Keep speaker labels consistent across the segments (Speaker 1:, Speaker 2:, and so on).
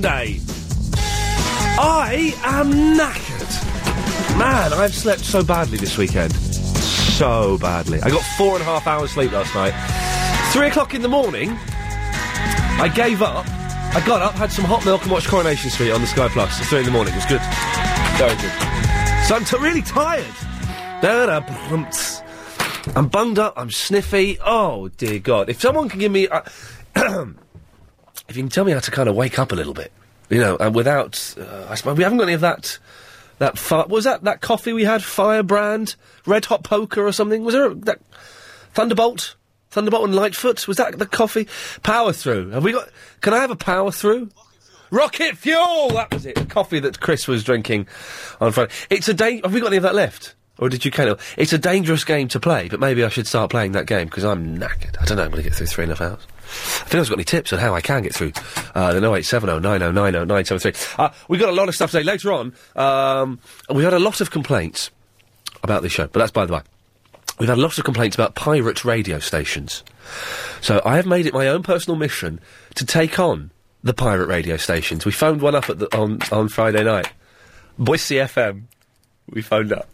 Speaker 1: Day. I am knackered. Man, I've slept so badly this weekend. So badly. I got four and a half hours sleep last night. Three o'clock in the morning, I gave up. I got up, had some hot milk, and watched Coronation Street on the Sky Plus. At three in the morning. It was good. Very good. So I'm t- really tired. Da-da-brumts. I'm bunged up. I'm sniffy. Oh dear God! If someone can give me, a if you can tell me how to kind of wake up a little bit, you know, and without, uh, I suppose we haven't got any of that. That fi- what was that that coffee we had Firebrand, Red Hot Poker or something. Was there a, that Thunderbolt, Thunderbolt and Lightfoot? Was that the coffee power through? Have we got? Can I have a power through? Rocket fuel. That was it. The coffee that Chris was drinking on Friday. It's a day. Have we got any of that left? Or did you kind of? It's a dangerous game to play, but maybe I should start playing that game because I'm knackered. I don't know. I'm going to get through three and a half hours. If anyone's got any tips on how I can get through, uh, then 0870 9090 973. Uh, we got a lot of stuff today. Later on, um, we had a lot of complaints about this show, but that's by the way. We've had lots of complaints about pirate radio stations. So I have made it my own personal mission to take on the pirate radio stations. We phoned one up at the, on, on Friday night. Boise FM. We phoned up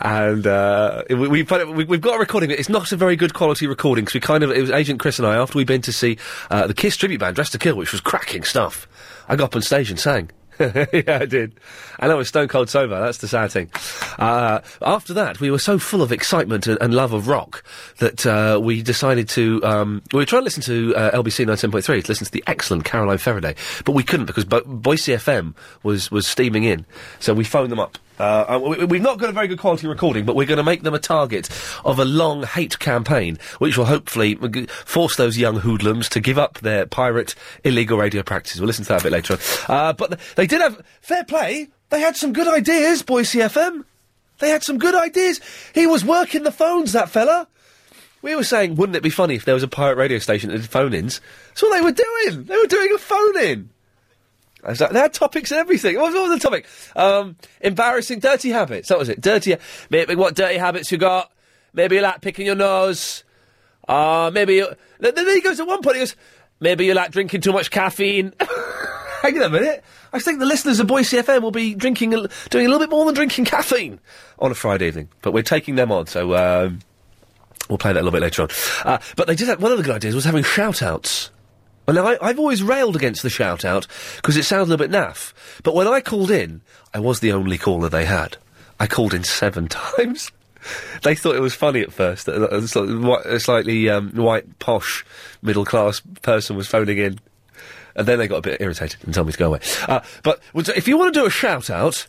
Speaker 1: and uh, we, we put it, we, we've got a recording. It's not a very good quality recording because we kind of it was Agent Chris and I after we'd been to see uh, the Kiss tribute band Dressed to Kill, which was cracking stuff. I got up on stage and sang. yeah, I did. And I was stone cold sober. That's the sad thing. Uh, after that, we were so full of excitement and, and love of rock that uh, we decided to. Um, we were trying to listen to uh, LBC 97.3 to listen to the excellent Caroline Faraday, but we couldn't because Bo- Boise FM was, was steaming in. So we phoned them up. Uh, and we, we've not got a very good quality recording, but we're going to make them a target of a long hate campaign, which will hopefully g- force those young hoodlums to give up their pirate illegal radio practices. We'll listen to that a bit later on. Uh, but th- they did have fair play. They had some good ideas, Boise FM. They had some good ideas. He was working the phones, that fella. We were saying, wouldn't it be funny if there was a pirate radio station that did phone-ins? That's what they were doing. They were doing a phone-in. I was like, they had topics and everything. What was, what was the topic? Um, embarrassing, dirty habits. That was it. Dirty. Maybe what dirty habits you got? Maybe you like picking your nose. Uh, maybe you, then, then he goes at one point. He goes, maybe you like drinking too much caffeine. Hang on a minute. I think the listeners of Boise FM will be drinking, a l- doing a little bit more than drinking caffeine on a Friday evening. But we're taking them on, so. Um, We'll play that a little bit later on. Uh, but they did have, one of the good ideas was having shout outs. Well, now, I, I've always railed against the shout out because it sounds a little bit naff. But when I called in, I was the only caller they had. I called in seven times. They thought it was funny at first. that a- a sort of whi- A slightly um, white, posh, middle class person was phoning in. And then they got a bit irritated and told me to go away. Uh, but would- if you want to do a shout out,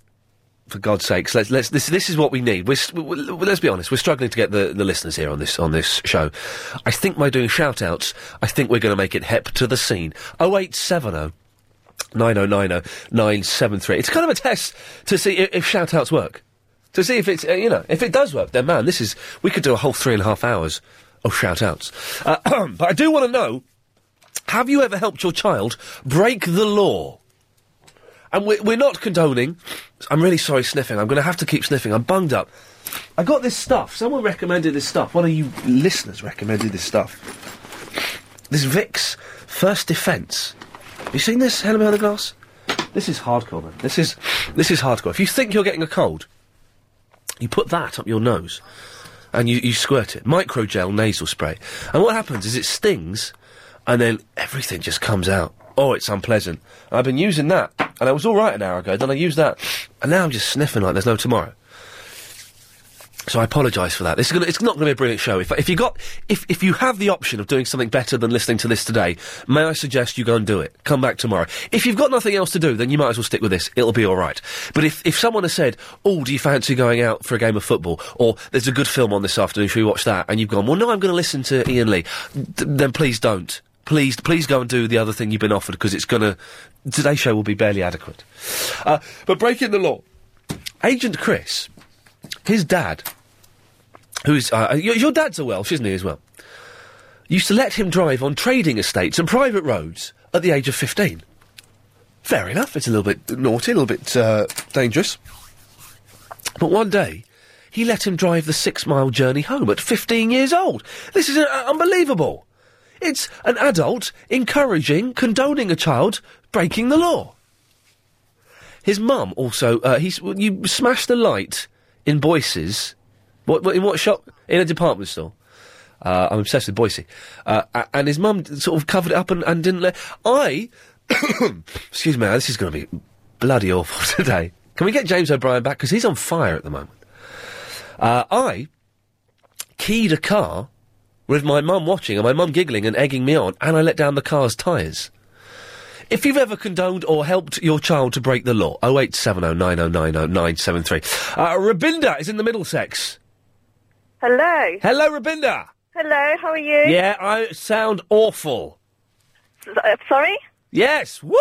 Speaker 1: for God's sakes, let's let's this this is what we need. We're, s- w- w- let's be honest, we're struggling to get the, the listeners here on this on this show. I think by doing shout outs, I think we're going to make it hep to the scene. 0870 9090 973. It's kind of a test to see if, if shout outs work. To see if it's, uh, you know, if it does work, then man, this is, we could do a whole three and a half hours of shout outs. Uh, but I do want to know have you ever helped your child break the law? And we're, we're not condoning. I'm really sorry sniffing. I'm going to have to keep sniffing. I'm bunged up. I got this stuff. Someone recommended this stuff. One of you listeners recommended this stuff. This Vicks First Defence. Have you seen this, Helen Behind the Glass? This is hardcore, man. This is, this is hardcore. If you think you're getting a cold, you put that up your nose and you, you squirt it. Microgel nasal spray. And what happens is it stings and then everything just comes out. Oh, it's unpleasant. I've been using that and I was alright an hour ago, then I used that and now I'm just sniffing like there's no tomorrow. So I apologise for that. This is gonna, it's not going to be a brilliant show. If, if you got, if, if you have the option of doing something better than listening to this today, may I suggest you go and do it. Come back tomorrow. If you've got nothing else to do, then you might as well stick with this. It'll be all right. But if, if someone has said, "Oh, do you fancy going out for a game of football?" or "There's a good film on this afternoon, should we watch that?" and you've gone, "Well, no, I'm going to listen to Ian Lee," th- then please don't. Please, please go and do the other thing you've been offered because it's going to. Today's show will be barely adequate. Uh, but breaking the law, Agent Chris, his dad who's uh, your, your dad's a Welsh, isn't he as well? Used to let him drive on trading estates and private roads at the age of fifteen. Fair enough. It's a little bit naughty, a little bit uh, dangerous. But one day, he let him drive the six-mile journey home at fifteen years old. This is uh, unbelievable. It's an adult encouraging, condoning a child breaking the law. His mum also, uh, he's, well, you smashed a light in Boyce's. What, what, in what shop? In a department store. Uh, I'm obsessed with Boise. Uh, a- and his mum d- sort of covered it up and, and didn't let. I. excuse me, this is going to be bloody awful today. Can we get James O'Brien back? Because he's on fire at the moment. Uh, I keyed a car with my mum watching and my mum giggling and egging me on, and I let down the car's tyres. If you've ever condoned or helped your child to break the law, 08709090973. Uh, Rabinda is in the Middlesex.
Speaker 2: Hello.
Speaker 1: Hello, Rabinda.
Speaker 2: Hello, how are you?
Speaker 1: Yeah, I sound awful.
Speaker 2: S- uh, sorry?
Speaker 1: Yes, woo!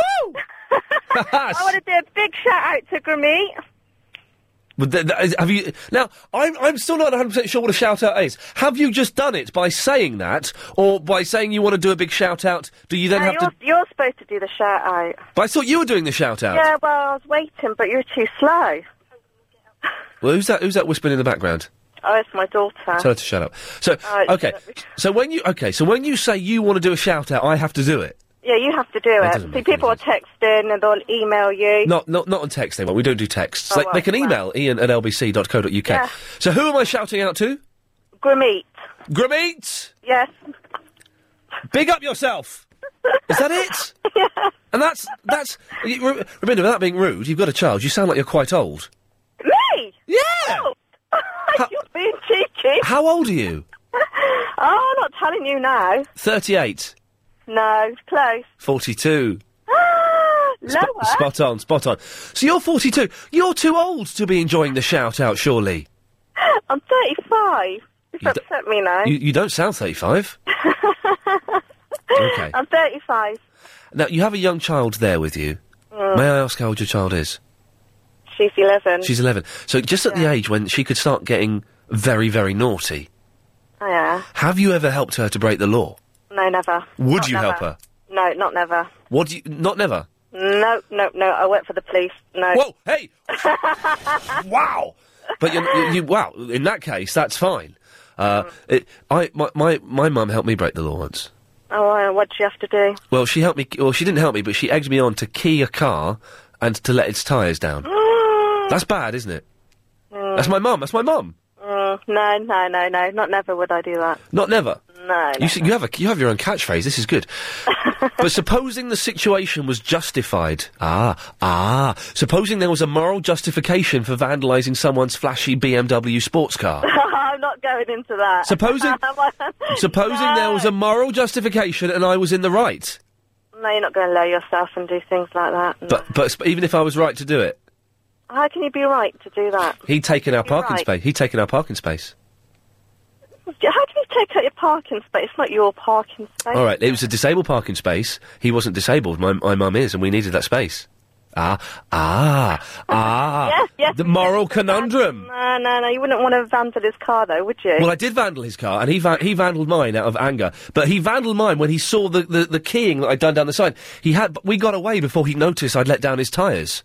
Speaker 2: I want to do a big shout out to Grammy.
Speaker 1: But th- th- have you now? I'm I'm still not 100 percent sure what a shout out is. Have you just done it by saying that, or by saying you want to do a big shout out? Do you then
Speaker 2: Now,
Speaker 1: have
Speaker 2: you're,
Speaker 1: to?
Speaker 2: you're supposed to do the shout out.
Speaker 1: But I thought you were doing the shout out.
Speaker 2: Yeah, well, I was waiting, but you were too slow.
Speaker 1: Well, who's that? Who's that whispering in the background?
Speaker 2: Oh, it's my daughter.
Speaker 1: Tell her to shut up. So
Speaker 2: Oh,
Speaker 1: okay, so when you okay, so when you say you want to do a shout out, I have to do it.
Speaker 2: Yeah, you have to do it.
Speaker 1: doesn't
Speaker 2: See, people are texting and they'll email you.
Speaker 1: Not not not on text. They won't. We don't do texts.
Speaker 2: Oh,
Speaker 1: they, they
Speaker 2: right,
Speaker 1: can email Ian at lbc.co.uk.
Speaker 2: Yeah.
Speaker 1: So who am I shouting out to?
Speaker 2: Grammy.
Speaker 1: Grammeet,
Speaker 2: Yes.
Speaker 1: big up yourself. Is that it? And that's that's. you- re- Remember, without being rude, you've got a child. You sound like you're quite old.
Speaker 2: Me? Oh!
Speaker 1: Yeah.
Speaker 2: You're being cheeky.
Speaker 1: How old are you?
Speaker 2: Oh, I'm not telling you now.
Speaker 1: 38,
Speaker 2: No, close.
Speaker 1: 42.
Speaker 2: Lower.
Speaker 1: Spot on, spot on. So you're 42. You're too old to be enjoying the shout out, surely.
Speaker 2: I'm 35. It's
Speaker 1: You d-
Speaker 2: upset me now.
Speaker 1: You, you don't sound 35. okay.
Speaker 2: I'm 35.
Speaker 1: Now, you have a young child there with you.
Speaker 2: Mm.
Speaker 1: May I ask how old your child is?
Speaker 2: She's 11.
Speaker 1: She's 11. So just at the age when she could start getting very, very naughty.
Speaker 2: Oh, yeah.
Speaker 1: Have you ever helped her to break the law?
Speaker 2: No, never.
Speaker 1: Would
Speaker 2: Not
Speaker 1: you
Speaker 2: never.
Speaker 1: help her?
Speaker 2: No, not never.
Speaker 1: What do you... Not never.
Speaker 2: No, no, no. I work for the police. No.
Speaker 1: Whoa, hey! wow! But you, you, you, wow, in that case, that's fine. Uh,
Speaker 2: Mm.
Speaker 1: it, I, my, my, my mum helped me break the law once.
Speaker 2: Oh, uh, what do you have to do?
Speaker 1: Well, she helped me. Well, she didn't help me, but she egged me on to key a car and to let its tyres down. That's bad, isn't it?
Speaker 2: Mm,
Speaker 1: That's my mum. That's my mum.
Speaker 2: mm, no, no, no, no. Not never would I do that.
Speaker 1: Not never.
Speaker 2: No.
Speaker 1: You, see, you have a, you have your own catchphrase. This is good. but supposing the situation was justified, ah, ah, supposing there was a moral justification for vandalising someone's flashy BMW sports car.
Speaker 2: I'm not going into that.
Speaker 1: Supposing- supposing
Speaker 2: no.
Speaker 1: there was a moral justification and I was in the right,
Speaker 2: No, you're not going to lower yourself and do things like that. No.
Speaker 1: but but sp- even if I was right to do it,
Speaker 2: How can you be right to do that?
Speaker 1: he'd taken our parking
Speaker 2: right.
Speaker 1: space. He'd taken our parking space.
Speaker 2: How can you take out your parking space? It's not your parking space.
Speaker 1: All right, it was a disabled parking space. He wasn't disabled. My my mum is, and we needed that space. Ah, ah, ah.
Speaker 2: Yes, yes,
Speaker 1: the moral conundrum.
Speaker 2: No, no, no. You wouldn't want to vandal his car, though, would you?
Speaker 1: Well, I did vandal his car, and he va- he vandaled mine out of anger. But he vandaled mine when he saw the, the, the keying that I'd done down the side. He had, but we got away before he noticed I'd let down his tyres.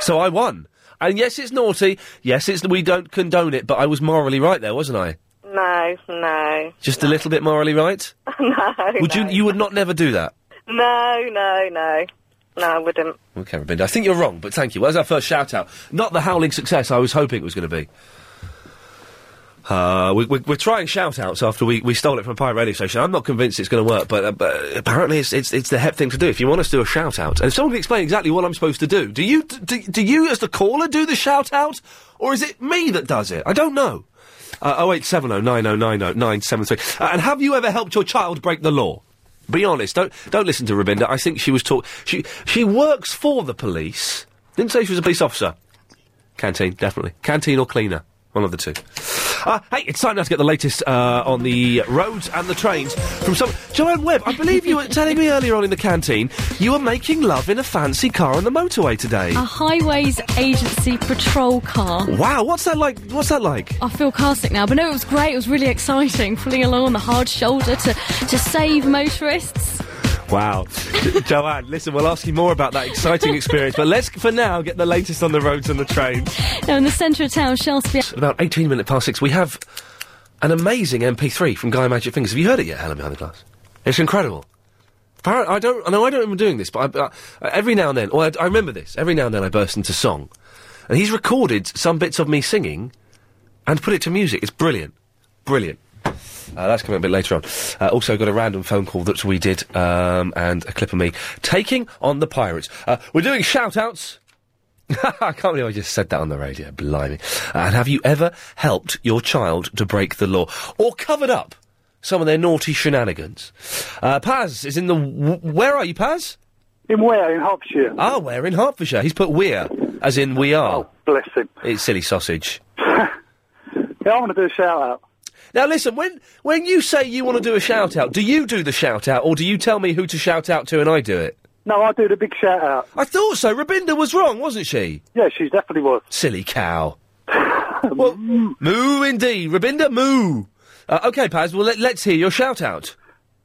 Speaker 1: so I won. And yes, it's naughty. Yes, it's we don't condone it. But I was morally right there, wasn't I?
Speaker 2: No, no,
Speaker 1: Just a little bit morally right.
Speaker 2: no.
Speaker 1: Would you? You would not never do that.
Speaker 2: No, no, no. No, I wouldn't.
Speaker 1: Okay, Rabinda. I think you're wrong, but thank you. Well, that was our first shout out. Not the howling success I was hoping it was going to be. Uh, we, we, we're trying shout outs after we, we stole it from a pirate radio station. I'm not convinced it's going to work, but, uh, but apparently it's, it's, it's the hep thing to do. If you want us to do a shout out, and if someone can explain exactly what I'm supposed to do, do you, do, do you as the caller do the shout out, or is it me that does it? I don't know. Uh, 0870 9090 973. Uh, and have you ever helped your child break the law? Be honest. Don't don't listen to Rabinda. I think she was taught. She she works for the police. Didn't say she was a police officer. Canteen, definitely. Canteen or cleaner. One of the two. Uh, hey, it's time now to get the latest uh, on the roads and the trains from some. Joanne Webb, I believe you were telling me earlier on in the canteen you were making love in a fancy car on the motorway today.
Speaker 3: A highways agency patrol car.
Speaker 1: Wow, what's that like? What's that like?
Speaker 3: I feel car sick now, but no, it was great. It was really exciting, pulling along on the hard shoulder to, to save motorists.
Speaker 1: Wow. Jo- Joanne, listen, we'll ask you more about that exciting experience, but let's, for now, get the latest on the roads and the trains.
Speaker 3: Now, in the centre of town, Shelsby.
Speaker 1: At about 18 minutes past six, we have an amazing MP3 from Guy Magic Fingers. Have you heard it yet, Helen Behind the Glass? It's incredible. Appar- I don't. I know I don't remember doing this, but I, I, every now and then, or I, I remember this. Every now and then, I burst into song, and he's recorded some bits of me singing, and put it to music. It's brilliant, brilliant. Uh, that's coming a bit later on. Uh, also, got a random phone call that we did, um, and a clip of me taking on the pirates. Uh, we're doing shout outs. I can't believe I just said that on the radio. Blimey. And have you ever helped your child to break the law or covered up some of their naughty shenanigans? Uh, Paz is in the. W- where are you, Paz?
Speaker 4: In where? In Hertfordshire.
Speaker 1: Ah, where? In Hertfordshire. He's put we're, as in we are. Oh,
Speaker 4: bless him.
Speaker 1: It's silly sausage.
Speaker 4: Yeah, I want to do a shout out.
Speaker 1: Now listen, when when you say you want to do a shout out, do you do the shout out or do you tell me who to shout out to and I do it?
Speaker 4: No, I do the big shout out.
Speaker 1: I thought so. Rabinda was wrong, wasn't she?
Speaker 4: Yeah, she definitely was.
Speaker 1: Silly cow. well, moo indeed. Rabinda, moo. Uh, okay, Paz, well, let, let's hear your shout out.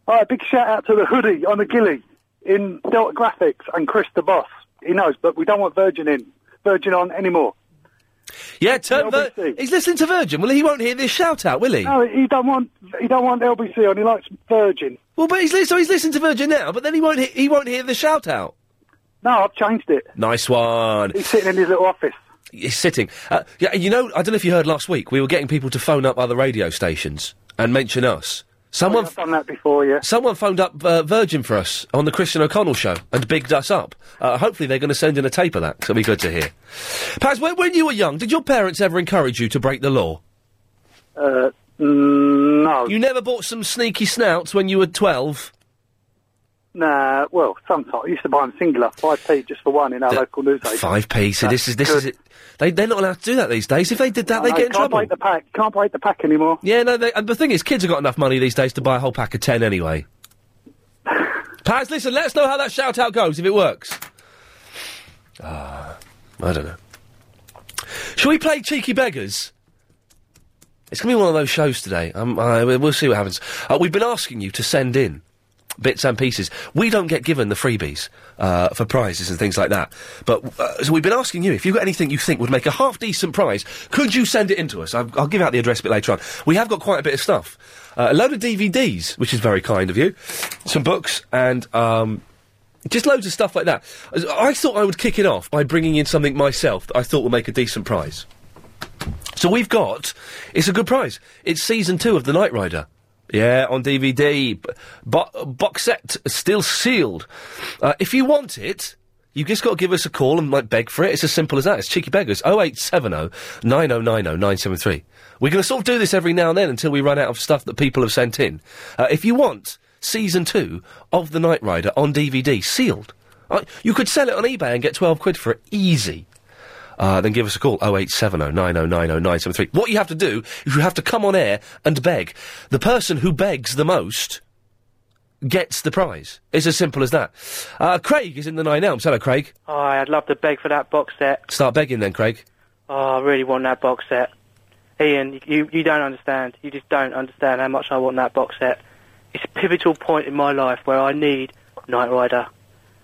Speaker 4: All right, big shout out to the hoodie on the gilly in Delta Graphics and Chris the boss. He knows, but we don't want Virgin in, Virgin on anymore.
Speaker 1: Yeah, turn Vir- He's listening to Virgin. Well, he won't hear this shout out, will he?
Speaker 4: No, he don't want he don't want LBC on. He likes Virgin.
Speaker 1: Well, but he's li- so he's listening to Virgin now, but then he won't he-, he won't hear the shout out.
Speaker 4: No, I've changed it.
Speaker 1: Nice one.
Speaker 4: He's sitting in his little office.
Speaker 1: He's sitting. Uh, yeah, you know, I don't know if you heard last week. We were getting people to phone up other radio stations and mention us. Someone
Speaker 4: I've done that before, yeah.
Speaker 1: Someone phoned up uh, Virgin for us on the Christian O'Connell show and bigged us up. Uh, hopefully, they're going to send in a tape of that. 'cause It'll be good to hear. Paz, when, when you were young, did your parents ever encourage you to break the law?
Speaker 4: Uh,
Speaker 5: mm,
Speaker 4: no.
Speaker 1: You never bought some sneaky snouts when you were twelve.
Speaker 4: Nah, well, sometimes I used to buy them singular, five p just for one in our local newsagent.
Speaker 1: Five p. So this is this is it. They they're not allowed to do that these days. If they did that,
Speaker 4: I
Speaker 1: they
Speaker 4: know,
Speaker 1: get in
Speaker 4: can't
Speaker 1: trouble.
Speaker 4: break the pack. Can't break the pack anymore.
Speaker 1: Yeah, no. They, and the thing is, kids have got enough money these days to buy a whole pack of ten anyway. Paz, listen. Let us know how that shout out goes if it works. Ah, I don't know. Shall we play Cheeky Beggars? It's going to be one of those shows today. Um, I, we'll see what happens. Uh, we've been asking you to send in bits and pieces. We don't get given the freebies uh, for prizes and things like that. But uh, so we've been asking you if you've got anything you think would make a half decent prize, could you send it in to us? I'll, I'll give out the address a bit later on. We have got quite a bit of stuff. Uh, a load of DVDs, which is very kind of you, some books, and. Um, just loads of stuff like that. I thought I would kick it off by bringing in something myself that I thought would make a decent prize. So we've got it's a good prize. It's season two of The Night Rider. Yeah, on DVD, b- bo- box set still sealed. Uh, if you want it, you've just got to give us a call and like beg for it. It's as simple as that. It's cheeky beggars. 0870 9090 973. We're going to sort of do this every now and then until we run out of stuff that people have sent in. Uh, if you want season two of The Night Rider on DVD sealed, uh, you could sell it on eBay and get 12 quid for it easy uh, then give us a call 0870 973 What you have to do is you have to come on air and beg. The person who begs the most gets the prize. It's as simple as that. Uh, Craig is in the Nine Elms. Hello, Craig.
Speaker 6: Hi, I'd love to beg for that box set.
Speaker 1: Start begging then, Craig.
Speaker 6: Oh, I really want that box set. Ian, you, you don't understand. You just don't understand how much I want that box set. It's a pivotal point in my life where I need Knight Rider.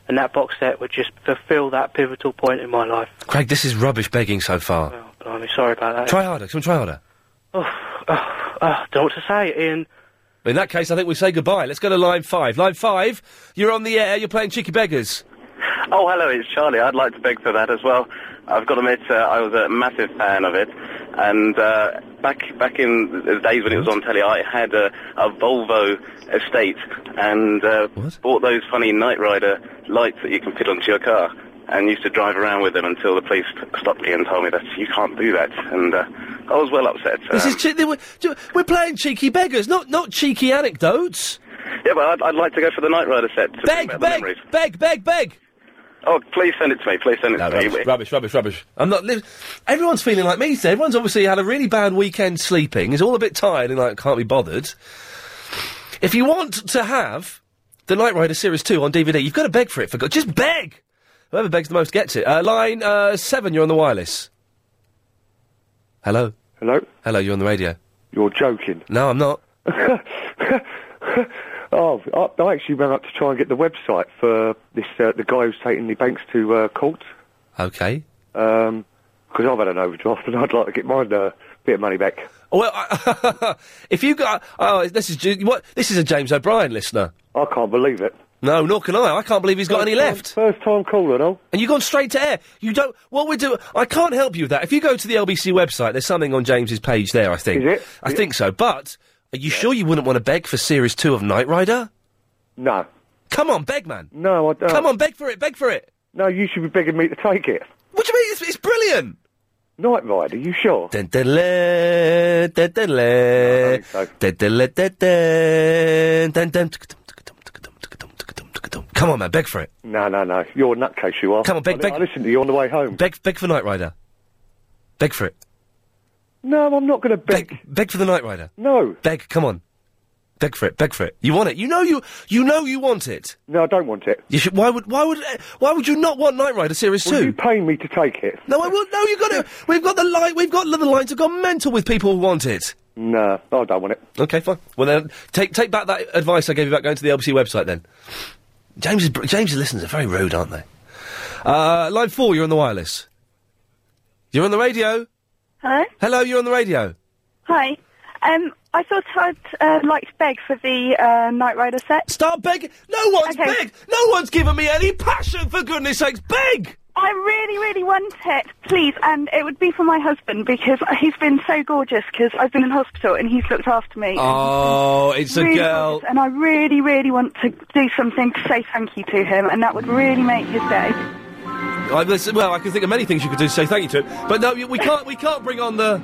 Speaker 6: And that box set would just fulfill that pivotal point in my life.
Speaker 1: Craig, this is rubbish begging so far.
Speaker 6: Oh, blimey, sorry about that.
Speaker 1: Try harder. Come on, try harder.
Speaker 6: Oh, don't know what to say, Ian.
Speaker 1: In that case, I think we say goodbye. Let's go to line five. Line five, you're on the air. You're playing cheeky beggars.
Speaker 7: Oh, hello, it's Charlie. I'd like to beg for that as well. I've got to admit, uh, I was a massive fan of it, and uh, back back in the days when it was on telly, I had a, a Volvo estate and uh, bought those funny Night Rider lights that you can fit onto your car, and used to drive around with them until the police stopped me and told me that you can't do that, and uh, I was well upset.
Speaker 1: This
Speaker 7: um,
Speaker 1: is che- they were- we're playing cheeky beggars, not not cheeky anecdotes.
Speaker 7: yeah, but I'd, I'd like to go for the Night Rider set. To bring back
Speaker 1: Beg,
Speaker 7: the
Speaker 1: beg,
Speaker 7: memories.
Speaker 1: beg, beg, beg.
Speaker 7: Oh, please send it to me. Please send it to me.
Speaker 1: rubbish, rubbish, rubbish, rubbish. I'm not. Li- Everyone's feeling like me today. Everyone's obviously had a really bad weekend sleeping. Is all a bit tired and like can't be bothered. If you want to have the Night Rider series two on DVD, you've got to beg for it. For God, just beg. Whoever begs the most gets it. Uh, line uh, seven, you're on the wireless. Hello.
Speaker 8: Hello.
Speaker 1: Hello, you're on the radio.
Speaker 8: You're joking.
Speaker 1: No, I'm not.
Speaker 8: Oh, I, I actually ran up to try and get the website for this uh, the guy who's taking the banks to uh, court.
Speaker 1: Okay.
Speaker 8: Because I've had an overdraft and I'd like to get mine uh, bit of money back.
Speaker 1: Well, if you got oh, this is Ju- what this is a James O'Brien listener.
Speaker 7: I can't believe it.
Speaker 1: No, nor can I. I can't believe he's got any left.
Speaker 7: First time caller, no?
Speaker 1: And you've gone straight to air. You don't. What we do. I can't help you with that. If you go to the LBC website, there's something on James's page there. I think. Is it? I think so. But are you sure you wouldn't want to beg for series two of Knight Rider?
Speaker 7: No.
Speaker 1: Come on, beg, man.
Speaker 7: No, I don't.
Speaker 1: Come on, beg for it. Beg for it.
Speaker 7: No, you should be begging me to take it.
Speaker 1: What do you mean? It's, it's brilliant.
Speaker 7: Night Rider, you sure?
Speaker 1: Dun, dun, le, dun, dun, le, dun, dun, le, dun, dun, dun, dun, Come on, man, beg for it.
Speaker 7: No, no, no. You're a nutcase, you are.
Speaker 1: Come on, beg,
Speaker 7: I,
Speaker 1: beg.
Speaker 7: I listened to you on the way home.
Speaker 1: Beg, beg for Knight Rider. Beg for it.
Speaker 7: No, I'm not going to beg.
Speaker 1: Beg for the Knight Rider.
Speaker 7: No.
Speaker 1: Beg, come on. Beg for it. Beg for it. You want it. You know you. You know you want it.
Speaker 7: No, I don't want it.
Speaker 1: You should. Why would? Why would? eh, Why would you not want Knight Rider Series
Speaker 7: Will
Speaker 1: Two?
Speaker 7: you pay me to take it?
Speaker 1: No, I will. No, you got to. We've got the light. We've got the lines have gone mental with people who want it.
Speaker 7: No, I don't want it.
Speaker 1: Okay, fine. Well then, take take back that advice I gave you about going to the LBC website. Then, James's br- James's listeners are very rude, aren't they? Uh, line four, you're on the wireless. You're on the radio.
Speaker 2: Hello?
Speaker 1: Hello, you're on the radio.
Speaker 2: Hi. Um, I thought I'd uh, like to beg for the uh, Knight Rider set.
Speaker 1: Start begging. No one's
Speaker 2: okay.
Speaker 1: begged. No one's given me any passion. For goodness' sakes, beg.
Speaker 2: I really, really want it, please. And it would be for my husband because he's been so gorgeous because I've been in hospital and he's looked after me.
Speaker 1: Oh, it's a
Speaker 2: Really
Speaker 1: girl.
Speaker 2: gorgeous, And I really, really want to do something to say thank you to him, and that would really make his day.
Speaker 1: I, listen, well, I can think of many things you could do to say thank you to it, but no, you- we can't. We can't bring on the.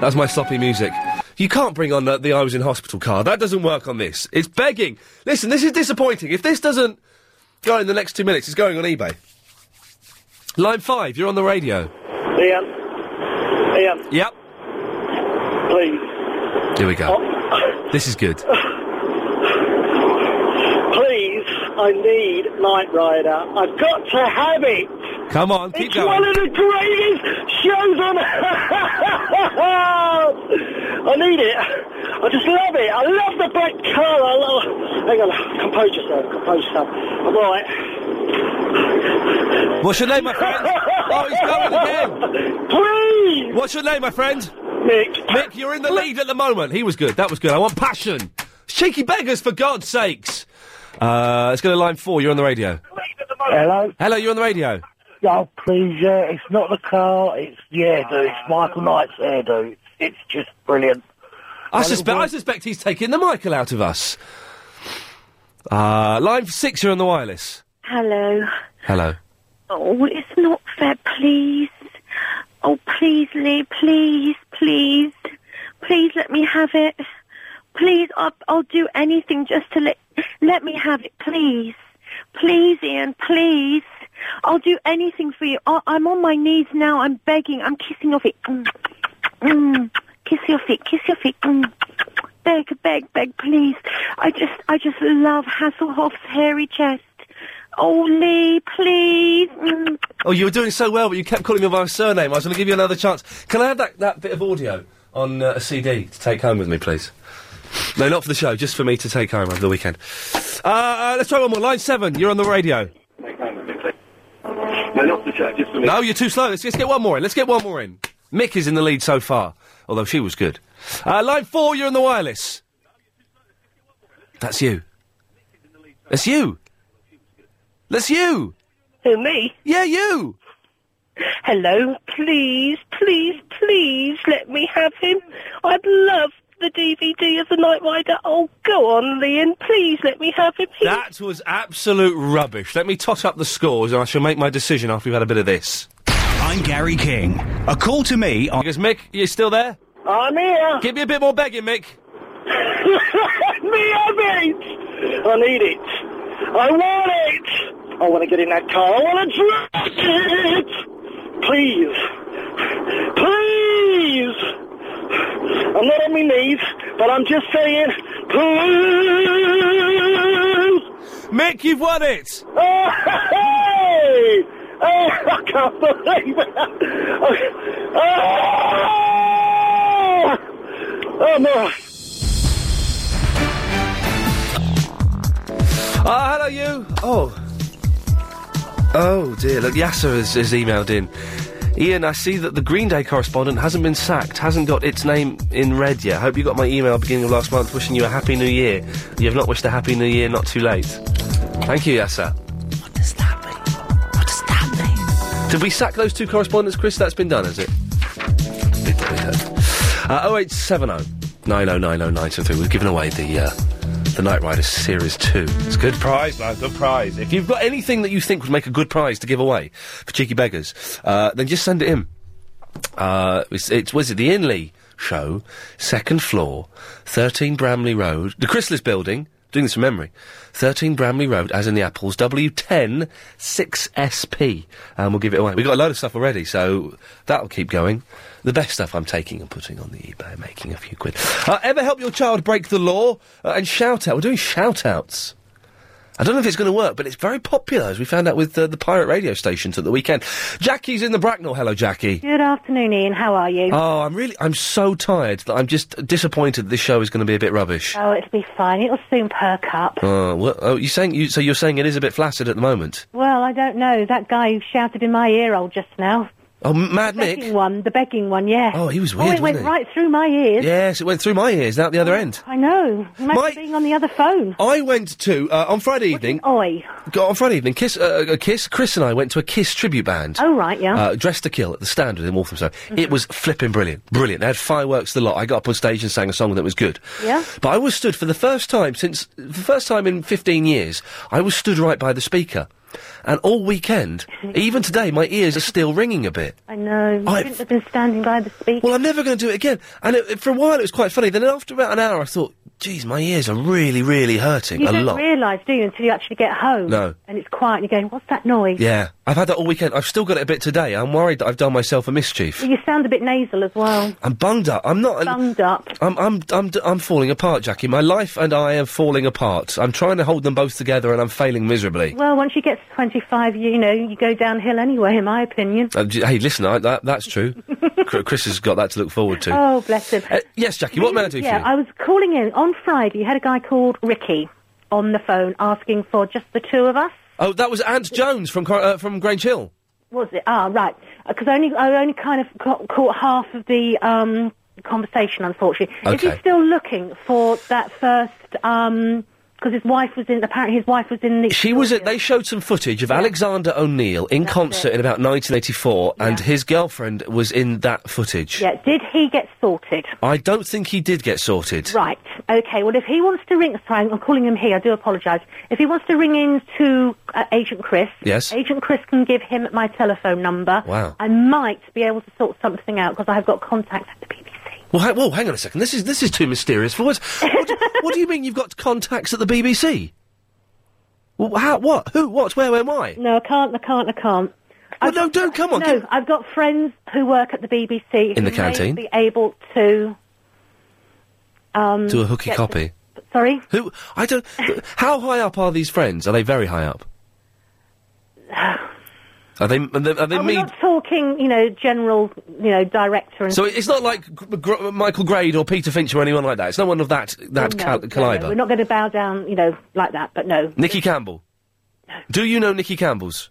Speaker 1: That's my sloppy music. You can't bring on the, the I was in hospital card. That doesn't work on this. It's begging. Listen, this is disappointing. If this doesn't go in the next two minutes, it's going on eBay. Line five, you're on the radio.
Speaker 9: Ian, Ian,
Speaker 1: Yep.
Speaker 9: please,
Speaker 1: Here we go. This is good.
Speaker 9: please, I need Knight Rider. I've got to have it.
Speaker 1: Come on, keep
Speaker 9: it's
Speaker 1: going.
Speaker 9: one of the greatest shows on. I need it. I just love it. I love the black colour. I love... Hang on, compose yourself. Compose yourself. I'm all right.
Speaker 1: What's your name, my friend? Oh, he's coming again.
Speaker 9: Please.
Speaker 1: What's your name, my friend?
Speaker 9: Nick.
Speaker 1: Nick, you're in the lead at the moment. He was good. That was good. I want passion. Cheeky beggars, for God's sakes. Uh, let's go to line four. You're on the radio.
Speaker 10: Hello.
Speaker 1: Hello, you're on the radio.
Speaker 10: Oh, please, yeah. It's not the car. It's the hairdo. It's Michael Knight's hairdo. It's just brilliant.
Speaker 1: I suspect, I suspect he's taking the Michael out of us. Uh, line six, you're on the wireless.
Speaker 11: Hello.
Speaker 1: Hello.
Speaker 11: Oh, it's not fair, please. Oh, please, Lee, please, please. Please let me have it. Please, I'll, I'll do anything just to let, let me have it, please. Please, Ian, please. I'll do anything for you. I, I'm on my knees now. I'm begging. I'm kissing off it. Mm, mm. Kiss your feet. Kiss your feet. Mm. Beg, beg, beg, please. I just, I just love Hasselhoff's hairy chest. Oh, Lee, please. Mm.
Speaker 1: Oh, you were doing so well, but you kept calling me by my surname. I was going to give you another chance. Can I have that, that bit of audio on uh, a CD to take home with me, please? No, not for the show, just for me to take home over the weekend. Uh, uh, let's try one more. Line seven, you're on the radio.
Speaker 9: No, not the show. Just for
Speaker 1: No, you're too slow. Let's, let's get one more in. Let's get one more in. Mick is in the lead so far, although she was good. Uh, line four, you're on the wireless. That's you. That's you. That's you.
Speaker 11: Who, me?
Speaker 1: Yeah, you.
Speaker 11: Hello, please, please, please let me have him. I'd love the DVD of The Night Rider. Oh, go on, Leon, please let me have him. He-
Speaker 1: That was absolute rubbish. Let me tot up the scores, and I shall make my decision after we've had a bit of this. I'm Gary King. A call to me on. Because Mick, you still there?
Speaker 9: I'm here.
Speaker 1: Give me a bit more begging, Mick.
Speaker 9: Let me have it. I need it. I want it. I want to get in that car. I want to drive it. Please. Please. I'm not on my knees, but I'm just saying, please.
Speaker 1: Mick, you've won it.
Speaker 9: Oh, hey. Oh, I can't believe it. Oh, oh my.
Speaker 1: Ah, hello, Oh, you. Oh. Oh, dear. Look, Yasser has, has emailed in. Ian, I see that the Green Day correspondent hasn't been sacked, hasn't got its name in red yet. I hope you got my email beginning of last month wishing you a happy new year. You have not wished a happy new year, not too late. Thank you, Yasser. Did we sack those two correspondents, Chris? That's been done, has it? Big boy, yeah. Uh, 0870 9090973. We've given away the uh, the Night Rider Series 2. It's a good prize, man. Good prize. If you've got anything that you think would make a good prize to give away for Cheeky Beggars, uh, then just send it in. Uh, it's, it's, was it the Inley Show, second floor, 13 Bramley Road, the Chrysalis Building. Doing this from memory. 13 Bramley Road, as in the apples, W10 6SP. And we'll give it away. We've got a load of stuff already, so that'll keep going. The best stuff I'm taking and putting on the eBay, making a few quid. Uh, ever help your child break the law? Uh, and shout out. We're doing shout outs. I don't know if it's going to work, but it's very popular, as we found out with uh, the pirate radio stations at the weekend. Jackie's in the Bracknell. Hello, Jackie.
Speaker 12: Good afternoon, Ian. How are you?
Speaker 1: Oh, I'm really, I'm so tired that I'm just disappointed that this show is going to be a bit rubbish.
Speaker 12: Oh, it'll be fine. It'll soon perk up.
Speaker 1: Oh, well, oh you saying you? So you're saying it is a bit flaccid at the moment?
Speaker 12: Well, I don't know. That guy who shouted in my ear hole just now.
Speaker 1: Oh, M- Mad
Speaker 12: the
Speaker 1: Mick.
Speaker 12: Begging one, the begging one, yeah.
Speaker 1: Oh, he was
Speaker 12: Oh,
Speaker 1: weird,
Speaker 12: it went
Speaker 1: wasn't he?
Speaker 12: right through my ears.
Speaker 1: Yes, it went through my ears and out the other end.
Speaker 12: I know. Imagine
Speaker 1: My-
Speaker 12: being on the other phone.
Speaker 1: I went to uh, on Friday evening.
Speaker 12: Oi.
Speaker 1: On Friday evening, Kiss, uh, uh, Kiss, Chris and I went to a Kiss tribute band.
Speaker 12: Oh, right, yeah. Mm-hmm.
Speaker 1: Uh, Dressed to Kill at the Standard in Walthamstow. It was flipping brilliant, brilliant. They had fireworks the lot. I got up on stage and sang a song that was good.
Speaker 12: Yeah.
Speaker 1: But I was stood for the first time since the first time in 15 years. I was stood right by the speaker, and all weekend, even today, my ears are still ringing a bit.
Speaker 12: I know. You
Speaker 1: I-
Speaker 12: shouldn't have been standing by the speaker.
Speaker 1: Well, I'm never going to do it again. And it, for a while, it was quite funny. Then after about an hour, I thought, "Geez, my ears are really, really hurting
Speaker 12: you
Speaker 1: a
Speaker 12: don't
Speaker 1: lot."
Speaker 12: realise, do you, until you actually get home?
Speaker 1: No.
Speaker 12: And it's quiet and you're going, what's that noise?
Speaker 1: Yeah, I've had that all weekend. I've still got it a bit today. I'm worried that I've done myself a mischief.
Speaker 12: Well, you sound a bit nasal as well.
Speaker 1: I'm bunged up. I'm not.
Speaker 12: Bunged up.
Speaker 1: I'm, I'm, I'm, d- I'm falling apart, Jackie. My life and I are falling apart. I'm trying to hold them both together, and I'm failing miserably.
Speaker 12: Well, once you get to 25, you know, you go downhill anyway, in my opinion.
Speaker 1: Uh, j- hey, listen, I, that, that's true. Cr- Chris has got that to look forward to.
Speaker 12: Oh, bless him.
Speaker 1: Uh, yes, Jackie. What may I do
Speaker 12: yeah,
Speaker 1: for you?
Speaker 12: I was calling in on Friday. You had a guy called Ricky on the phone asking for just the two of us.
Speaker 1: oh, that was Aunt Jones from Cor- uh, from Grange Hill.
Speaker 12: Was it? Ah, right. Because only I only kind of ca- caught half of the um, conversation, unfortunately. If
Speaker 1: Okay.
Speaker 12: you're still looking for that first, because his wife was in. Apparently, his wife was in the.
Speaker 1: She was at. They showed some footage of Alexander O'Neill in concert in about 1984, and his girlfriend was in that footage.
Speaker 12: Yeah. Did he get sorted?
Speaker 1: I don't think he did get sorted.
Speaker 12: Right. Okay. Well, if he wants to ring, sorry, I'm calling him he. I do apologise. If he wants to ring in to uh, Agent Chris,
Speaker 1: Yes.
Speaker 12: Agent Chris can give him my telephone number.
Speaker 1: Wow.
Speaker 12: I might be able to sort something out because I have got contact.
Speaker 1: Well, ha- whoa, hang on a second. This is this is too mysterious for words. What do, what do you mean you've got contacts at the BBC? Well, how? What? Who? What? Where? When? Why?
Speaker 12: No, I can't. I can't. I can't.
Speaker 1: Well, no, don't come on.
Speaker 12: No, I've got friends who work at the BBC
Speaker 1: In the
Speaker 12: who may
Speaker 1: canteen?
Speaker 12: Be able to. Um,
Speaker 1: Do a hooky
Speaker 12: get-
Speaker 1: copy.
Speaker 12: Sorry,
Speaker 1: Who? I don't. how high up are these friends? Are they very high up? Are they? Are they, are they
Speaker 12: Are we
Speaker 1: mean?
Speaker 12: not talking, you know, general, you know, director and
Speaker 1: So it- it's not like Gr- Gr- Michael Grade or Peter Finch or anyone like that. It's no one of that that
Speaker 12: No,
Speaker 1: cal-
Speaker 12: no, no,
Speaker 1: caliber.
Speaker 12: We're not going to bow down, you know, like that. But no,
Speaker 1: Nicky Campbell. Do you know Nicky Campbell's?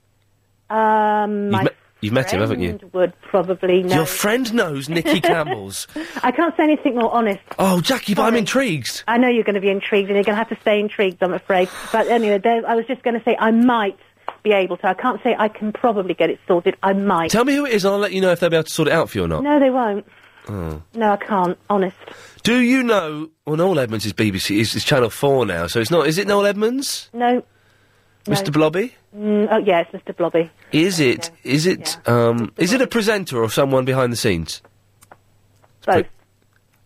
Speaker 12: um,
Speaker 1: You've,
Speaker 12: my
Speaker 1: met- you've met him, haven't you?
Speaker 12: friend would probably know.
Speaker 1: Your friend knows Nicky Campbell's.
Speaker 12: I can't say anything more honest.
Speaker 1: Oh, Jackie, but I'm intrigued.
Speaker 12: I know you're going to be intrigued, and you're going to have to stay intrigued, I'm afraid. But anyway, there, I was just going to say I might be able to. I can't say I can probably get it sorted. I might.
Speaker 1: Tell me who it is, and I'll let you know if they'll be able to sort it out for you or not.
Speaker 12: No, they won't.
Speaker 1: Oh.
Speaker 12: No, I can't. Honest.
Speaker 1: Do you know? Well, Noel Edmonds is BBC. Is, is Channel Four now? So it's not. Is it Noel Edmonds,
Speaker 12: No. No.
Speaker 1: Mr. Blobby?
Speaker 12: Mm, oh, yes, Mr. Blobby.
Speaker 1: Is it? Is it? Um, is it a presenter or someone behind the scenes?
Speaker 12: Both.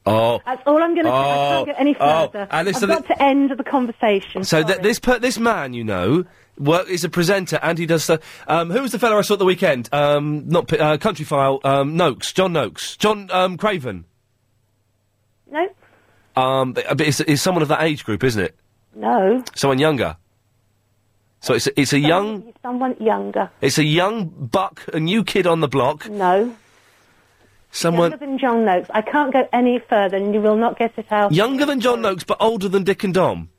Speaker 1: Oh.
Speaker 12: That's all I'm going to say. I
Speaker 1: Oh,
Speaker 12: can't get any
Speaker 1: oh,
Speaker 12: further.
Speaker 1: and this-
Speaker 12: I've got to end the conversation.
Speaker 1: So th- this per- this man, you know, work is a presenter and he does stuff. Um, who was the fellow I saw at the weekend? Um, not P- uh, Country File. Um, Noakes, John Noakes, John um, Craven.
Speaker 12: No.
Speaker 1: Um, but but it's, it's someone of that age group, isn't it?
Speaker 12: No.
Speaker 1: Someone younger. So it's a, it's a young
Speaker 12: Someone younger.
Speaker 1: It's a young buck, a new kid on the block.
Speaker 12: No.
Speaker 1: Someone
Speaker 12: Younger than John Noakes. I can't go any further, and you will not get it out.
Speaker 1: younger than John Noakes, but older than Dick and Dom.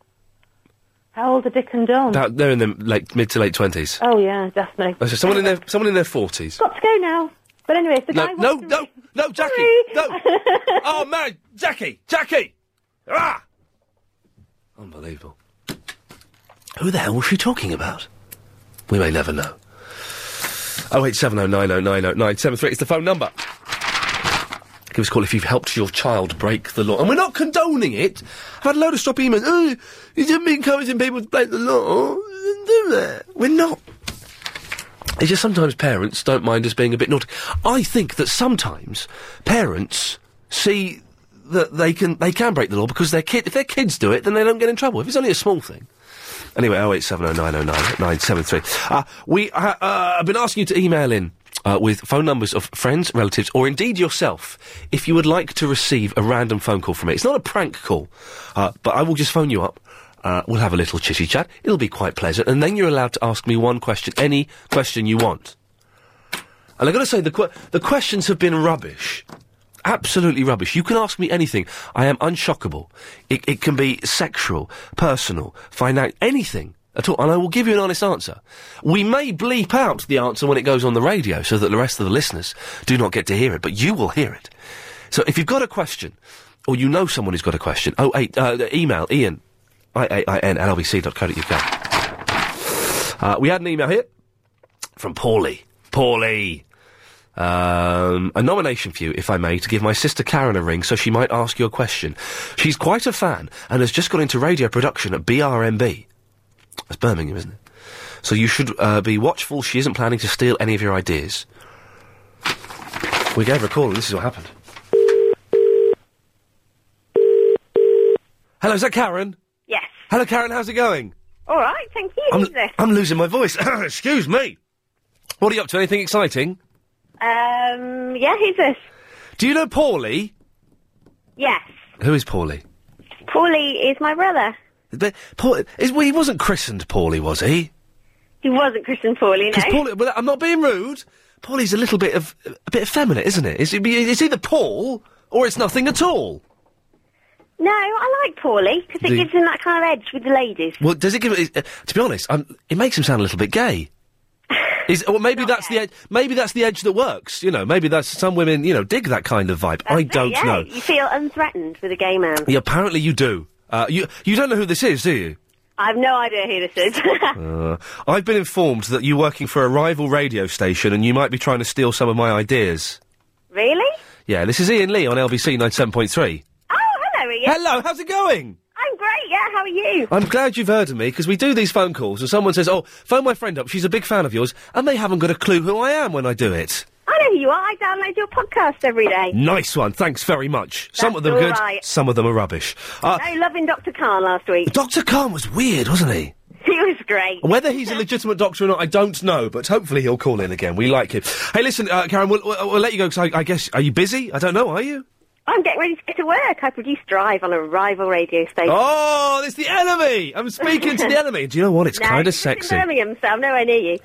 Speaker 12: How old are Dick and Dom?
Speaker 1: About they're in their late mid to late twenties.
Speaker 12: Oh yeah, definitely.
Speaker 1: So someone in their someone in their forties.
Speaker 12: Got to go now. But anyway, if the
Speaker 1: no,
Speaker 12: guy
Speaker 1: no,
Speaker 12: wants to...
Speaker 1: no, no, Jackie, no. oh man, Jackie, Jackie, ah! Unbelievable. Who the hell was she talking about? We may never know. Oh eight seven oh nine oh nine oh nine seven three. It's the phone number. Give us a call if you've helped your child break the law. And we're not condoning it. I've had a load of stop emails. Oh, you didn't be encouraging people to break the law. Didn't do that. We're not. It's just sometimes parents don't mind us being a bit naughty. I think that sometimes parents see that they can they can break the law because their kid if their kids do it then they don't get in trouble. If it's only a small thing. Anyway, oh eight seven oh nine oh nine nine seven three. Uh, we uh, uh, I've been asking you to email in uh, with phone numbers of friends, relatives, or indeed yourself if you would like to receive a random phone call from me. It's not a prank call, uh, but I will just phone you up. Uh, we'll have a little chitty chat. It'll be quite pleasant, and then you're allowed to ask me one question, any question you want. And I've got to say, the que- the questions have been rubbish. Absolutely rubbish. You can ask me anything. I am unshockable. It, it can be sexual, personal, financial, anything at all, and I will give you an honest answer. We may bleep out the answer when it goes on the radio so that the rest of the listeners do not get to hear it, but you will hear it. So if you've got a question, or you know someone who's got a question, oh eight, uh, email Ian, I A I N at lbc.co.uk. Uh, we had an email here from Paulie. Paulie. Um, a nomination for you, if I may, to give my sister Karen a ring so she might ask you a question. She's quite a fan and has just got into radio production at BRMB. That's Birmingham, isn't it? So you should uh, be watchful. She isn't planning to steal any of your ideas. We gave her a call and this is what happened. Hello, is that Karen?
Speaker 11: Yes.
Speaker 1: Hello, Karen, how's it going?
Speaker 11: All right, thank you.
Speaker 1: I'm,
Speaker 11: Jesus.
Speaker 1: I'm losing my voice. Excuse me. What are you up to? Anything exciting?
Speaker 11: Um, yeah, who's this?
Speaker 1: Do you know Paulie?
Speaker 11: Yes.
Speaker 1: Who is Paulie?
Speaker 11: Paulie is my brother.
Speaker 1: The, Paul, is, well, he wasn't christened Paulie, was he?
Speaker 11: He wasn't christened Paulie, no.
Speaker 1: Because Paulie, well, I'm not being rude. Paulie's a little bit of a bit effeminate, isn't it? It's, it's either Paul or it's nothing at all.
Speaker 11: No, I like Paulie because it
Speaker 1: The-
Speaker 11: gives him that kind of edge with the ladies.
Speaker 1: Well, does it give? it- Uh, to be honest, i it makes him sound a little bit gay. Is or maybe that's the edge, maybe that's the edge that works. You know, maybe that's some women you know dig that kind of vibe. I don't
Speaker 11: yeah,
Speaker 1: know.
Speaker 11: You feel unthreatened with a gay man.
Speaker 1: Yeah, apparently you do. Uh, you you don't know who this is, do you?
Speaker 11: I have no idea who this is.
Speaker 1: Uh, I've been informed that you're working for a rival radio station and you might be trying to steal some of my ideas.
Speaker 11: really?
Speaker 1: Yeah, this is Ian Lee on LBC 97.3.
Speaker 11: Oh, hello, Ian.
Speaker 1: Hello, how's it going?
Speaker 11: I'm great, yeah, how are you?
Speaker 1: I'm glad you've heard of me because we do these phone calls and someone says, Oh, phone my friend up, she's a big fan of yours, and they haven't got a clue who I am when I do it.
Speaker 11: I know who you are. I download your podcast every day.
Speaker 1: Nice one, thanks very much. some of them
Speaker 11: all
Speaker 1: good,
Speaker 11: right.
Speaker 1: some of them are rubbish. Uh,
Speaker 11: no, loving Dr. Khan last week.
Speaker 1: Dr. Khan was weird, wasn't he?
Speaker 11: He was great.
Speaker 1: Whether he's a legitimate doctor or not, I don't know, but hopefully he'll call in again. We like him. Hey, listen, uh, Karen, we'll, we'll, we'll let you go because I, I guess, are you busy? I don't know, are you?
Speaker 11: I'm getting ready to get to work. I produce Drive on a rival radio station.
Speaker 1: Oh, it's the enemy! I'm speaking to the enemy. Do you know what? It's
Speaker 11: No,
Speaker 1: kind of
Speaker 11: it's just
Speaker 1: sexy.
Speaker 11: In Birmingham, so I'm nowhere near you.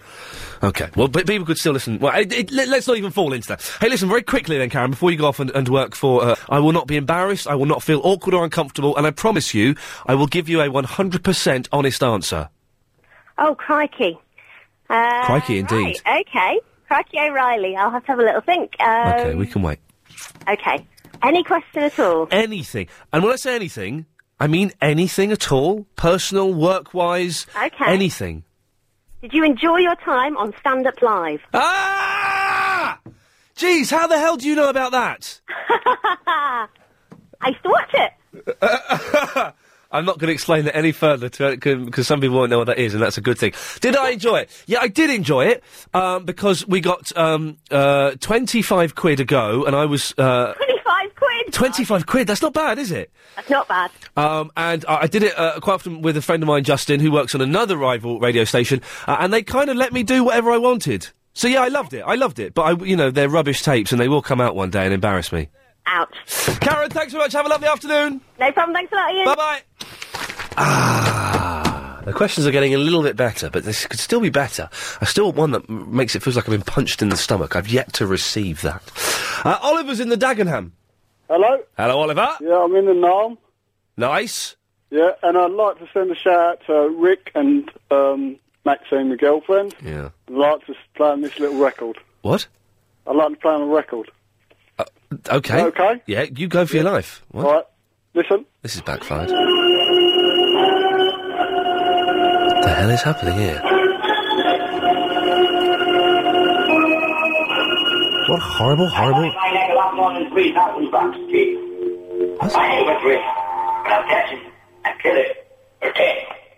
Speaker 1: Okay, well, but people could still listen. Well, it, it, let- let's not even fall into that. Hey, listen, very quickly then, Karen, before you go off and, and work for, uh, I will not be embarrassed, I will not feel awkward or uncomfortable, and I promise you, I will give you a 100% honest answer.
Speaker 11: Oh, crikey. Uh,
Speaker 1: Crikey, indeed.
Speaker 11: right, okay. Crikey O'Reilly. I'll have to have a little think. Um,
Speaker 1: Okay, we can wait.
Speaker 11: okay. Any question at all?
Speaker 1: Anything. And when I say anything, I mean anything at all. Personal, work wise,
Speaker 11: Uh, Okay.
Speaker 1: anything.
Speaker 11: Did you enjoy your time on Stand Up Live?
Speaker 1: Ah! Jeez, how the hell do you know about that?
Speaker 11: I used to watch it.
Speaker 1: I'm not going to explain that any further to because some people won't know what that is, and that's a good thing. Did I enjoy it? Yeah, I did enjoy it um, because we got um, uh, 25 quid a go, and I was uh,
Speaker 11: 25 quid.
Speaker 1: 25 quid. That's not bad, is it?
Speaker 11: That's not bad.
Speaker 1: Um, and I I did it uh, quite often with a friend of mine, Justin, who works on another rival radio station, uh, and they kind of let me do whatever I wanted. So yeah, I loved it. I loved it. But I, you know, they're rubbish tapes, and they will come out one day and embarrass me.
Speaker 11: Ouch.
Speaker 1: Karen, thanks very much. Have a lovely afternoon.
Speaker 11: No problem. Thanks a lot, Ian.
Speaker 1: Bye bye. The questions are getting a little bit better, but this could still be better. I still want one that m- makes it feels like I've been punched in the stomach. I've yet to receive that. Uh, Oliver's in the Dagenham.
Speaker 7: Hello?
Speaker 1: Hello, Oliver.
Speaker 7: Yeah, I'm in the Narm.
Speaker 1: Nice.
Speaker 7: Yeah, and I'd like to send a shout out to Rick and um, Maxine, my girlfriend.
Speaker 1: Yeah.
Speaker 7: I'd like to s- play on this little record.
Speaker 1: What?
Speaker 13: I'd like to play on a record.
Speaker 1: Okay.
Speaker 13: Okay.
Speaker 1: Yeah, you go for your life. What?
Speaker 13: All right. Listen.
Speaker 1: This is backfired. the hell is happening here?
Speaker 9: oh.
Speaker 1: What horrible, horrible.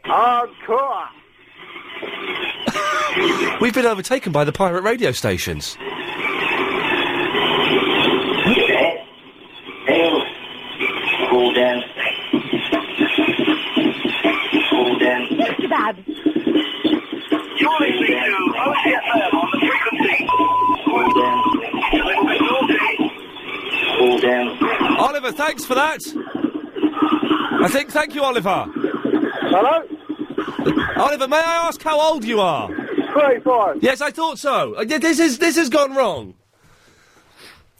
Speaker 13: Hardcore.
Speaker 1: We've been overtaken by the pirate radio stations.
Speaker 14: Cool down. Cool down.
Speaker 12: Babs.
Speaker 14: You're listening to OCFM on the frequency. Cool down. A little bit naughty.
Speaker 1: All down. Oliver, thanks for that. I think, thank you, Oliver. Hello? Oliver, may I ask how old you are?
Speaker 13: 35.
Speaker 1: Yes, I thought so. Uh, th- This is, this has gone wrong.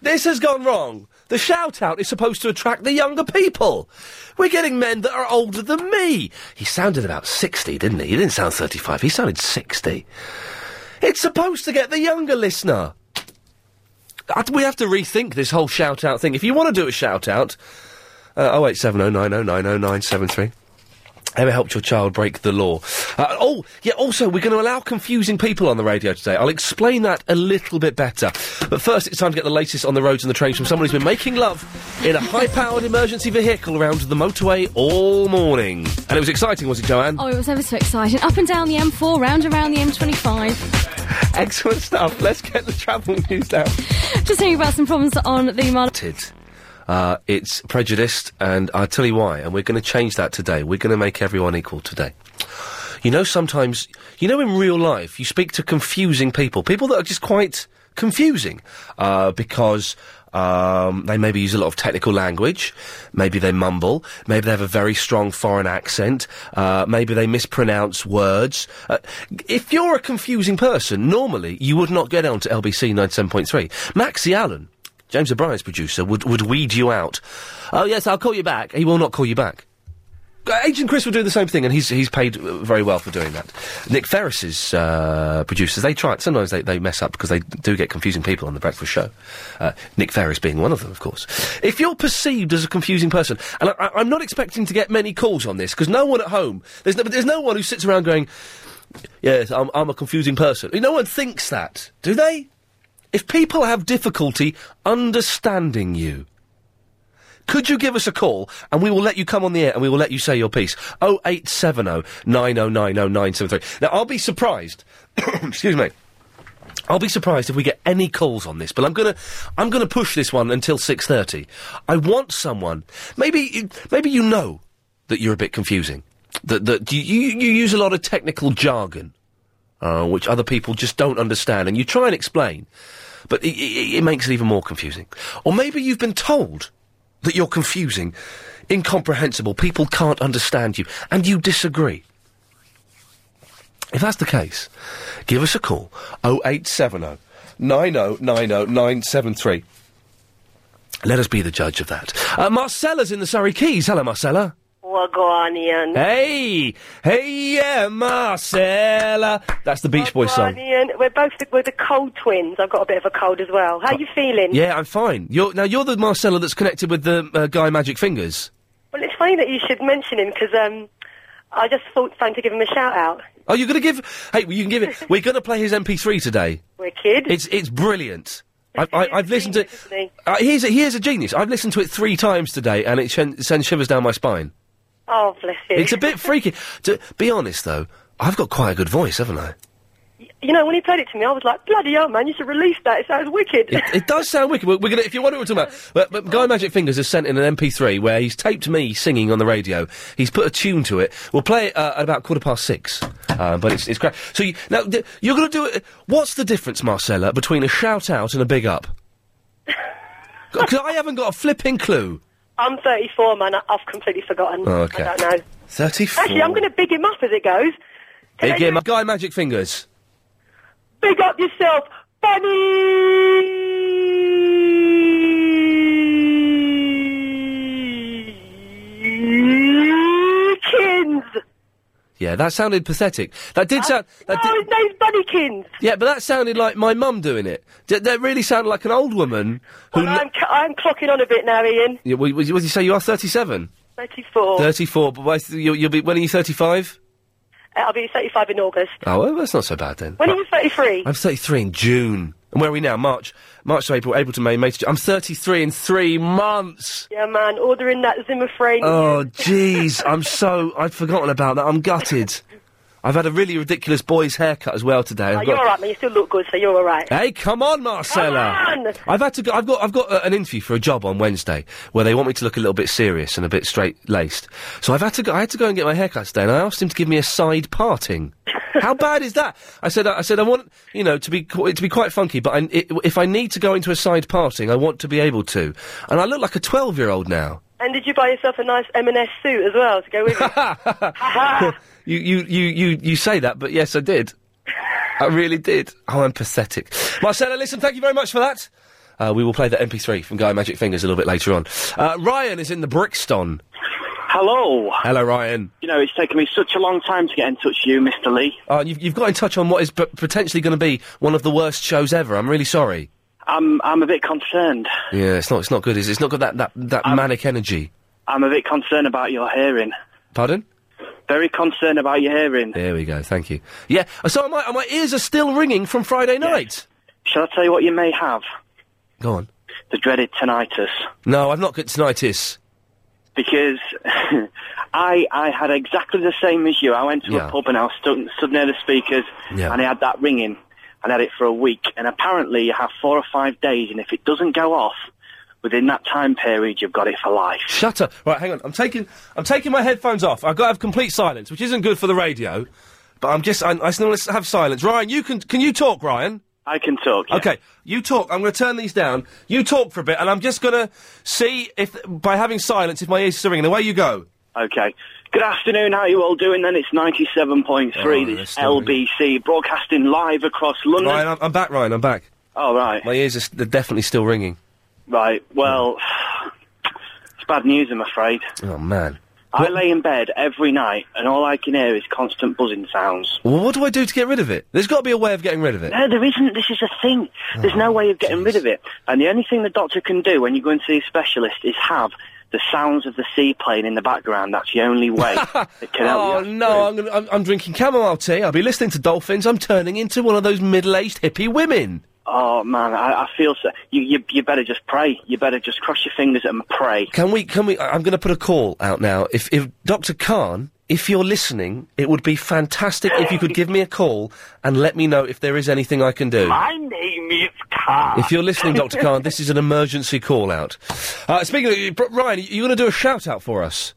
Speaker 1: This has gone wrong. The shout out is supposed to attract the younger people. We're getting men that are older than me. He sounded about 60, didn't he? He didn't sound 35, he sounded 60. It's supposed to get the younger listener. I, we have to rethink this whole shout out thing. If you want to do a shout out, uh, 08709090973. Ever helped your child break the law? Uh, oh, yeah, also, we're going to allow confusing people on the radio today. I'll explain that a little bit better. But first, it's time to get the latest on the roads and the trains from someone who's been making love in a high powered emergency vehicle around the motorway all morning. And it was exciting, was it, Joanne?
Speaker 3: Oh, it was ever so exciting. Up and down the M4, round and round the M25.
Speaker 1: Excellent stuff. Let's get the travel news down.
Speaker 3: Just hearing about some problems on the Mar-
Speaker 1: Uh, it's prejudiced, and I'll tell you why. And we're going to change that today. We're going to make everyone equal today. You know, sometimes, you know, in real life, you speak to confusing people, people that are just quite confusing, uh, because um, they maybe use a lot of technical language, maybe they mumble, maybe they have a very strong foreign accent, uh, maybe they mispronounce words. Uh, if you're a confusing person, normally you would not get onto LBC 97.3. Maxi Allen. James O'Brien's producer would, would weed you out. Oh yes, I'll call you back. He will not call you back. Uh, Agent Chris will do the same thing, and he's he's paid uh, very well for doing that. Nick Ferris's uh, producers they try it. Sometimes they, they mess up because they do get confusing people on the breakfast show. Uh, Nick Ferris being one of them, of course. If you're perceived as a confusing person, and I, I, I'm not expecting to get many calls on this because no one at home there's no, there's no one who sits around going, yes, I'm I'm a confusing person. No one thinks that, do they? If people have difficulty understanding you, could you give us a call and we will let you come on the air and we will let you say your piece? 0870 9090973. Now, I'll be surprised. Excuse me. I'll be surprised if we get any calls on this, but I'm gonna, I'm gonna push this one until six thirty. I want someone. Maybe, maybe you know that you're a bit confusing. That that you you, you use a lot of technical jargon, uh, which other people just don't understand, and you try and explain, but it, it, it makes it even more confusing. Or maybe you've been told that you're confusing, incomprehensible. People can't understand you, and you disagree. If that's the case, give us a call 0870 9090973. Let us be the judge of that. Uh, Marcella's in the Surrey Keys. Hello, Marcella.
Speaker 2: Wagonian.
Speaker 1: Hey, hey, yeah, Marcella. That's the Beach Boys song.
Speaker 2: Wagonian. We're both the, we're the cold twins. I've got a bit of a cold as well. How are you feeling?
Speaker 1: Yeah, I'm fine. You're, now you're the Marcella that's connected with the uh, guy Magic Fingers.
Speaker 2: Well, it's funny that you should mention him because um, I just thought it's time to give him a shout out.
Speaker 1: Oh, you're gonna give? Hey, you can give it. We're gonna play his MP3 today.
Speaker 2: Wicked.
Speaker 1: It's it's brilliant. I, I, I've listened to. Uh, he's a, he is a genius. I've listened to it three times today, and it shen- sends shivers down my spine.
Speaker 2: Oh, bless you.
Speaker 1: It's a bit freaky. to be honest, though, I've got quite a good voice, haven't I?
Speaker 2: You know, when he played it to me, I was like, bloody hell, man, you should release that. It sounds wicked.
Speaker 1: It, it does sound wicked. We're, we're gonna, if you wonder what we're talking about, but, but Guy Magic Fingers has sent in an MP3 where he's taped me singing on the radio. He's put a tune to it. We'll play it uh, at about quarter past six. Uh, but it's it's great. So you, now th- you're going to do it. What's the difference, Marcella, between a shout out and a big up? Because I haven't got a flipping clue.
Speaker 2: I'm 34, man. I, I've completely forgotten.
Speaker 1: Oh, okay.
Speaker 2: I don't know.
Speaker 1: Thirty-four.
Speaker 2: Actually, I'm going to big him up as it goes.
Speaker 1: Big him up. Guy Magic Fingers.
Speaker 2: Big up yourself, Bunny Kins.
Speaker 1: Yeah, that sounded pathetic. That did sound. That no, did...
Speaker 2: Oh, Those bunnykins.
Speaker 1: Yeah, but that sounded like my mum doing it. D- that really sounded like an old woman who.
Speaker 2: Well, I'm, c- I'm clocking on a bit now, Ian.
Speaker 1: Yeah, what, what did you say? You are 37?
Speaker 2: 34.
Speaker 1: 34, but by, you, you'll be. When are you 35?
Speaker 2: Uh, I'll be 35 in August.
Speaker 1: Oh, well, that's not so bad then.
Speaker 2: When are you 33?
Speaker 1: I'm 33 in June. And where are we now? March, March to April, April to May, May to June. I'm 33 in three months.
Speaker 2: Yeah, man, ordering that Zimmer frame.
Speaker 1: Oh, jeez, I'm so I'd forgotten about that. I'm gutted. I've had a really ridiculous boy's haircut as well today. I've
Speaker 2: Oh, you're all right, man. You still look good, so you're all right.
Speaker 1: Hey, come on, Marcella.
Speaker 2: Come on!
Speaker 1: I've had to. Go, I've got. I've got uh, an interview for a job on Wednesday where they want me to look a little bit serious and a bit straight laced. So I've had to. Go, I had to go and get my haircut today, and I asked him to give me a side parting. How bad is that? I said. I said I want you know to be qu- to be quite funky, but I, i if I need to go into a side parting, I want to be able to. And I look like a twelve year old now.
Speaker 2: And did you buy yourself a nice M&S suit as well to go with it?
Speaker 1: You you you you you say that, but yes, I did. I really did. Oh, I'm pathetic. Marcella, listen, thank you very much for that. Uh, we will play the MP3 from Guy Magic Fingers a little bit later on. Uh, Ryan is in the Brixton.
Speaker 15: Hello.
Speaker 1: Hello, Ryan.
Speaker 15: You know, it's taken me such a long time to get in touch with you, Mr. Lee.
Speaker 1: Uh, you've, you've got in touch on what is p- potentially going to be one of the worst shows ever. I'm really sorry.
Speaker 15: I'm I'm a bit concerned.
Speaker 1: Yeah, it's not. It's not good. Is it? It's not got that that, that
Speaker 15: Um,
Speaker 1: manic energy.
Speaker 15: I'm a bit concerned about your hearing.
Speaker 1: Pardon?
Speaker 15: Very concerned about your hearing.
Speaker 1: There we go. Thank you. Yeah. uh, So my my ears are still ringing from Friday night.
Speaker 15: Shall I tell you what you may have?
Speaker 1: Go on.
Speaker 15: The dreaded tinnitus.
Speaker 1: No, I've not got tinnitus.
Speaker 15: Because I I had exactly the same as you. I went to
Speaker 1: Yeah.
Speaker 15: a pub and I was stood, stood near the speakers
Speaker 1: Yeah.
Speaker 15: and I had that ringing. and had it for a week. And apparently you have four or five days and if it doesn't go off within that time period, you've got it for life.
Speaker 1: Shut up. Right, hang on. I'm taking I'm taking my headphones off. I've got to have complete silence, which isn't good for the radio. But I'm just I, I just want to have silence. Ryan, you can can you talk, Ryan?
Speaker 15: I can talk.
Speaker 1: Okay, you talk. I'm going to turn these down. You talk for a bit, and I'm just going to see if by having silence if my ears are still ringing. Away you go.
Speaker 15: Okay. Good afternoon. How are you all doing? Then it's ninety-seven point
Speaker 1: Oh,
Speaker 15: three. This LBC broadcasting live across London.
Speaker 1: Ryan, I'm, I'm back. Ryan, I'm back.
Speaker 15: All right.
Speaker 1: My ears are s- they're definitely still ringing.
Speaker 15: Right. Well, it's bad news, I'm afraid.
Speaker 1: Oh man.
Speaker 15: I lay in bed every night, and all I can hear is constant buzzing sounds.
Speaker 1: Well, what do I do to get rid of it? There's got to be a way of getting rid of it. Oh,
Speaker 15: No, there isn't. This is a thing. There's no way of getting rid of it. And the only thing the doctor can do when you go and see a specialist is have the sounds of the sea playing in the background. That's the only way that can help you.
Speaker 1: Oh no, I'm, gonna, I'm I'm drinking chamomile tea. I'll be listening to dolphins. I'm turning into one of those middle-aged hippie women.
Speaker 15: Oh man, I, I feel so. You, you you better just pray. You better just cross your fingers and pray.
Speaker 1: Can we? Can we? I- I'm going to put a call out now. If, if Dr. Khan, if you're listening, it would be fantastic if you could give me a call and let me know if there is anything I can do.
Speaker 14: My name is Carl.
Speaker 1: If you're listening, Dr. Khan, this is an emergency call out. Uh, speaking of you, Br- Ryan, you going to do a shout out for us?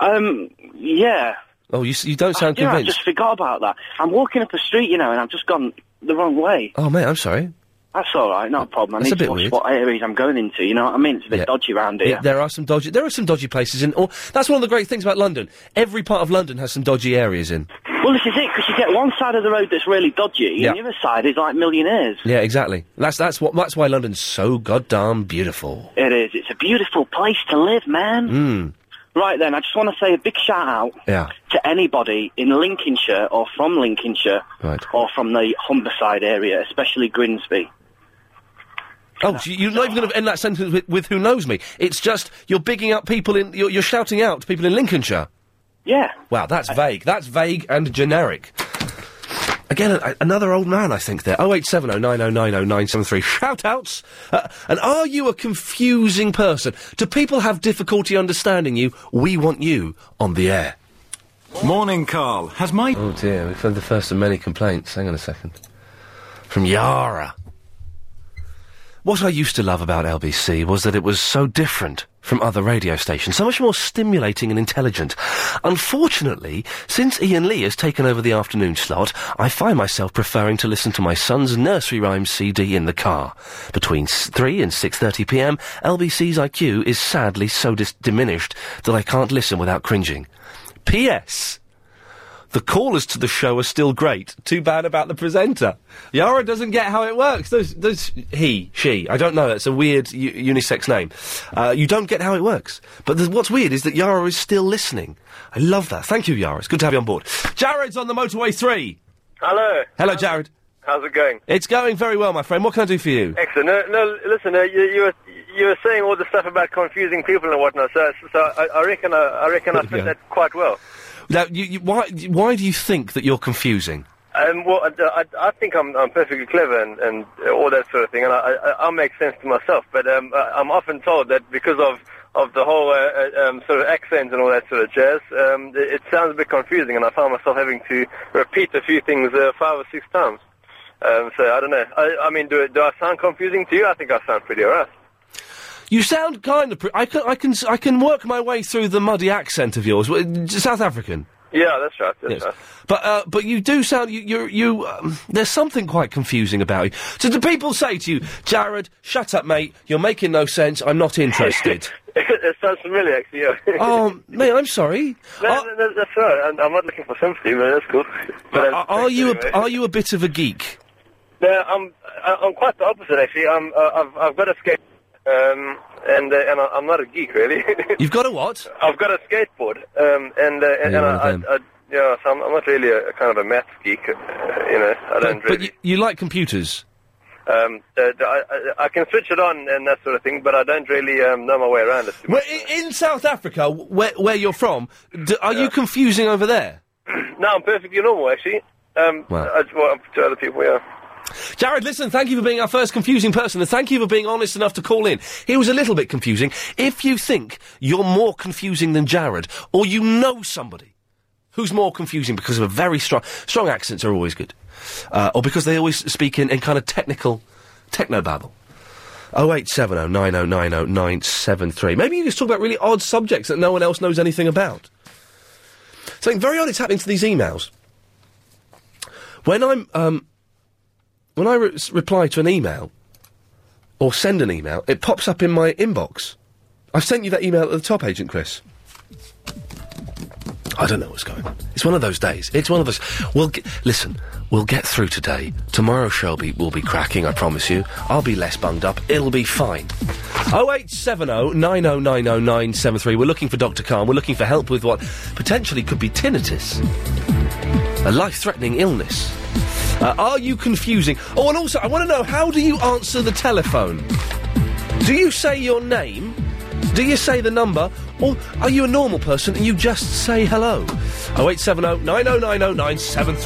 Speaker 15: Um, yeah.
Speaker 1: Oh, you, s- you don't sound
Speaker 15: You know, I
Speaker 1: convinced.
Speaker 15: just forgot about that. I'm walking up a street, you know, and I've just gone the wrong way.
Speaker 1: Oh, mate, I'm sorry.
Speaker 15: That's all right, not a problem. I
Speaker 1: That's
Speaker 15: need
Speaker 1: a bit
Speaker 15: to watch
Speaker 1: weird.
Speaker 15: what areas I'm going into. You know what I mean? It's a bit
Speaker 1: Yeah.
Speaker 15: dodgy around here.
Speaker 1: Yeah, there are some dodgy. There are some dodgy places in. Or that's one of the great things about London. Every part of London has some dodgy areas in.
Speaker 15: Well, this is it because you get one side of the road that's really dodgy,
Speaker 1: Yeah.
Speaker 15: and the other side is like millionaires.
Speaker 1: Yeah, exactly. That's that's what that's why London's so goddamn beautiful.
Speaker 15: It is. It's a beautiful place to live, man.
Speaker 1: Mm.
Speaker 15: Right then, I just want to say a big shout out
Speaker 1: Yeah.
Speaker 15: to anybody in Lincolnshire or from Lincolnshire
Speaker 1: Right.
Speaker 15: or from the Humberside area, especially Grimsby.
Speaker 1: Oh, so you're not even going to end that sentence with, with "Who knows me." It's just you're bigging up people in. You're, you're shouting out to people in Lincolnshire.
Speaker 15: Yeah.
Speaker 1: Wow, that's vague. That's vague and generic. Again, a, another old man, I think. There. Oh eight seven oh nine oh nine oh nine seven three. Shout outs. Uh, and are you a confusing person? Do people have difficulty understanding you? We want you on the air. Morning, Carl. Has my oh dear, we've had the first of many complaints. Hang on a second. From Yara. What I used to love about LBC was that it was so different from other radio stations, so much more stimulating and intelligent. Unfortunately, since Ian Lee has taken over the afternoon slot, I find myself preferring to listen to my son's nursery rhyme CD in the car. Between s- 3 and 6:30 p.m., LBC's IQ is sadly so dis- diminished that I can't listen without cringing. P.S. The callers to the show are still great. Too bad about the presenter. Yara doesn't get how it works. Those, those, he, she. I don't know. It's a weird u- unisex name. Uh, you don't get how it works. But the, what's weird is that Yara is still listening. I love that. Thank you, Yara. It's good to have you on board. Jared's on the motorway three.
Speaker 16: Hello.
Speaker 1: Hello, Jared.
Speaker 16: How's it going?
Speaker 1: It's going very well, my friend. What can I do for you?
Speaker 16: Excellent. No, no listen, uh, you, you were you were saying all the stuff about confusing people and whatnot. So, so I, I reckon I, I reckon I fit
Speaker 1: Yeah.
Speaker 16: that quite well.
Speaker 1: Now, you, you, why, why do you think that you're confusing?
Speaker 16: Um, well, I, I, I think I'm, I'm perfectly clever and, and uh, all that sort of thing, and I, I, I make sense to myself. But um, I, I'm often told that because of of the whole uh, uh, um, sort of accent and all that sort of jazz, um, it, it sounds a bit confusing, and I find myself having to repeat a few things uh, five or six times. Um, so I don't know. I, I mean, do, do I sound confusing to you? I think I sound pretty alright.
Speaker 1: You sound kind of. Pre- I can, I can, s- I can work my way through the muddy accent of yours, Wh- South African.
Speaker 16: Yeah, that's right. That's
Speaker 1: Yes.
Speaker 16: right.
Speaker 1: But uh, but you do sound you you, you um, there's something quite confusing about you. So do people say to you, Jared, shut up, mate? You're making no sense. I'm not interested.
Speaker 16: it sounds familiar, actually. Yeah.
Speaker 1: oh, mate, I'm sorry.
Speaker 16: No, no, no, that's all right. I'm, I'm not looking for sympathy, but that's cool.
Speaker 1: Oh.
Speaker 16: But um,
Speaker 1: Are, are you
Speaker 16: anyway.
Speaker 1: a, are you a bit of a geek?
Speaker 16: No, I'm I- I'm quite the opposite actually. I'm uh, I've I've got a skate, um, and uh, and I- I'm not a geek really.
Speaker 1: You've got a what?
Speaker 16: I've got a skateboard, um, and uh, and,
Speaker 1: Yeah,
Speaker 16: and
Speaker 1: one of
Speaker 16: I,
Speaker 1: them.
Speaker 16: I, I yeah, so I'm, I'm not really a, a kind of a maths geek, uh, you know. I don't
Speaker 1: But you, you like computers.
Speaker 16: really. Um, uh, I, I I can switch it on and that sort of thing, but I don't really um, know my way around it.
Speaker 1: Where, i- in South Africa, wh- where where you're from, d are you confusing over there?
Speaker 16: No, I'm perfectly normal actually. Um,
Speaker 1: Wow.
Speaker 16: I, well, to other people, yeah.
Speaker 1: Jared, listen, thank you for being our first confusing person, and thank you for being honest enough to call in. He was a little bit confusing. If you think you're more confusing than Jared, or you know somebody who's more confusing because of a very strong strong accents are always good, uh, or because they always speak in, in kind of technical techno babble. Oh eight seven oh nine oh nine oh nine seven three. Maybe you just talk about really odd subjects that no one else knows anything about. Something very odd is happening to these emails. When I'm um, when I re- s- reply to an email or send an email, it pops up in my inbox. I've sent you that email at the top, Agent Chris. I don't know what's going on. It's one of those days. It's one of those. We'll g listen. We'll get through today. Tomorrow, Shelby will be cracking. I promise you. I'll be less bunged up. It'll be fine. 0870 9090973. We're looking for Dr. Khan. We're looking for help with what potentially could be tinnitus, a life-threatening illness. Uh, are you confusing? Oh, and also, I want to know how do you answer the telephone? Do you say your name? Do you say the number? Or are you a normal person and you just say hello? Oh, 0870 9090973.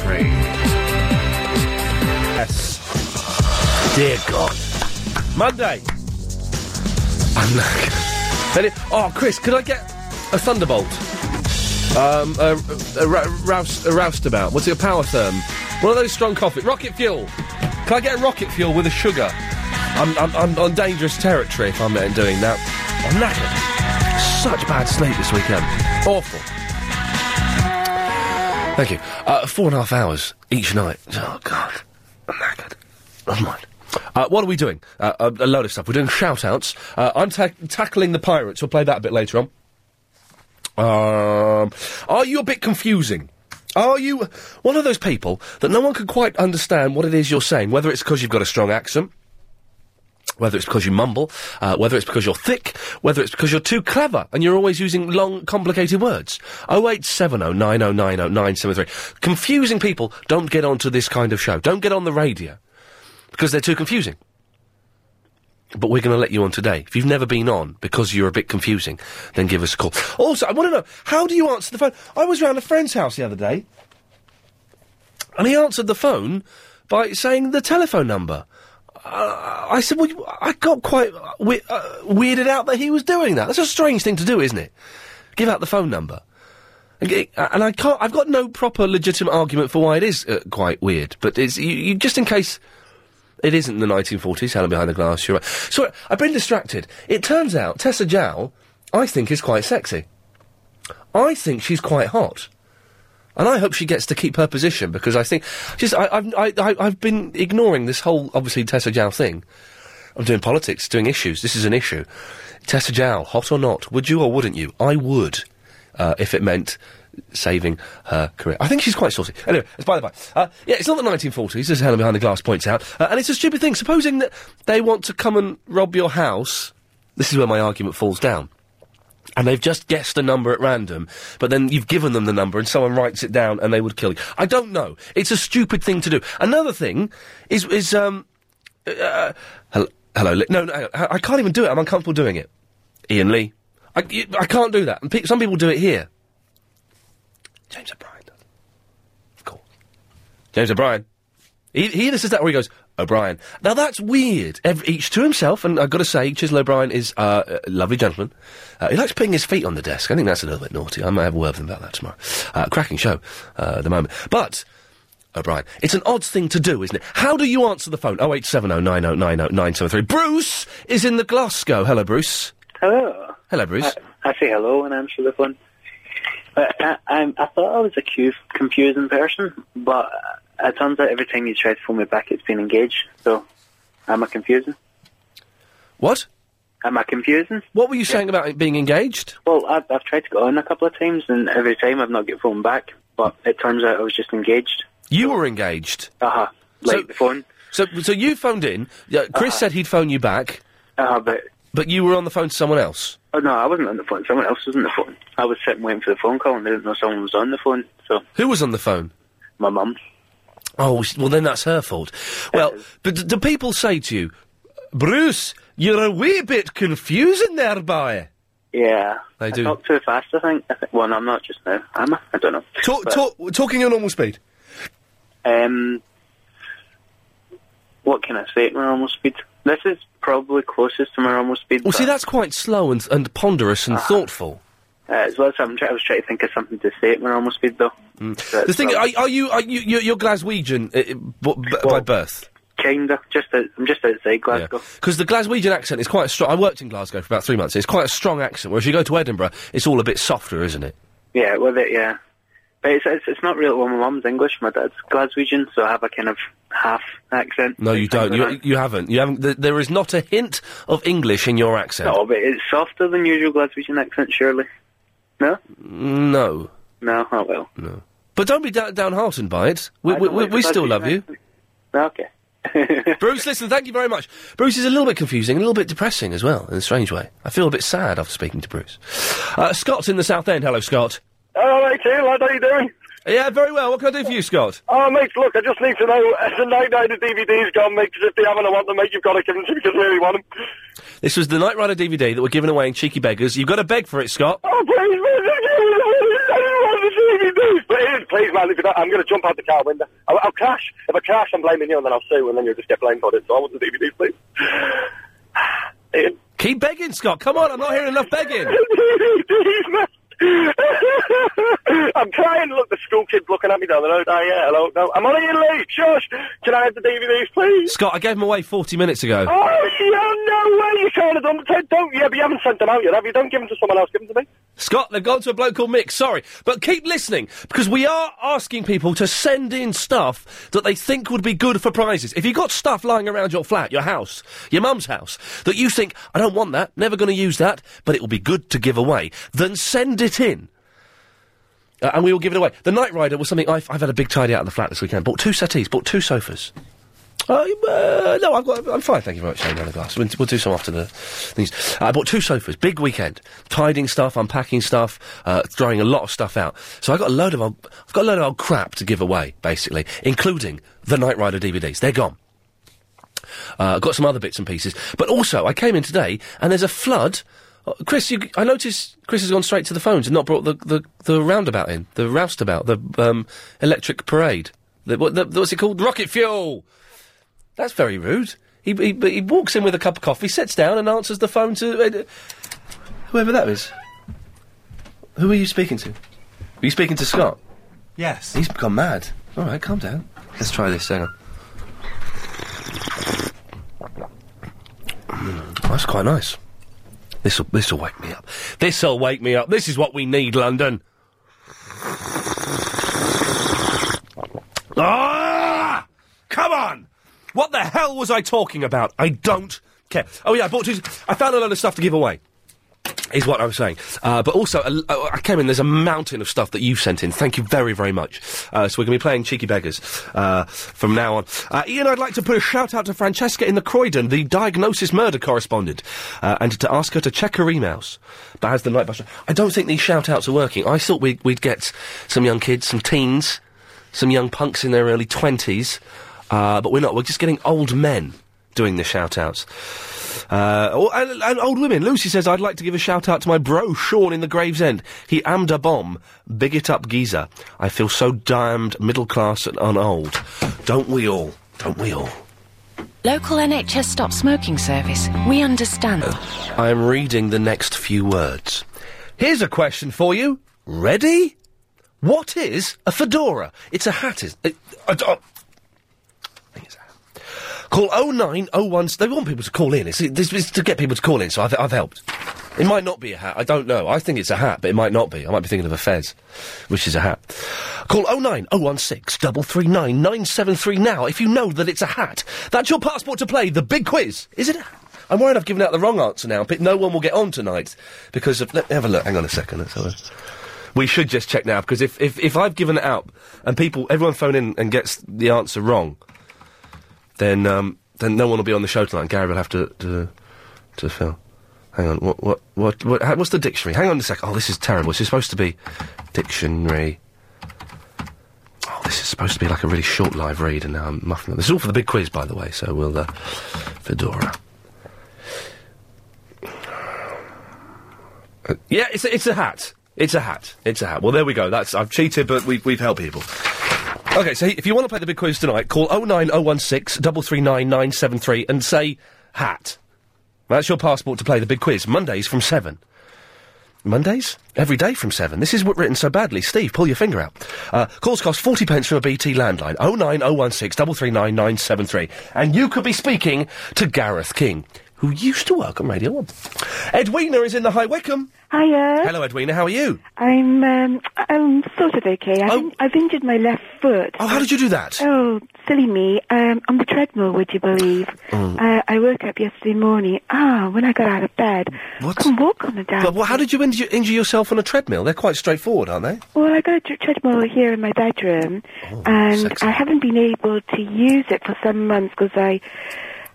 Speaker 1: Yes. Dear God. Monday. I'm not. Then it- Oh, Chris, could I get a thunderbolt? Um, a, a, ra- roust, a roustabout. What's it? A power therm. One of those strong coffee. Rocket fuel. Can I get a rocket fuel with a sugar? I'm, I'm, I'm on dangerous territory if I'm uh, doing that. I'm knackered. Such bad sleep this weekend. Awful. Thank you. Uh, four and a half hours each night. Oh, God. I'm knackered. Never mind. Uh, what are we doing? Uh, a, a load of stuff. We're doing shout outs. Uh, I'm ta- tackling the pirates. We'll play that a bit later on. Um, are you a bit confusing? Are you one of those people that no one can quite understand what it is you're saying? Whether it's because you've got a strong accent, whether it's because you mumble, uh, whether it's because you're thick, whether it's because you're too clever and you're always using long, complicated words. 0870 9090973. Confusing people don't get onto this kind of show. Don't get on the radio because they're too confusing. But we're going to let you on today. If you've never been on because you're a bit confusing, then give us a call. Also, I want to know how do you answer the phone? I was round a friend's house the other day, and he answered the phone by saying the telephone number. Uh, I said, well, you- I got quite we- uh, weirded out that he was doing that. That's a strange thing to do, isn't it? Give out the phone number. And g- uh, and I can't. I've got no proper legitimate argument for why it is uh, quite weird. But it's you, you just in case it isn't the 1940s. Helen behind the glass. You're right. So I've been distracted. It turns out Tessa Jowl, I think, is quite sexy. I think she's quite hot. And I hope she gets to keep her position because I think just I, I've I, I, I've been ignoring this whole obviously Tessa Jow thing. I'm doing politics, doing issues. This is an issue. Tessa Jow, hot or not? Would you or wouldn't you? I would, uh, if it meant saving her career. I think she's quite saucy. Anyway, it's by the by. Uh, yeah, it's not the 1940s, as Helen Behind the Glass points out. Uh, and it's a stupid thing. Supposing that they want to come and rob your house, this is where my argument falls down. And they've just guessed a number at random, but then you've given them the number and someone writes it down and they would kill you. I don't know. It's a stupid thing to do. Another thing is, is, um, uh, hello, hello, li- no, no, hang on. I I can't even do it. I'm uncomfortable doing it. Ian Lee. I, you- I can't do that. And pe- some people do it here. James O'Brien does. Of course. James O'Brien. He, he either says that or he goes, O'Brien. Now that's weird. Ev each to himself, and I've got to say, Chisel O'Brien is uh, a lovely gentleman. Uh, he likes putting his feet on the desk. I think that's a little bit naughty. I might have a word with him about that tomorrow. Uh, cracking show uh, at the moment. But. O'Brien. It's an odd thing to do, isn't it? How do you answer the phone? Oh, 08709090973. Bruce is in the Glasgow. Hello, Bruce.
Speaker 17: Hello.
Speaker 1: Hello, Bruce.
Speaker 17: I say hello and answer the phone. But I, I'm, I thought I was a cu- confusing person, but it turns out every time you try to phone me back, it's been engaged. So, am I confusing?
Speaker 1: What?
Speaker 17: Am I confusing?
Speaker 1: What were you saying about it being engaged?
Speaker 17: Well, I've, I've tried to go on a couple of times, and every time I've not get phoned back. But it turns out I was just engaged.
Speaker 1: You were engaged.
Speaker 17: Uh huh. Like the phone.
Speaker 1: So, so you phoned in. Yeah, Chris said he'd phone you back.
Speaker 17: Uh-huh. Uh, but
Speaker 1: but you were on the phone to someone else.
Speaker 17: Oh no, I wasn't on the phone. Someone else was on the phone. I was sitting waiting for the phone call, and I didn't know someone was on the phone. So
Speaker 1: Who was on the phone?
Speaker 17: my mum.
Speaker 1: Oh, sh- well, then that's her fault. Well, but d- do people say to you, Bruce, you're a wee bit confusing there, boy?
Speaker 17: Yeah.
Speaker 1: They
Speaker 17: I
Speaker 1: do.
Speaker 17: talk too fast, I think. I think. Well, no, I'm not just now. Am I? I don't know.
Speaker 1: Talk, talk, talking your normal speed.
Speaker 17: Um, what can I say at my normal speed? This is probably closest to my normal speed.
Speaker 1: Well, see,
Speaker 17: but,
Speaker 1: that's quite slow and, and ponderous
Speaker 17: Ah,
Speaker 1: and thoughtful.
Speaker 17: Uh, as well as I'm try- I was trying to think of something to say at my normal speed, though. That's
Speaker 1: Mm. The thing,
Speaker 17: probably-
Speaker 1: are, are you are you you're, you're Glaswegian uh, b- b- by birth?
Speaker 17: Kinda. Just out, I'm just outside Glasgow.
Speaker 1: Because the Glaswegian accent is quite strong. I worked in Glasgow for about three months. It's quite a strong accent. Whereas you go to Edinburgh, it's all a bit softer, isn't it?
Speaker 17: Yeah, with it, yeah. But it's, it's, it's not really, well, my mum's English, my dad's Glaswegian, so I have a kind of half accent.
Speaker 1: No, you don't. You, you haven't. You haven't. Th- there is not a hint of English in your accent.
Speaker 17: No, but it's softer than usual Glaswegian accent, surely. No?
Speaker 1: No.
Speaker 17: No, oh well.
Speaker 1: No. But don't be da- downhearted by it. We, we, we, we still love you.
Speaker 17: Okay.
Speaker 1: Bruce, listen, thank you very much. Bruce is a little bit confusing, a little bit depressing as well, in a strange way. I feel a bit sad after speaking to Bruce. Uh, Scott's in the South End. Hello, Scott.
Speaker 16: Oh,
Speaker 13: Hello, mate, Ian. How are you doing?
Speaker 1: Yeah, very well. What can I do for you, Scott?
Speaker 13: Oh, mate, look, I just need to know, as the night night the DVD's gone, mate, 'cause if they haven't, I want them, mate, you've got to give them to me, because I really want them.
Speaker 1: This was the Night Rider DVD that we're giving away in Cheeky Beggars. You've got to beg for it, Scott.
Speaker 13: Oh, please, please, I don't want the DVDs. But Ian, please, man, if you don't, I'm going to jump out the car window. I'll, I'll crash. If I crash, I'm blaming you, and then I'll sue, and then you'll just get blamed for it. So I want the DVDs, please. Ian.
Speaker 1: Keep begging, Scott. Come on, I'm not hearing enough begging.
Speaker 13: I'm trying to look the school kid looking at me down the road. Oh, yeah, hello. No, I'm on Ian Lee. Shush. Can I have the DVDs, please?
Speaker 1: Scott, I gave him away 40 minutes ago.
Speaker 13: Oh, yeah, no way. You can't have done don't, don't, yeah, but you haven't sent them out yet, have you? Don't give them to someone else. Give them to me.
Speaker 1: Scott, they've gone to a bloke called Mick. Sorry, but keep listening because we are asking people to send in stuff that they think would be good for prizes. If you've got stuff lying around your flat, your house, your mum's house, that you think, I don't want that, never going to use that, but it will be good to give away, then send it in. Uh, and we will give it away. The Night Rider was something I've, I've had a big tidy out of the flat this weekend. Bought two settees, bought two sofas. I, uh, no, I've got, I'm fine, thank you very much, Shane on the glass. We'll, we'll do some after the things. Uh, I bought two sofas, big weekend, tidying stuff, unpacking stuff, uh, throwing a lot of stuff out. So I got a load of old, I've got a load of old crap to give away, basically, including the Knight Rider DVDs. They're gone. Uh, got some other bits and pieces, but also I came in today and there's a flood. Uh, Chris, you, I noticed Chris has gone straight to the phones and not brought the, the, the roundabout in, the roustabout, the um, electric parade. The, what, the, what's it called? Rocket fuel. That's very rude. He, he, but he walks in with a cup of coffee, sits down, and answers the phone to uh, whoever that is. Who are you speaking to? Are you speaking to Scott? Yes. He's gone mad. All right, calm down. Let's try this. Hang on. Mm, That's quite nice. This will this will wake me up. This will wake me up. This is what we need, London. Ah! Come on! What the hell was I talking about? I don't care. Oh yeah, I bought two. I found a load of stuff to give away. Is what I'm saying. Uh, but also, a l- oh, I came in, there's a mountain of stuff that you've sent in. Thank you very, very much. Uh, so we're going to be playing Cheeky Beggars uh, from now on. Uh, Ian, I'd like to put a shout out to Francesca in the Croydon, the diagnosis murder correspondent, uh, and to ask her to check her emails. That has the night bus. I don't think these shout outs are working. I thought we'd, we'd get some young kids, some teens, some young punks in their early 20s, uh, but we're not. We're just getting old men doing the shout outs. Uh, oh, and, and old women. Lucy says, I'd like to give a shout out to my bro, Sean, in the Gravesend. He ammed a bomb. Big it up, geezer. I feel so damned middle class and unold. Don't we all? Don't we all?
Speaker 18: Local NHS Stop Smoking Service. We understand.
Speaker 1: I am reading the next few words. Here's a question for you. Ready? What is a fedora? It's a hat, is it? uh, I don't- Call 0901. They want people to call in. It's, this is to get people to call in, so I've, I've helped. It might not be a hat. I don't know. I think it's a hat, but it might not be. I might be thinking of a fez, which is a hat. Call 09016 339 973 now if you know that it's a hat. That's your passport to play the big quiz. Is it? a- I'm worried I've given out the wrong answer now, but no one will get on tonight because of. Let me have a look. Hang on a second. Let's have a. We should just check now because if, if, if I've given it out and people everyone phone in and gets the answer wrong, then um, then no one will be on the show tonight. And Gary will have to to, to fill. Hang on, what what what, what how, what's the dictionary? Hang on a second. Oh, this is terrible. This is supposed to be dictionary. Oh, this is supposed to be like a really short live read, and now I'm muffing it. This is all for the big quiz, by the way. So we'll uh, fedora. Uh, yeah, it's a, it's a hat. It's a hat. It's a hat. Well, there we go. That's I've cheated, but we, we've helped people. Okay, so if you want to play the big quiz tonight, call 09016 339 973 and say hat. That's your passport to play the big quiz. Mondays from 7. Mondays? Every day from 7. This is what written so badly. Steve, pull your finger out. Uh, calls cost 40 pence from a BT landline. 09016 339 973. And you could be speaking to Gareth King, who used to work on Radio 1. Edwina is in the High Wycombe.
Speaker 19: Hiya.
Speaker 1: Hello, Edwina. How are you?
Speaker 19: I'm um, I'm sort of okay. I've, in- I've injured my left foot.
Speaker 1: Oh, how did you do that?
Speaker 19: Oh, silly me. Um, on the treadmill, would you believe?
Speaker 1: Oh.
Speaker 19: Uh, I woke up yesterday morning. Ah, when I got out of bed,
Speaker 1: What?
Speaker 19: I couldn't walk on the damn.
Speaker 1: But, well, how did you injure, injure yourself on a treadmill? They're quite straightforward, aren't they?
Speaker 19: Well, I got a tre- treadmill here in my bedroom,
Speaker 1: Oh,
Speaker 19: and I haven't been able to use it for some months because I,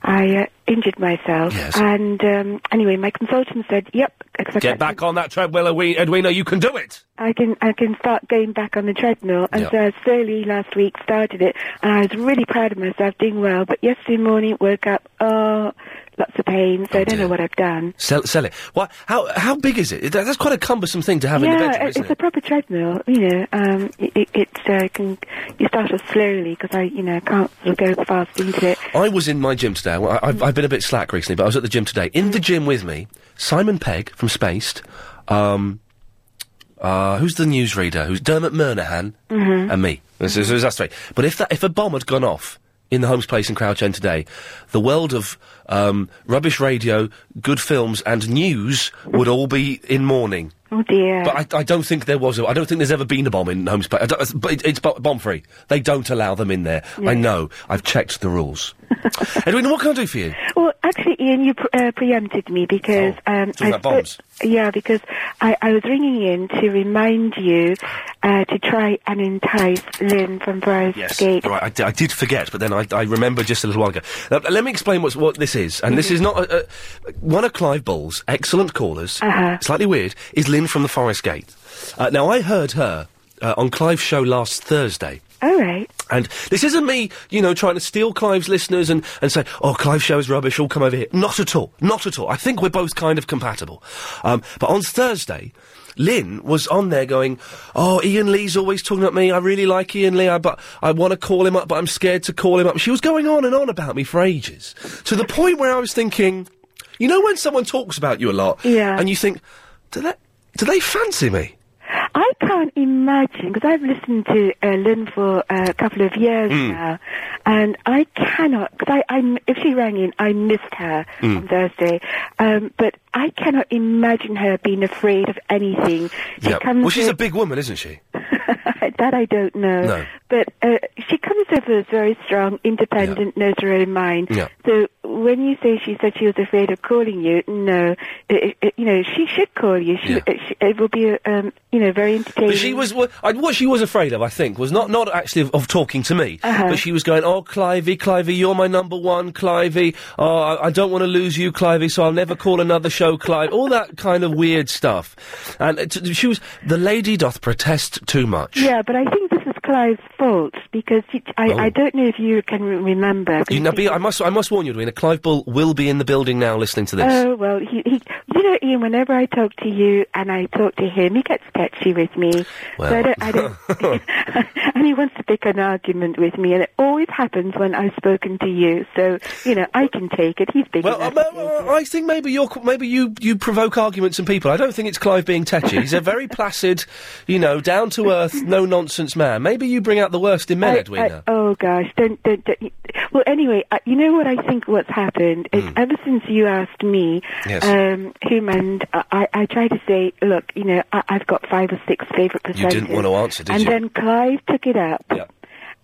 Speaker 19: I uh, injured myself. And um, anyway, my consultant said, "Yep, except
Speaker 1: Get back on that treadmill, Edwi- Edwina. You can do it.
Speaker 19: I can I can start going back on the treadmill, and
Speaker 1: Yeah.
Speaker 19: so I slowly last week started it, and I was really proud of myself doing well. But yesterday morning woke up, oh, lots of pain,
Speaker 1: Oh,
Speaker 19: so I don't know what I've done.
Speaker 1: Sell, sell it. What? How? How big is it? That- that's quite a cumbersome thing to have in the
Speaker 19: yeah,
Speaker 1: bedroom,
Speaker 19: it-
Speaker 1: isn't
Speaker 19: it's
Speaker 1: it?
Speaker 19: a proper treadmill, you know. Um, it it, it uh, can you start off slowly because I you know can't sort of go fast into it.
Speaker 1: I was in my gym today. Well, I, I've, I've been a bit slack recently, but I was at the gym today. In the gym with me, Simon Pegg from Spaced. Um, uh, who's the newsreader? Who's Dermot Murnahan?
Speaker 19: Mm-hmm.
Speaker 10: Mhm.
Speaker 1: And me. This is, this is us three. But if that, if a bomb had gone off in the Holmes Place in Crouch End today, the world of um, rubbish radio, good films, and news would all be in mourning.
Speaker 19: Oh dear.
Speaker 1: But I, I don't think there was. A, I don't think there's ever been a bomb in Holmes Place. I don't- But it, it's bo- bomb free. They don't allow them in there.
Speaker 19: Yeah.
Speaker 1: I know. I've checked the rules. Edwin, what can I do for you?
Speaker 19: Well, actually, Ian, you pre- uh, preempted me because um,
Speaker 1: Oh, talking about bombs.
Speaker 19: yeah, because I, I was ringing in to remind you uh, to try and entice Lynn from Briar's Gate.
Speaker 1: Right, I, di- I did forget, but then I, I remember just a little while ago. Now, let me explain what's, what this is. And
Speaker 19: Mm-hmm.
Speaker 1: this is not a, a, one of Clive Bull's excellent callers.
Speaker 19: Uh-huh.
Speaker 1: Slightly weird is Lynn from the Forest Gate. Uh, now I heard her uh, on Clive's show last Thursday.
Speaker 19: All right.
Speaker 1: And this isn't me, you know, trying to steal Clive's listeners and, and say, oh, Clive's show is rubbish, all come over here. Not at all. Not at all. I think we're both kind of compatible. Um, but on Thursday, Lynn was on there going, oh, Ian Lee's always talking about me. I really like Ian Lee, I, but I want to call him up, but I'm scared to call him up. She was going on and on about me for ages to the point where I was thinking, you know, when someone talks about you a lot
Speaker 19: Yeah.
Speaker 1: and you think, do they, do they fancy me?
Speaker 19: I can't imagine because I've listened to uh, Lynn for uh, a couple of years
Speaker 1: Mm.
Speaker 19: now, and I cannot because I, I m- if she rang in, I missed her
Speaker 1: Mm.
Speaker 19: on Thursday, um, but I cannot imagine her being afraid of anything. It comes
Speaker 1: Well, she's
Speaker 19: with-
Speaker 1: a big woman, isn't she?
Speaker 19: that I don't know.
Speaker 1: No.
Speaker 19: But uh, she comes over as very strong, independent, knows her own mind.
Speaker 1: Yeah.
Speaker 19: So when you say she said she was afraid of calling you, no, it, it, you know she should call you. She, it, she, it will be um, you know very entertaining.
Speaker 1: But she was what, I- what she was afraid of, I think, was not not actually of, of talking to me,
Speaker 19: Uh-huh.
Speaker 1: but she was going, "Oh, Clivey, Clivey, you're my number one, Clivey. Oh, I, I don't want to lose you, Clivey, so I'll never call another show, Clive." All that kind of weird stuff, and it, she was the lady doth protest too much.
Speaker 19: Yeah, but I think this is Clive's fault because he, I, I don't know if you can re- remember.
Speaker 1: Oh. You, now, be, I must I must warn you, Edwina, Clive Bull will be in the building now, listening to this.
Speaker 19: Oh well, he, he, you know, Ian. Whenever I talk to you and I talk to him, he gets touchy with me. So I
Speaker 1: Well.
Speaker 19: don't, I don't, and he wants to pick an argument with me, and it always happens when I've spoken to you. So you know, I can take it. He's big
Speaker 1: Well,
Speaker 19: enough.
Speaker 1: I, well, I think maybe you're qu- maybe you you provoke arguments in people. I don't think it's Clive being tetchy. He's a very placid, you know, down to earth, no nonsense man. Maybe you bring out the worst in men,
Speaker 19: I-
Speaker 1: Edwina.
Speaker 19: I- oh gosh, don't, don't, don't. Well, anyway, uh, you know what I think? What's happened is ever since you asked me,
Speaker 1: Hmm. Yes.
Speaker 19: um, him and I, I, I try to say, look, you know, I, I've got five or six favourite
Speaker 1: You
Speaker 19: percentages.
Speaker 1: didn't want to answer, did
Speaker 19: and
Speaker 1: you?
Speaker 19: then Clive took it up.
Speaker 1: Yeah.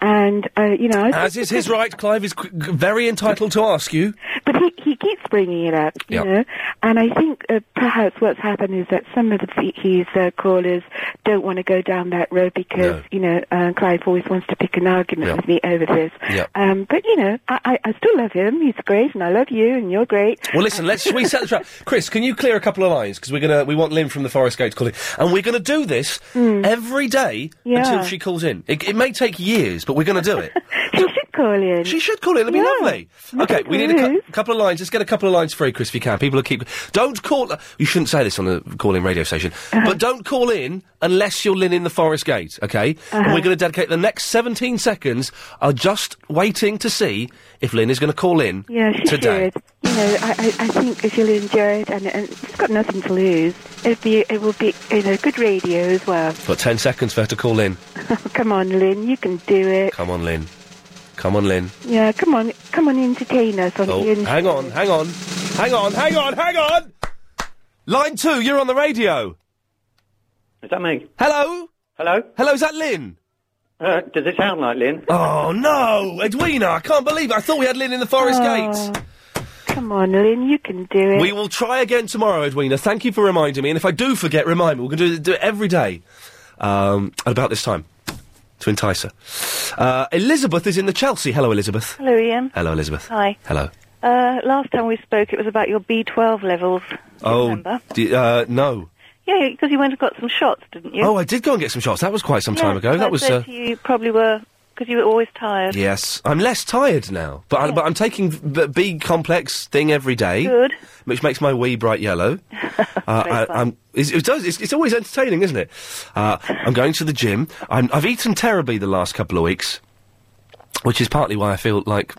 Speaker 19: And uh, you know, I was
Speaker 1: As is his right, Clive is c- c- very entitled to ask you.
Speaker 19: but he he keeps bringing it up, you
Speaker 1: Yeah.
Speaker 19: know. And I think uh, perhaps what's happened is that some of the, fe- his uh, callers don't want to go down that road because
Speaker 1: No.
Speaker 19: you know uh, Clive always wants to pick an argument
Speaker 1: Yeah.
Speaker 19: with me over this.
Speaker 1: Yeah.
Speaker 19: Um, but you know, I, I I still love him. He's great, and I love you, and you're great.
Speaker 1: Well, listen, let's reset the trap. Chris, can you clear a couple of lines because we're gonna we want Lynn from the Forest Gate to call in, and we're gonna do this every day
Speaker 19: Hmm. Yeah.
Speaker 1: until she calls in. It, it may take years, but we're gonna do it.
Speaker 19: She should call in.
Speaker 1: She should call in. It'll be lovely. Okay, we need a cou-
Speaker 19: Mm-hmm.
Speaker 1: couple of lines. Let's get a couple of lines free, Chris, if you can. People who keep. Don't call. You shouldn't say this on a call-in radio station,
Speaker 19: Uh-huh.
Speaker 1: but don't call in unless you're Lynn in the Forest Gate, okay? And
Speaker 19: Uh-huh.
Speaker 1: we're going to dedicate the next 17 seconds are just waiting to see if Lynn is going to call in
Speaker 19: Yeah, she
Speaker 1: today.
Speaker 19: should. You know, I, I, I think she'll enjoy it, and, and she's got nothing to lose. It'd be, it will be, you know, good radio as well.
Speaker 1: Got 10 seconds for her to call in.
Speaker 19: come on, Lynn, you can do it.
Speaker 1: Come on, Lynn. Come on, Lynn.
Speaker 19: Yeah, come on, come on, entertain us on
Speaker 1: Oh,
Speaker 19: Ian's
Speaker 1: hang on, hang on, hang on, hang on, hang on. Line two, you're on the radio.
Speaker 10: Is that me?
Speaker 1: Hello.
Speaker 10: Hello.
Speaker 1: Hello, is that Lynn?
Speaker 10: Uh, does it sound like Lynn?
Speaker 1: Oh no, Edwina! I can't believe it. I thought we had Lynn in the Forest
Speaker 19: Oh,
Speaker 1: Gate.
Speaker 19: Come on, Lynn, you can do it.
Speaker 1: We will try again tomorrow, Edwina. Thank you for reminding me. And if I do forget, remind me. We're going to do it every day um, at about this time to entice her. Uh, Elizabeth is in the Chelsea. Hello, Elizabeth.
Speaker 20: Hello, Ian.
Speaker 1: Hello, Elizabeth.
Speaker 20: Hi.
Speaker 1: Hello.
Speaker 20: Uh, last time we spoke, it was about your B12 levels.
Speaker 1: Oh,
Speaker 20: remember?
Speaker 1: d- uh, no.
Speaker 20: Yeah, because you went and got some shots, didn't you?
Speaker 1: Oh, I did go and get some shots. That was quite some time
Speaker 20: Yeah,
Speaker 1: ago.
Speaker 20: I
Speaker 1: That was.
Speaker 20: said
Speaker 1: Uh,
Speaker 20: to you, you probably were because you were always tired.
Speaker 1: Yes, I'm less tired now, but, I, but I'm taking the B complex thing every day,
Speaker 20: Good.
Speaker 1: which makes my wee bright yellow. uh, I, I'm, it's, it does, it's, it's always entertaining, isn't it? Uh, I'm going to the gym. I'm, I've eaten terribly the last couple of weeks, which is partly why I feel like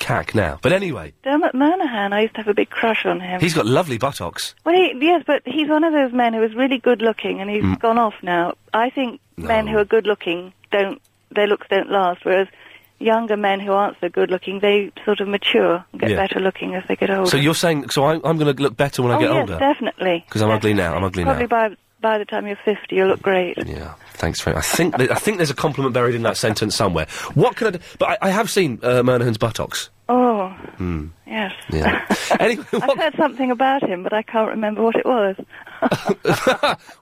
Speaker 1: cack now. But anyway,
Speaker 20: Dermot Manahan, I used to have a big crush on him.
Speaker 1: he's got lovely buttocks.
Speaker 20: Well, he, yes, but he's one of those men who is really good looking, and he's
Speaker 1: Mm.
Speaker 20: gone off now. I think men who are good looking don't their looks don't last, whereas younger men who aren't so good looking they sort of mature and get
Speaker 1: Yeah.
Speaker 20: better looking as they get older.
Speaker 1: So you're saying, so I'm, I'm going to look better when
Speaker 20: oh
Speaker 1: I get
Speaker 20: yes,
Speaker 1: older?
Speaker 20: definitely.
Speaker 1: Because I'm ugly now. I'm ugly
Speaker 20: Probably
Speaker 1: now.
Speaker 20: by by the time you're fifty, you'll look great.
Speaker 1: Yeah. Thanks very. I think th- I think there's a compliment buried in that sentence somewhere. What can I? Do? But I, I have seen uh, Murnahan's buttocks.
Speaker 20: Oh
Speaker 1: Hmm.
Speaker 20: yes.
Speaker 1: Yeah. anyway,
Speaker 20: I've heard something about him, but I can't remember what it was.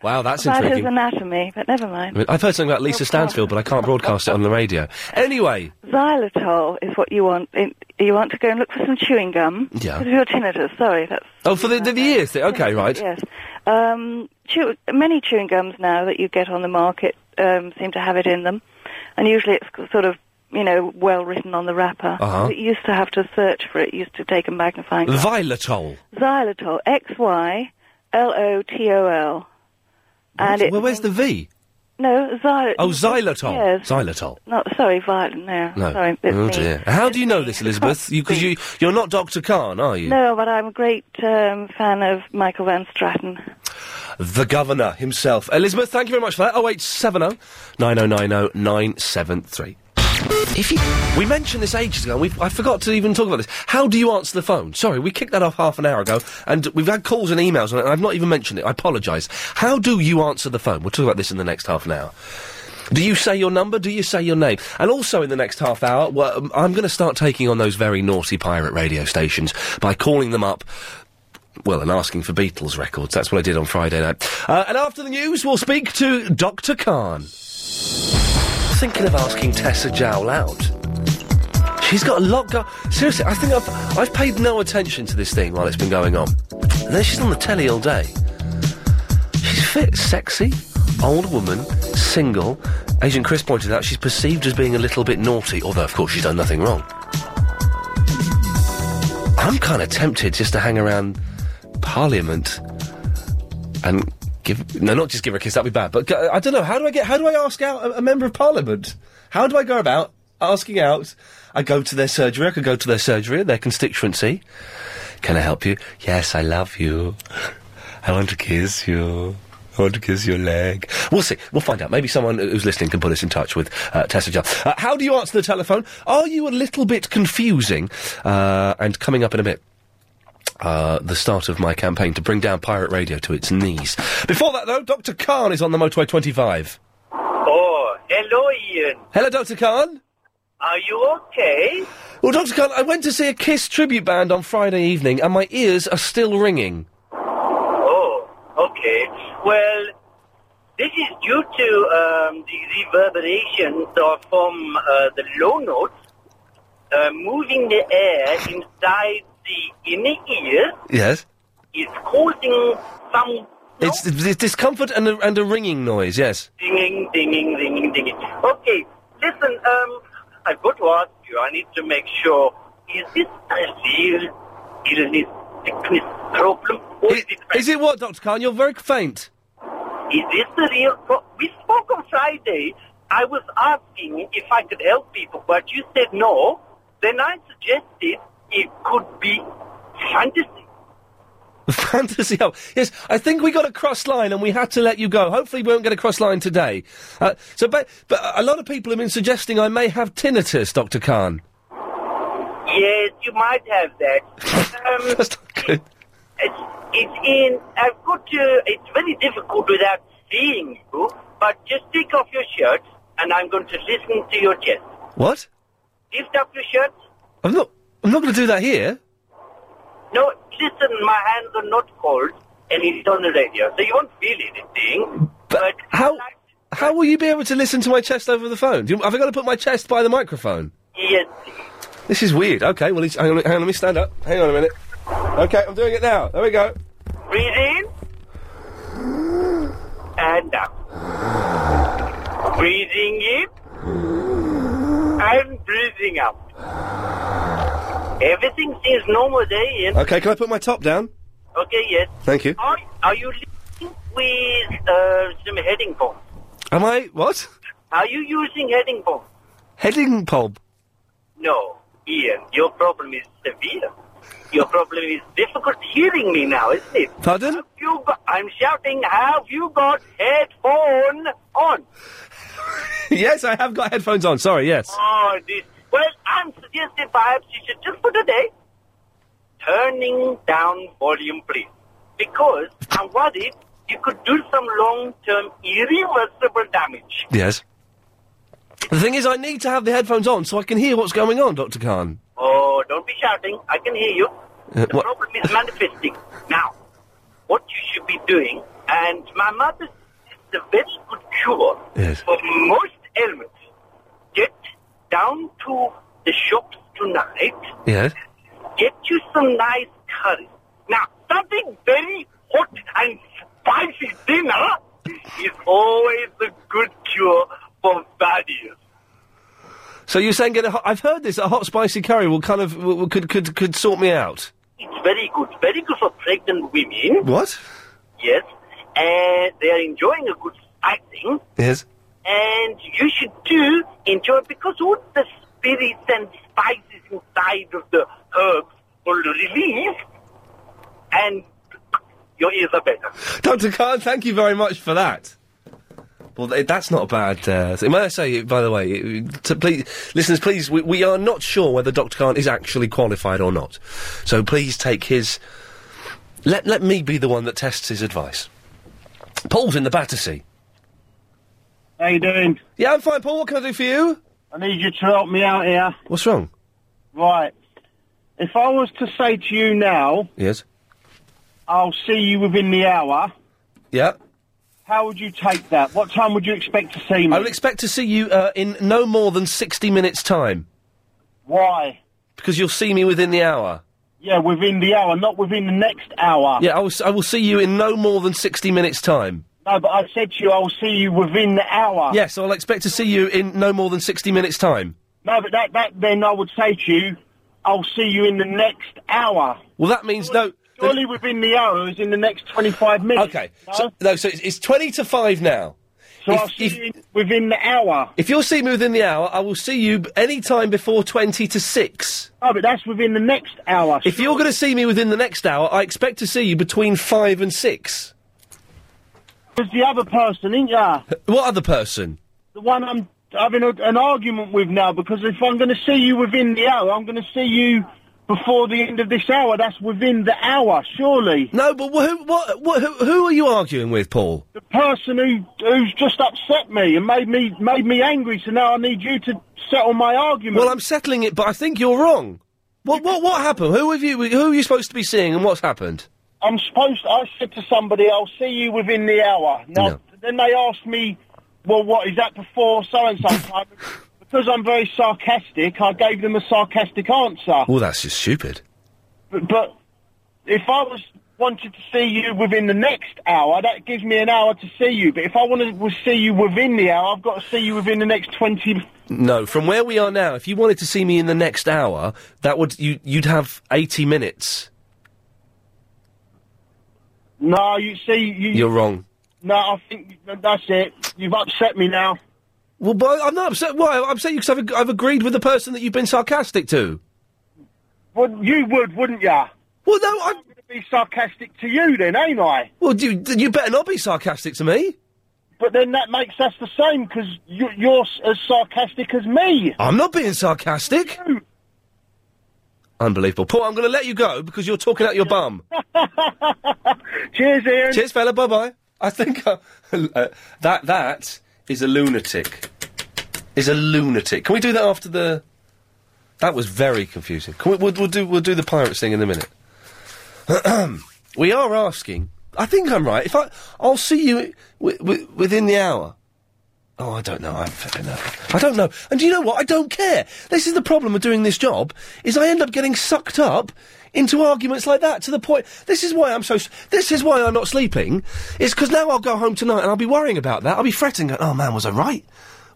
Speaker 1: wow, that's
Speaker 20: about his
Speaker 1: intriguing.
Speaker 20: anatomy, but never
Speaker 1: I
Speaker 20: mind.
Speaker 1: mean, I've heard something about Lisa Stansfield, but I can't broadcast it on the radio. Anyway,
Speaker 20: Xylitol is what you want. It, you want to go and look for some chewing gum.
Speaker 1: Yeah.
Speaker 20: Because of your tinnitus. Sorry, that's
Speaker 1: oh, for the the, the ears thing. Okay, right.
Speaker 20: Yes. Um, chew- many chewing gums now that you get on the market um, seem to have it in them, and usually it's sort of you know well written on the wrapper.
Speaker 1: Uh-huh.
Speaker 20: But you used to have to search for it. You used to take a magnifying glass.
Speaker 1: Violetol.
Speaker 20: Xylitol. X Y L O T O L. And it
Speaker 1: Well, where's the V?
Speaker 20: no xylitol.
Speaker 1: Oh, xylitol.
Speaker 20: Yes.
Speaker 1: Xylitol.
Speaker 20: No, sorry, violin. No,
Speaker 1: No.
Speaker 20: sorry, it's
Speaker 1: oh
Speaker 20: me.
Speaker 1: dear. How do you know this, Elizabeth? Because you, you're not Dr. Khan, are you?
Speaker 20: No, but I'm a great um, fan of Michael Van Stratton.
Speaker 1: The governor himself. Elizabeth, thank you very much for that. 0870 9090 973. If you... We mentioned this ages ago, and we've, I forgot to even talk about this. How do you answer the phone? Sorry, we kicked that off half an hour ago, and we've had calls and emails on it, and I've not even mentioned it. I apologise. How do you answer the phone? We'll talk about this in the next half an hour. Do you say your number? Do you say your name? And also in the next half hour, well, um, I'm going to start taking on those very naughty pirate radio stations by calling them up. Well, and asking for Beatles records. That's what I did on Friday night. Uh, and after the news, we'll speak to Dr. Khan. Thinking of asking Tessa Jowl out. She's got a lot go Seriously, I think I've, I've paid no attention to this thing while it's been going on. And then she's on the telly all day. She's fit, sexy, old woman, single. Agent Chris pointed out she's perceived as being a little bit naughty, although, of course, she's done nothing wrong. I'm kind of tempted just to hang around Parliament and give. No, not just give her a kiss, that'd be bad. But go- I don't know. How do I get. How do I ask out a, a member of Parliament? How do I go about asking out? I go to their surgery, I could go to their surgery, their constituency. Can I help you? Yes, I love you. I want to kiss you. I want to kiss your leg. We'll see. We'll find out. Maybe someone who's listening can put us in touch with uh, Tessa John. Uh, how do you answer the telephone? Are you a little bit confusing? Uh, and coming up in a bit. Uh, the start of my campaign to bring down pirate radio to its knees. Before that, though, Dr. Khan is on the motorway 25.
Speaker 5: Oh, hello, Ian.
Speaker 1: Hello, Dr. Khan.
Speaker 5: Are you okay?
Speaker 1: Well, Dr. Khan, I went to see a Kiss tribute band on Friday evening, and my ears are still ringing.
Speaker 5: Oh, okay. Well, this is due to um, the reverberations of, from uh, the low notes uh, moving the air inside the inner ear
Speaker 1: Yes.
Speaker 5: is causing some
Speaker 1: It's, it's discomfort and a, and a ringing noise, yes.
Speaker 5: dinging, dinging, dinging, dinging. Okay, listen, um, I've got to ask you, I need to make sure, is this a real illness, sickness, problem, or is it
Speaker 1: Is it what, Dr. Khan? You're very faint.
Speaker 5: Is this the real? pro- We spoke on Friday. I was asking if I could help people, but you said no. Then I suggested it could be fantasy.
Speaker 1: Fantasy Hour. Yes, I think we got a cross line and we had to let you go. Hopefully, we won't get a cross line today. Uh, so, but, but a lot of people have been suggesting I may have tinnitus, Dr. Khan.
Speaker 5: Yes, you might have that. Um,
Speaker 1: good.
Speaker 5: It's, it's in. I've got to. It's very difficult without seeing you, but just take off your shirt, and I'm going to listen to your chest.
Speaker 1: What?
Speaker 5: Lift up your shirt.
Speaker 1: I'm not. I'm not going to do that here.
Speaker 5: No, listen, my hands are not cold, and it's on the radio, so you won't feel anything. But
Speaker 1: How? How will you be able to listen to my chest over the phone? Do you, have I got to put my chest by the microphone?
Speaker 5: yes,
Speaker 1: This is weird. Okay, well, it's, hang on, hang on, let me stand up. Hang on a minute. Okay, I'm doing it now. There we go.
Speaker 5: breathe in and uh, out. Breathing in and breathing out. Everything seems normal there, Ian.
Speaker 1: Okay, can I put my top down?
Speaker 5: Okay, yes.
Speaker 1: Thank you.
Speaker 5: Are, are you listening with uh, some heading pole?
Speaker 1: Am I what?
Speaker 5: Are you using heading pole?
Speaker 1: Heading pulp.
Speaker 5: No, Ian, your problem is severe. Your problem is difficult hearing me now, isn't it?
Speaker 1: Pardon?
Speaker 5: Have you got, I'm shouting, have you got headphone on?
Speaker 1: yes, I have got headphones on. Sorry, yes.
Speaker 5: Oh, this. Well, I'm suggesting perhaps you should just for today turning down volume, please. Because I'm worried you could do some long-term irreversible damage.
Speaker 1: Yes. The thing is, I need to have the headphones on so I can hear what's going on, Dr. Khan.
Speaker 5: Oh, don't be shouting. I can hear you.
Speaker 1: Uh,
Speaker 5: The
Speaker 1: what-
Speaker 5: problem is manifesting. Now, what you should be doing, and my mother is a very good cure for most ailments. Get down to the shops tonight.
Speaker 1: Yes.
Speaker 5: Get you some nice curry. Now, something very hot and spicy dinner is always a good cure for bad ears.
Speaker 1: So you're saying get a hot, I've heard this. A hot spicy curry will kind of will, will- could could could sort me out.
Speaker 5: It's very good. Very good for pregnant women.
Speaker 1: What?
Speaker 5: Yes. And they are enjoying a good sighting.
Speaker 1: Yes.
Speaker 5: And you should too enjoy because all the spirits and spices inside of the herbs will relieve and your ears are better.
Speaker 1: Dr. Khan, thank you very much for that. Well, th- that's not a bad uh, thing. May I say, by the way, uh, to please, listeners, please, we, we are not sure whether Dr. Khan is actually qualified or not. So please take his. Let, let me be the one that tests his advice. Paul's in the Battersea. How you doing? Yeah, I'm fine, Paul. What can I do for you?
Speaker 4: I need you to help me out here.
Speaker 1: What's wrong?
Speaker 4: Right. If I was to say to you now,
Speaker 1: Yes.
Speaker 4: I'll see you within the hour,
Speaker 1: Yeah.
Speaker 4: how would you take that? What time would you expect to see me?
Speaker 1: I would expect to see you uh, in no more than 60 minutes' time.
Speaker 4: Why?
Speaker 1: Because you'll see me within the hour.
Speaker 4: Yeah, within the hour, not within the next hour.
Speaker 1: Yeah, I will, s- I will see you in no more than 60 minutes' time.
Speaker 4: No, but I said to you, I'll see you within the hour.
Speaker 1: Yes, I'll expect to see you in no more than 60 minutes' time.
Speaker 4: No, but that, that then I would say to you, I'll see you in the next hour.
Speaker 1: Well, that means no.
Speaker 4: Surely within the hour is in the next 25 minutes.
Speaker 1: Okay. So, no, so it's, it's 20 to 5 now.
Speaker 4: So I'll see you in, within the hour.
Speaker 1: If you'll see me within the hour, I will see you b- any time before 20 to 6.
Speaker 4: No, but that's within the next hour.
Speaker 1: If you're going to see me within the next hour, I expect to see you between 5 and 6.
Speaker 4: Because the other person, ain't ya?
Speaker 1: What other person?
Speaker 4: The one I'm having a, an argument with now, because if I'm going to see you within the hour, I'm going to see you before the end of this hour. That's within the hour, surely.
Speaker 1: No, but who, what, what, who, who are you arguing with, Paul?
Speaker 4: The person who who's just upset me and made me made me angry. So now I need you to settle my argument.
Speaker 1: Well, I'm settling it, but I think you're wrong. What, what, what happened? Who have you, who are you supposed to be seeing and what's happened?
Speaker 4: I'm supposed. I said to somebody, "I'll see you within the hour." Now,
Speaker 1: No.
Speaker 4: then they asked me, "Well, what is that before so and so time?" Because I'm very sarcastic, I gave them a sarcastic answer.
Speaker 1: Well, Oh, that's just stupid.
Speaker 4: But, but if I was wanted to see you within the next hour, that gives me an hour to see you. But if I wanted to see you within the hour, I've got to see you within the next twenty.
Speaker 1: No, from where we are now, if you wanted to see me in the next hour, that would you you'd have eighty minutes.
Speaker 4: No, you see, you.
Speaker 1: You're wrong.
Speaker 4: No, I think that's it. You've upset me now.
Speaker 1: Well, but I'm not upset. Why? I'm upset because I've, ag- I've agreed with the person that you've been sarcastic to.
Speaker 4: Well, you would, wouldn't ya?
Speaker 1: Well, no, I'm,
Speaker 4: going to be sarcastic to you, then, ain't I?
Speaker 1: Well, you you better not be sarcastic to me.
Speaker 4: But then that makes us the same because you, you're s- as sarcastic as me.
Speaker 1: I'm not being sarcastic. Unbelievable, Paul. I'm going to let you go because you're talking out your bum.
Speaker 4: Cheers, Ian.
Speaker 1: Cheers, fella. Bye bye. I think uh, uh, that that is a lunatic. Is a lunatic. Can we do that after the? That was very confusing. Can we, we'll, we'll do we'll do the pirates thing in a minute. we are asking. I think I'm right. If I I'll see you w- w- within the hour. Oh, I don't know. I don't know. I don't know. And do you know what? I don't care. This is the problem with doing this job: is I end up getting sucked up into arguments like that to the point. This is why I'm so. s- This is why I'm not sleeping. Is because now I'll go home tonight and I'll be worrying about that. I'll be fretting. Going, oh man, was I right?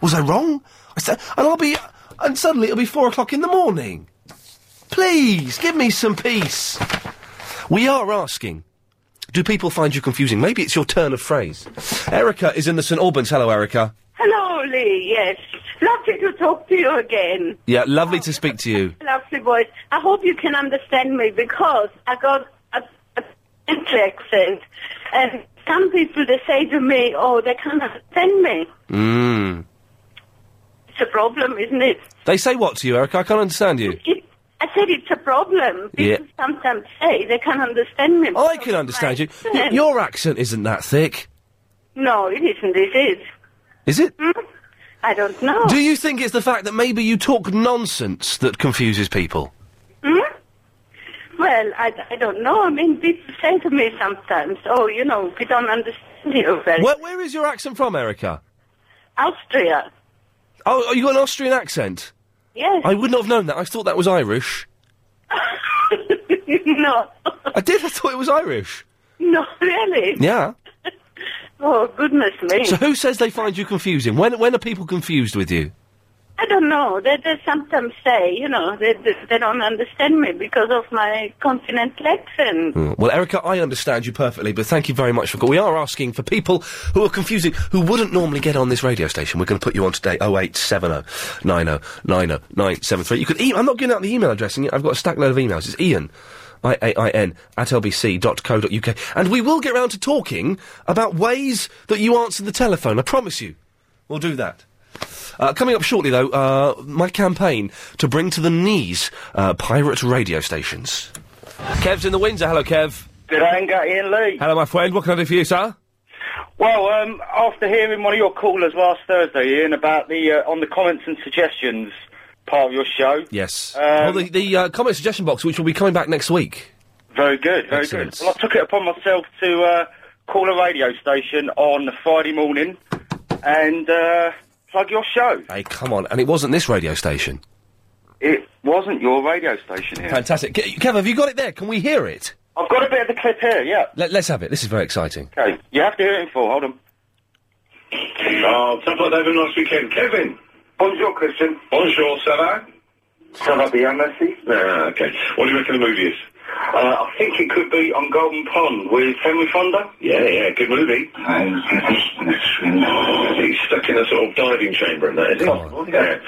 Speaker 1: Was I wrong? I said, and I'll be. And suddenly it'll be four o'clock in the morning. Please give me some peace. We are asking. Do people find you confusing? Maybe it's your turn of phrase. Erica is in the St Albans. Hello, Erica.
Speaker 21: Hello, Lee. Yes. Lovely to talk to you again.
Speaker 1: Yeah, lovely to speak to you.
Speaker 21: Lovely voice. I hope you can understand me because I got a, a French accent. And some people, they say to me, oh, they can't understand me.
Speaker 1: Mm.
Speaker 21: It's a problem, isn't it?
Speaker 1: They say what to you, Erica? I can't understand you.
Speaker 21: I said it's a problem.
Speaker 1: Yeah.
Speaker 21: People sometimes say they can't understand me.
Speaker 1: I can understand you. Y- Your accent isn't that thick,
Speaker 21: No, it isn't. It is.
Speaker 1: is it?
Speaker 21: I don't know.
Speaker 1: Do you think it's the fact that maybe you talk nonsense that confuses people?
Speaker 21: Hmm? Well, I, I don't know. I mean, people say to me sometimes, oh, you know, we don't understand you Oh, very
Speaker 1: Where, where is your accent from, Erica?
Speaker 21: Austria.
Speaker 1: Oh, oh, you got an Austrian accent?
Speaker 21: Yes.
Speaker 1: I wouldn't have known that. I thought that was Irish.
Speaker 21: no,
Speaker 1: I did. I thought it was Irish.
Speaker 21: no, really.
Speaker 1: Yeah.
Speaker 21: Oh, goodness me.
Speaker 1: So who says they find you confusing? When when are people confused with you?
Speaker 21: I don't know. They, they sometimes say, you know, they, they, they don't understand me because of my continental accent.
Speaker 1: Mm. Well, Erica, I understand you perfectly, but thank you very much for. We are asking for people who are confusing, who wouldn't normally get on this radio station. We're going to put you on today. Oh eight seven oh nine oh nine oh nine seven three. You could. E- I'm not giving out the email address, and yet I've got a stack load of emails. It's Ian. I A I N at lbc.co.uk. And we will get round to talking about ways that you answer the telephone, I promise you. We'll do that. Uh, coming up shortly, though, uh, my campaign to bring to the knees uh, pirate radio stations. Kev's in the Windsor. Hello, Kev.
Speaker 22: Good anger, Ian Lee.
Speaker 1: Hello, my friend. What can I do for you, sir?
Speaker 6: Well, um, after hearing one of your callers last Thursday, Ian, about the uh, on the comments and suggestions part of your show,
Speaker 1: Yes.
Speaker 6: Um,
Speaker 1: well, the, the uh, comment suggestion box, which will be coming back next week.
Speaker 6: very good, very
Speaker 1: Excellent.
Speaker 6: good. Well, I took it upon myself to uh, call a radio station on Friday morning and uh, plug your show.
Speaker 1: Hey, come on. And it wasn't this radio station.
Speaker 6: It wasn't your radio station here.
Speaker 1: Fantastic. Ke- Kev, have you got it there? Can we hear it?
Speaker 6: I've got a bit of the clip here. Yeah.
Speaker 1: Let, let's have it. This is very exciting.
Speaker 6: Okay. You have to hear it in full. Hold on.
Speaker 7: Oh, sounds like they have a nice weekend. Kevin. Bonjour, Christian. Bonjour, ça va? Ça va bien, merci. Ah, okay. What do you reckon the movie is? Uh, I think it could be on Golden Pond with Henry Fonda. Yeah, yeah, good movie. He's stuck in a sort of diving chamber and that, is he? Yeah.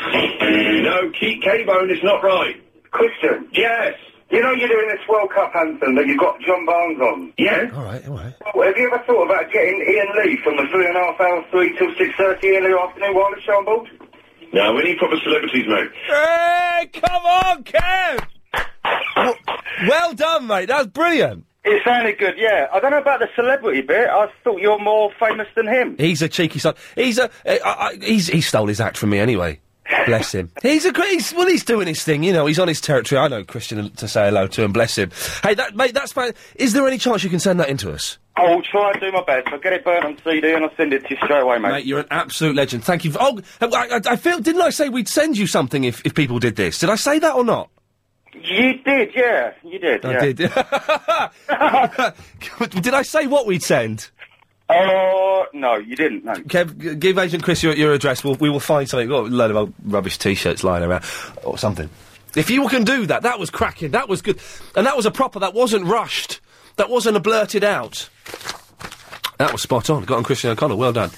Speaker 7: No, Keith K-Bone is not right. Christian. Yes. You know you're doing this World Cup anthem that you've got John Barnes on. Yeah.
Speaker 1: All right, all right.
Speaker 7: Well, have you ever thought about getting Ian Lee from the three and a half hours three till six thirty in the afternoon while the show on board? No, we need proper celebrities, mate.
Speaker 1: Hey, come on, Kev! Well done, mate. That was brilliant.
Speaker 6: It sounded good, yeah. I don't know about the celebrity bit. I thought you're more famous than him.
Speaker 1: He's a cheeky son. He's a. eh, I, I, he's, he stole his act from me anyway. Bless him. He's a great. He's, well, he's doing his thing, you know. He's on his territory. I know Christian to say hello to and bless him. Hey, that mate, that's fine. Is there any chance you can send that in to us?
Speaker 6: I'll try and do my best. I'll get it burnt on CD and I'll send it to you straight away, mate.
Speaker 1: Mate, you're an absolute legend. Thank you. For, oh, I, I, I feel. Didn't I say we'd send you something if, if people did this? Did I say that or not?
Speaker 6: You did, yeah. You did,
Speaker 1: I
Speaker 6: yeah.
Speaker 1: did. did I say what we'd send?
Speaker 14: Uh,
Speaker 6: Oh, no, you didn't, no.
Speaker 1: Kev, g- give Agent Chris your, your address. We'll, we will find something. We've got a load of old rubbish T-shirts lying around or something. If you can do that, that was cracking. That was good, and that was a proper. That wasn't rushed. That wasn't a blurted out. That was spot on. Got on Christian O'Connor. Well done.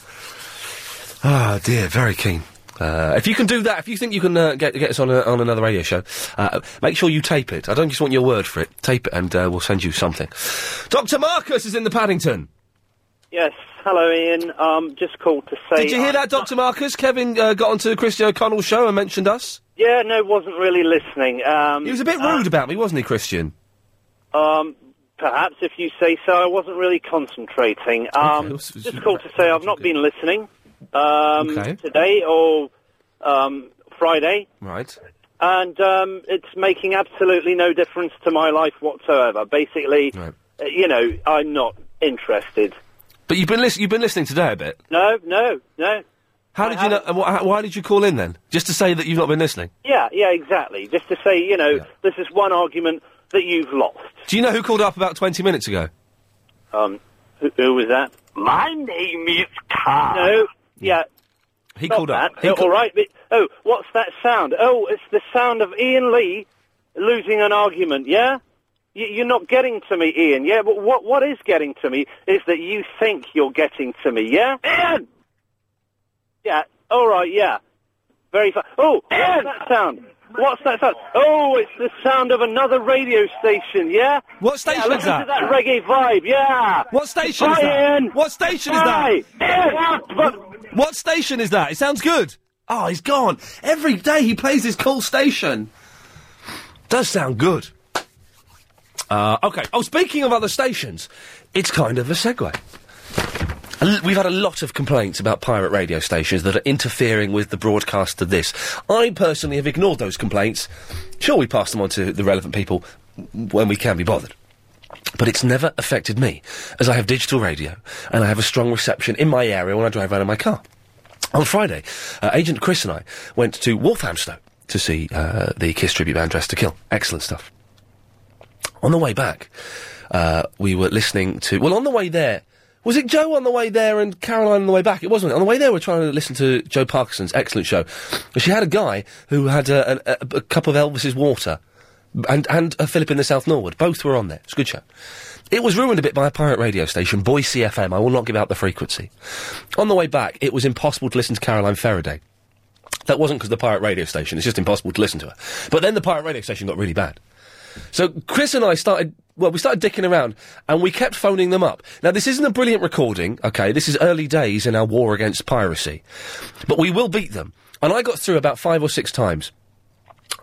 Speaker 1: Ah, dear, very keen. Uh, if you can do that, if you think you can uh, get get us on a, on another radio show, uh, make sure you tape it. I don't just want your word for it. Tape it, and uh, we'll send you something. Doctor Marcus is in the Paddington.
Speaker 22: Yes, hello, Ian. Um, just called to say.
Speaker 1: Did you hear
Speaker 22: I-
Speaker 1: that, Dr. Marcus? Kevin uh, got onto the Christian O'Connell show and mentioned us.
Speaker 22: Yeah, no, wasn't really listening. Um,
Speaker 1: He was a bit rude about me, wasn't he, Christian?
Speaker 22: Um, perhaps if you say so, I wasn't really concentrating. Um, just called to say I've not been listening um,
Speaker 1: Okay.
Speaker 22: today or um, Friday,
Speaker 1: Right.
Speaker 22: and um, it's making absolutely no difference to my life whatsoever. Basically, uh, you know, I'm not interested.
Speaker 1: But you've been lis- you've been listening today a bit.
Speaker 22: No, no, no.
Speaker 1: How did you know? and wh- how- why did you call in then? Just to say that you've not been listening.
Speaker 22: Yeah, yeah, exactly. Just to say, you know, this is one argument that you've lost.
Speaker 1: Do you know who called up about twenty minutes ago?
Speaker 22: Um, who, who was that? My name is Carl. No, yeah.
Speaker 1: He
Speaker 22: Stop
Speaker 1: called up.
Speaker 22: that.
Speaker 1: He
Speaker 22: Oh,
Speaker 1: call-
Speaker 22: all right. But, oh, what's that sound? Oh, it's the sound of Ian Lee losing an argument. Yeah. You, you're not getting to me, Ian. Yeah. But what what is getting to me is that you think you're getting to me. Yeah. Ian. Yeah. All right. Yeah. Very fine. Oh, what's that sound? What's that sound? Oh, it's the sound of another radio station. Yeah.
Speaker 1: What station
Speaker 22: yeah,
Speaker 1: is
Speaker 22: listen
Speaker 1: that?
Speaker 22: To that reggae vibe. Yeah.
Speaker 1: What station is that?
Speaker 22: Brian!
Speaker 1: What station
Speaker 22: Hi!
Speaker 1: is that? What station is that? It sounds good. Oh, he's gone. Every day he plays his cool station. Does sound good. Uh, okay. Oh, speaking of other stations, it's kind of a segue. A l- We've had a lot of complaints about pirate radio stations that are interfering with the broadcast of this. I personally have ignored those complaints. Sure, we pass them on to the relevant people when we can be bothered. But it's never affected me, as I have digital radio and I have a strong reception in my area when I drive around in my car. On Friday, uh, Agent Chris and I went to Walthamstow to see uh, the Kiss tribute band Dressed to Kill. Excellent stuff. On the way back, uh, we were listening to. Well, on the way there, was it Joe on the way there and Caroline on the way back? It wasn't. it? On the way there, we were trying to listen to Joe Parkinson's excellent show. But she had a guy who had a, an- a, a cup of Elvis's water and and a Philip in the South Norwood. Both were on there. It's a good show. It was ruined a bit by a pirate radio station, Boise FM. I will not give out the frequency. On the way back, it was impossible to listen to Caroline Faraday. That wasn't because the pirate radio station. It's just impossible to listen to her. But then the pirate radio station got really bad. So Chris and I started. Well, we started dicking around, and we kept phoning them up. Now, this isn't a brilliant recording, okay? This is early days in our war against piracy, but we will beat them. And I got through about five or six times,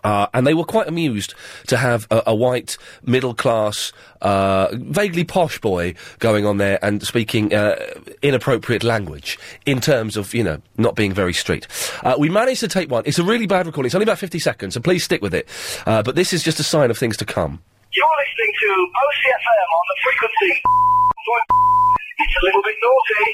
Speaker 1: Uh, and they were quite amused to have a, a white, middle class, uh, vaguely posh boy going on there and speaking uh, inappropriate language in terms of, you know, not being very strict. Uh, we managed to take one. It's a really bad recording. It's only about 50 seconds, so please stick with it. Uh, but this is just a sign of things to come.
Speaker 7: You're listening to OCFM on the frequency. It's a little bit naughty.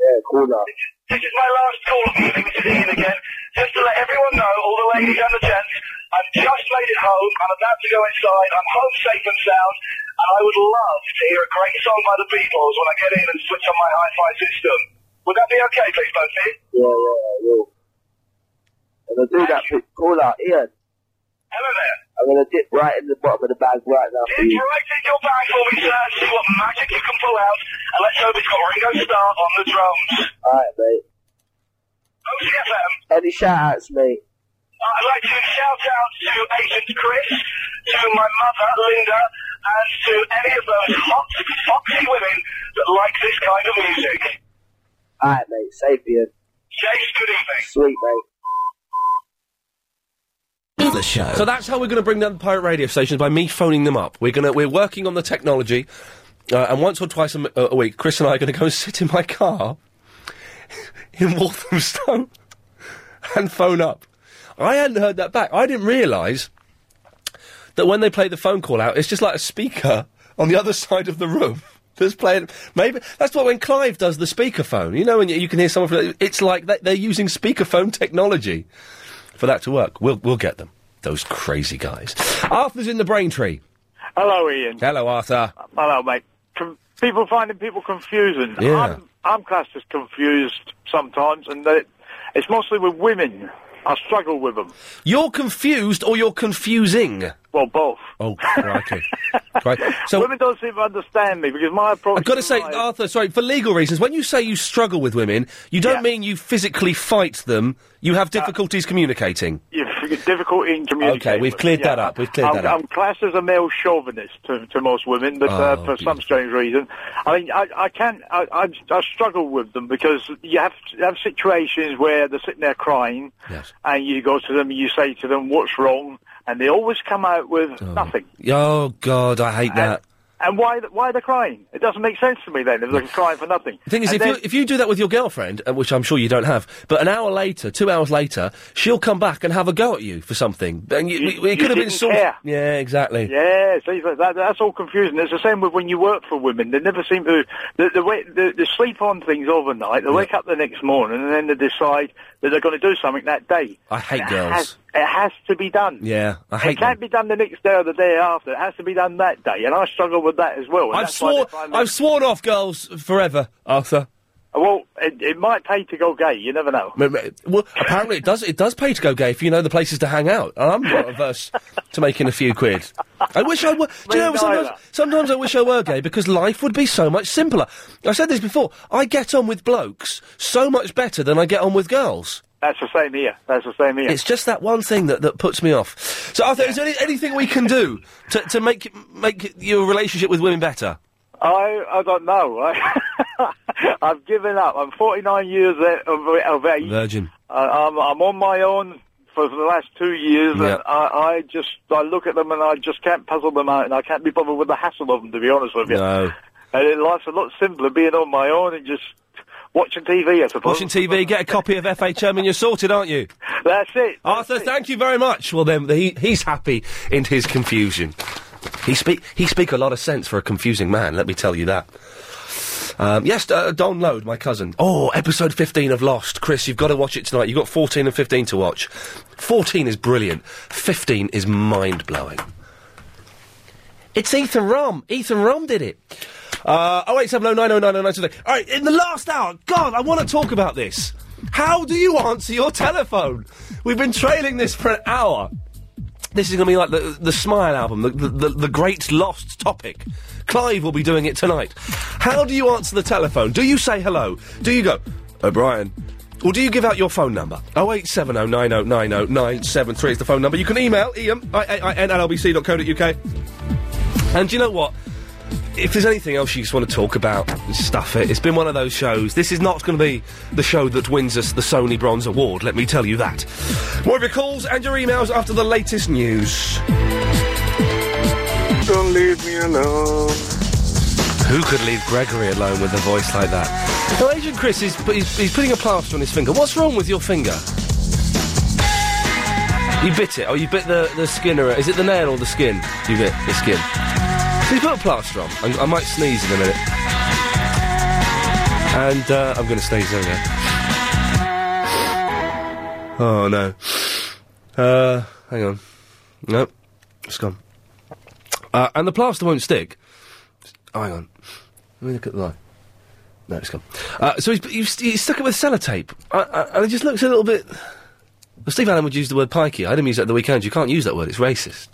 Speaker 7: Yeah, cool now. This is my last call of the evening to the Ian again. Just to let everyone know, all the ladies and the gents, I've just made it home. I'm about to go inside. I'm home safe and sound. And I would love to hear a great song by the Beatles when I get in and switch on my hi-fi system. Would that be okay, please, Sophie?
Speaker 13: Yeah, yeah, I will. I'm going to do that for call out, Ian.
Speaker 7: Hello there.
Speaker 13: I'm going to dip right in the bottom of the bag right now for
Speaker 7: Dig
Speaker 13: you.
Speaker 7: right in your bag for me, sir. See what magic you can pull out. And let's hope it's got Ringo Starr on the drums.
Speaker 13: Alright, mate.
Speaker 7: OCFM.
Speaker 13: Any shout outs, mate?
Speaker 7: Uh, I'd like to shout out to Agent Chris, to my mother, Linda, and to any of those hot, foxy women that like this kind of music.
Speaker 13: Alright, mate. Safe, Ian.
Speaker 7: Chase, good evening.
Speaker 13: Sweet, mate.
Speaker 1: The show. So that's how we're going to bring down the pirate radio stations by me phoning them up. We're going to we're working on the technology, uh, and once or twice a, m- uh, a week, Chris and I are going to go and sit in my car in Walthamstow and phone up. I hadn't heard that back. I didn't realise that when they play the phone call out, it's just like a speaker on the other side of the room. That's playing. Maybe that's what when Clive does the speakerphone. You know, when you, you can hear someone. From, it's like they, they're using speakerphone technology for that to work. We'll we'll get them. Those crazy guys. Arthur's in the brain tree.
Speaker 23: Hello, Ian.
Speaker 1: Hello, Arthur.
Speaker 23: Hello, mate. Com- people finding people confusing.
Speaker 1: Yeah.
Speaker 23: I'm, I'm classed as confused sometimes, and they, it's mostly with women. I struggle with them.
Speaker 1: You're confused or you're confusing.
Speaker 23: Well, both.
Speaker 1: Oh, crikey. crikey. So
Speaker 23: women don't seem to understand me because my approach.
Speaker 1: I've got to
Speaker 23: to
Speaker 1: say,
Speaker 23: life-
Speaker 1: Arthur, sorry, for legal reasons, when you say you struggle with women, you don't mean you physically fight them. You have difficulties communicating.
Speaker 23: It's difficult in communicating.
Speaker 1: Okay, we've
Speaker 23: with,
Speaker 1: cleared
Speaker 23: yeah.
Speaker 1: that up. We've cleared
Speaker 23: I'm,
Speaker 1: that up.
Speaker 23: I'm classed as a male chauvinist to, to most women, but uh,
Speaker 1: Oh,
Speaker 23: for some strange reason, I mean, I, I can I, I, I struggle with them because you have you have situations where they're sitting there crying,
Speaker 1: Yes.
Speaker 23: and you go to them and you say to them what's wrong, and they always come out with nothing.
Speaker 1: Oh, God, I hate that.
Speaker 23: And why th- why are they crying? It doesn't make sense to me then if they're crying for nothing.
Speaker 1: The thing is,
Speaker 23: And
Speaker 1: if
Speaker 23: then-
Speaker 1: you, if you do that with your girlfriend, uh, which I'm sure you don't have, but an hour later, two hours later, she'll come back and have a go at you for something. And you,
Speaker 23: You-
Speaker 1: it
Speaker 23: you
Speaker 1: could have been
Speaker 23: didn't
Speaker 1: sort
Speaker 23: care.
Speaker 1: Yeah, exactly.
Speaker 23: Yeah, see, but that, that's all confusing. It's the same with when you work for women. They never seem to. They, they, wait, they, they sleep on things overnight. They wake up the next morning, and then they decide that they're going to do something that day.
Speaker 1: I hate
Speaker 23: it
Speaker 1: girls.
Speaker 23: Has, it has to be done.
Speaker 1: Yeah, I hate
Speaker 23: it can't be done the next day or the day after. It has to be done that day, and I struggle with that as well. and
Speaker 1: I've
Speaker 23: that's why
Speaker 1: sworn,
Speaker 23: they find me-
Speaker 1: I've sworn off girls forever, Arthur.
Speaker 23: Well, it, it might pay to go gay. You never know.
Speaker 1: M- m- Well, apparently it does. It does pay to go gay if you know the places to hang out. And I'm not averse to making a few quid. I wish I were. Do you know?
Speaker 23: Me
Speaker 1: Sometimes,
Speaker 23: neither.
Speaker 1: sometimes I wish I were gay because life would be so much simpler. I said this before. I get on with blokes so much better than I get on with girls.
Speaker 23: That's the same here. That's the same here.
Speaker 1: It's just that one thing that, that puts me off. So, Arthur, is there any, anything we can do to, to make make your relationship with women better?
Speaker 23: I I don't know. I, I've given up. I'm 49 years of, of age.
Speaker 1: Virgin.
Speaker 23: I, I'm, I'm on my own for the last two years,
Speaker 1: Yeah.
Speaker 23: and I, I just I look at them and I just can't puzzle them out, and I can't be bothered with the hassle of them, to be honest with you.
Speaker 1: No.
Speaker 23: And it, life's a lot simpler being on my own and just watching TV, I suppose.
Speaker 1: Watching TV, get a copy of FHM, and you're sorted, aren't you?
Speaker 23: That's it.
Speaker 1: Arthur, thank you very much. Well, then he, he's happy in his confusion. He speak he speak a lot of sense for a confusing man. Let me tell you that. Um, yes, uh, Don Lode, my cousin. Oh, episode 15 of Lost. Chris, you've got to watch it tonight. You've got 14 and 15 to watch. 14 is brilliant. 15 is mind blowing. It's Ethan Rom. Ethan Rom did it. Uh, 087090909 today. All right, in the last hour, God, I want to talk about this. How do you answer your telephone? We've been trailing this for an hour. This is going to be like the, the Smile album, the, the, the, the great lost topic. Clive will be doing it tonight. How do you answer the telephone? Do you say hello? Do you go, O'Brien? Or do you give out your phone number? 08709090973 is the phone number. E You can email ian at lbc.co.uk. And do you know what? if there's anything else you just want to talk about, stuff it. It's been one of those shows. This is not going to be the show that wins us the Sony Bronze Award, let me tell you that. More of your calls and your emails after the latest news.
Speaker 8: Don't leave me alone.
Speaker 1: Who could leave Gregory alone with a voice like that? Now, Agent Chris is pu- he's, he's putting a plaster on his finger. What's wrong with your finger? You bit it. Oh, you bit the, the skin. Or, is it the nail or the skin? You bit the skin. He's put a plaster on. I, I might sneeze in a minute. And uh, I'm going to sneeze there we go. Oh, no. Uh, hang on. Nope. It's gone. Uh, and the plaster won't stick. Oh, hang on. Let me look at the line. No, it's gone. Uh, so he's, he's, he's stuck it with sellotape. Uh, uh, and it just looks a little bit. Well, Steve Allen would use the word pikey. I didn't use that at the weekend. You can't use that word. It's racist.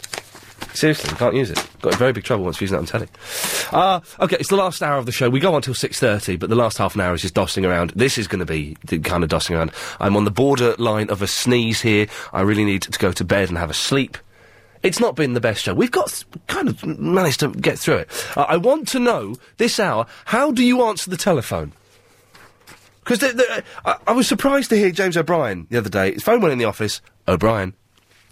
Speaker 1: Seriously, you can't use it. Got in very big trouble once for using that on telly. Uh, okay, it's the last hour of the show. We go on till 6.30, but the last half an hour is just dossing around. This is going to be the kind of dossing around. I'm on the borderline of a sneeze here. I really need to go to bed and have a sleep. It's not been the best show. We've got s- kind of managed to get through it. Uh, I want to know this hour how do you answer the telephone? Because I, I was surprised to hear James O'Brien the other day. His phone went in the office. O'Brien.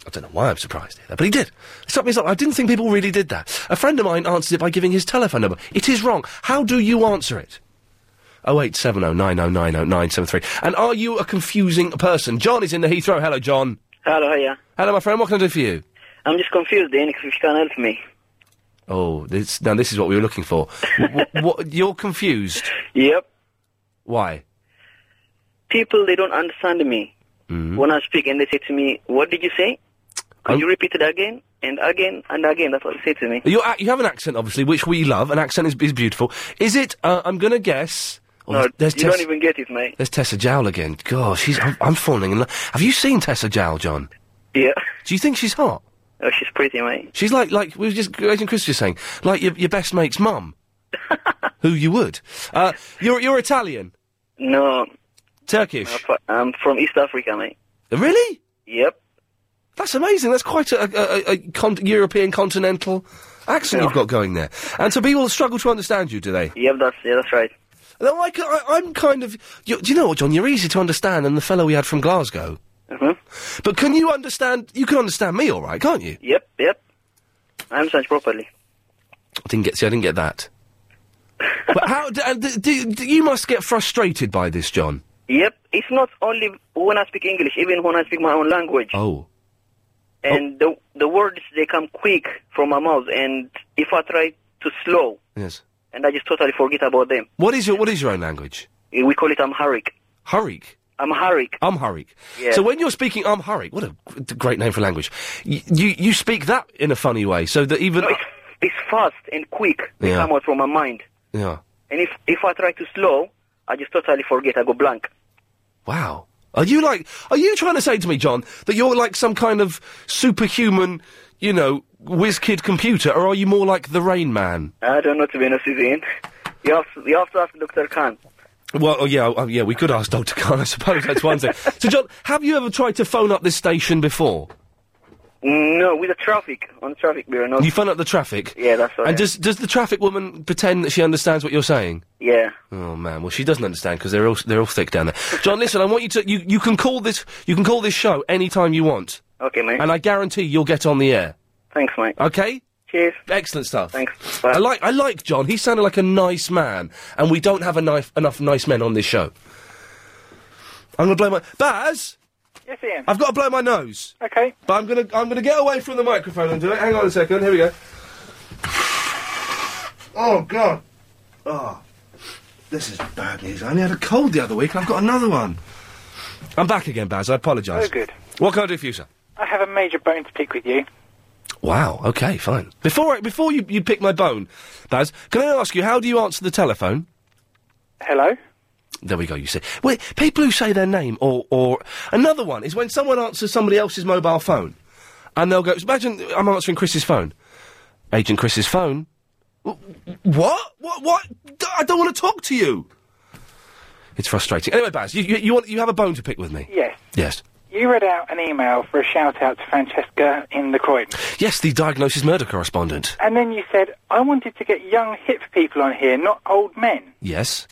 Speaker 1: I don't know why I'm surprised to hear that, but he did. It struck me as odd. I didn't think people really did that. A friend of mine answered it by giving his telephone number. It is wrong. How do you answer it? oh, 08709090973. And are you a confusing person? John is in the Heathrow. Hello, John.
Speaker 9: Hello, hiya.
Speaker 1: Hello, my friend. What can I do for you?
Speaker 9: I'm just confused, Ian, if you can help me.
Speaker 1: Oh, this, now this is what we were looking for. what, what, you're confused.
Speaker 9: Yep.
Speaker 1: Why?
Speaker 9: People, they don't understand me
Speaker 1: Hmm?
Speaker 9: when I speak and they say to me, what did you say? Can you repeat it again and again and again? That's what they say to me.
Speaker 1: You uh, you have an accent, obviously, which we love. An accent is, is beautiful. Is it? Uh, I'm going to guess. Oh,
Speaker 9: no,
Speaker 1: there's
Speaker 9: you
Speaker 1: Tess-
Speaker 9: don't even get it, mate.
Speaker 1: There's Tessa Jowl again. Gosh, she's, I'm, I'm falling in love. Have you seen Tessa Jowl, John?
Speaker 9: Yeah.
Speaker 1: Do you think she's hot?
Speaker 9: Oh, she's pretty, mate.
Speaker 1: She's like like we were just Agent Chris was just saying, like your your best mate's mum, who you would. Uh, you're you're Italian,
Speaker 9: No.
Speaker 1: Turkish.
Speaker 9: I'm fr- I'm from East Africa, mate.
Speaker 1: really?
Speaker 9: Yep.
Speaker 1: That's amazing. That's quite a, a, a, a con- European continental accent you've got going there. And so people struggle to understand you, do they?
Speaker 9: Yep, that's, yeah, that's right.
Speaker 1: No, I, ca- I, am kind of. You, do you know what, John? You're easy to understand than the fellow we had from Glasgow. But can you understand? You can understand me, all right, can't you?
Speaker 9: Mm-hmm. Yep, yep. I understand properly.
Speaker 1: I didn't get. See, I didn't get that. but how? d- uh, d- d- d- you must get frustrated by this, John.
Speaker 9: Yep. It's not only when I speak English, even when I speak my own language.
Speaker 1: Oh.
Speaker 9: And the the words they come quick from my mouth, and if I try to slow,
Speaker 1: Yes.
Speaker 9: and I just totally forget about them.
Speaker 1: What is your What is your own language?
Speaker 9: We call it Amharic.
Speaker 1: Harik.
Speaker 9: Amharic.
Speaker 1: Amharic.
Speaker 9: Yeah.
Speaker 1: So when you're speaking Amharic, what a g- great name for language. You, you you speak that in a funny way, so that even
Speaker 9: It's fast and quick. They
Speaker 1: Yeah.
Speaker 9: come out from my mind,
Speaker 1: yeah.
Speaker 9: and if if I try to slow, I just totally forget. I go blank.
Speaker 1: Wow. Are you like, are you trying to say to me, John, that you're like some kind of superhuman, you know, whiz kid computer, or are you more like the Rain Man?
Speaker 9: I don't know to be honest with you. Ian. You have to, you have to ask Doctor Khan.
Speaker 1: Well, oh, yeah, oh, yeah, we could ask Dr. Khan, I suppose, that's one thing. So, John, have you ever tried to phone up this station before?
Speaker 9: No, with the traffic on the traffic bureau. Not,
Speaker 1: You phone up the traffic?
Speaker 9: Um, yeah, that's right.
Speaker 1: And does, does the traffic woman pretend that she understands what you're saying?
Speaker 9: yeah.
Speaker 1: Oh man, well she doesn't understand because they're all they're all thick down there. John, listen, I want you to you, you can call this you can call this show any time you want.
Speaker 9: Okay, mate.
Speaker 1: And I guarantee you'll get on the air.
Speaker 9: Thanks, mate.
Speaker 1: Okay.
Speaker 9: Cheers.
Speaker 1: Excellent stuff.
Speaker 9: Thanks.
Speaker 1: I like I like John. He sounded like a nice man, and we don't have a knife, enough nice men on this show. I'm gonna blow my Baz.
Speaker 24: Yes, Ian.
Speaker 1: I've got to blow my nose.
Speaker 24: Okay.
Speaker 1: But I'm gonna I'm gonna get away from the microphone and do it. Hang on a second. Here we go. Oh God.
Speaker 3: Ah.
Speaker 1: Oh, this is bad news. I only had a cold the other week, and I've got another one. I'm back again, Baz. I apologise.
Speaker 24: Oh, good.
Speaker 1: What can I do for you, sir?
Speaker 24: I have a major bone to pick with you.
Speaker 1: Wow. Okay. Fine. Before I, before you, you pick my bone, Baz, can I ask you how do you answer the telephone?
Speaker 24: Hello?
Speaker 1: There we go. You see, well, people who say their name or or another one is when someone answers somebody else's mobile phone, and they'll go. Imagine I'm answering Chris's phone, agent Chris's phone. What? What? What? D- I don't want to talk to you. It's frustrating. Anyway, Baz, you, you, you want you have a bone to pick with me?
Speaker 24: Yes.
Speaker 1: Yes.
Speaker 24: You read out an email for a shout out to Francesca in the Croydon.
Speaker 1: Yes, the diagnosis murder correspondent.
Speaker 24: And then you said, I wanted to get young, hip people on here, not old men.
Speaker 1: Yes.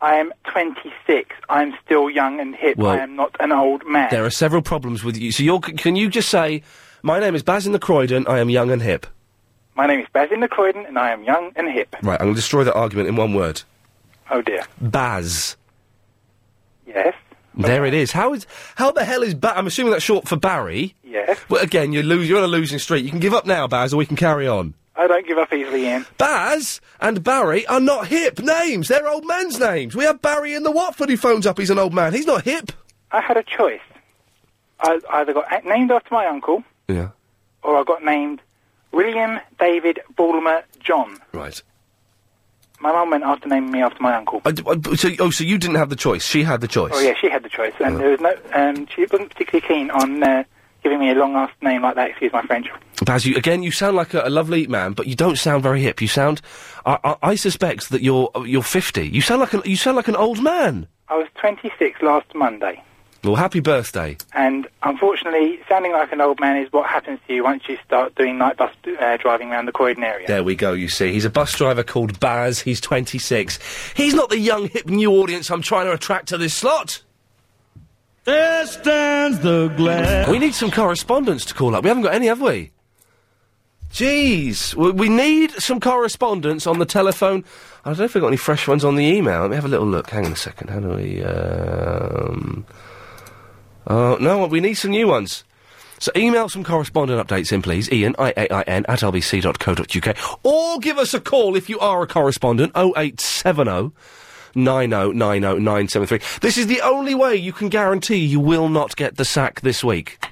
Speaker 24: I am 26. I'm still young and hip.
Speaker 1: Well-
Speaker 24: I am not an old man.
Speaker 1: There are several problems with you. So you're, c- can you just say, my name is Baz in the Croydon, I am young and hip.
Speaker 24: My name is Basil the Croydon, and I am young and hip.
Speaker 1: Right, I'm going to destroy that argument in one word.
Speaker 24: Oh dear.
Speaker 1: Baz.
Speaker 24: Yes.
Speaker 1: There it is. How is how the hell is Ba I'm assuming that's short for Barry.
Speaker 24: Yes.
Speaker 1: Well, again, you lose. You're on a losing streak. You can give up now, Baz, or we can carry on.
Speaker 24: I don't give up easily, Ian.
Speaker 1: Baz and Barry are not hip names. They're old men's names. We have Barry in the Watford who phones up. He's an old man. He's not hip.
Speaker 24: I had a choice. I either got a- named after my uncle,
Speaker 1: Yeah.
Speaker 24: or I got named William David Balmer John.
Speaker 1: Right.
Speaker 24: My mum went after naming me after my uncle.
Speaker 1: I d I b so, oh, so you didn't have the choice. She had the choice.
Speaker 24: Oh yeah, she had the choice, and there was no. Um, she wasn't particularly keen on uh, giving me a long-ass name like that. Excuse my French.
Speaker 1: Baz, you, again, you sound like a, a lovely man, but you don't sound very hip. You sound. I, I, I suspect that you're uh, you're fifty. You sound like an you sound like an old man.
Speaker 24: I was 26 last Monday,
Speaker 1: Well, happy birthday.
Speaker 24: and unfortunately, sounding like an old man is what happens to you once you start doing night bus uh, driving around the Croydon area.
Speaker 1: There we go, you see. He's a bus driver called Baz. He's 26. He's not the young, hip, new audience I'm trying to attract to this slot. There stands the glare. We need some correspondence to call up. We haven't got any, have we? Jeez. We, we need some correspondence on the telephone. I don't know if we've got any fresh ones on the email. Let me have a little look. Hang on a second. How do we. Um... Oh, no, we need some new ones. So email some correspondent updates in, please. Ian, I-A-I-N, at lbc.co.uk. Or give us a call if you are a correspondent, 0870 oh, 9090973. This is the only way you can guarantee you will not get the sack this week.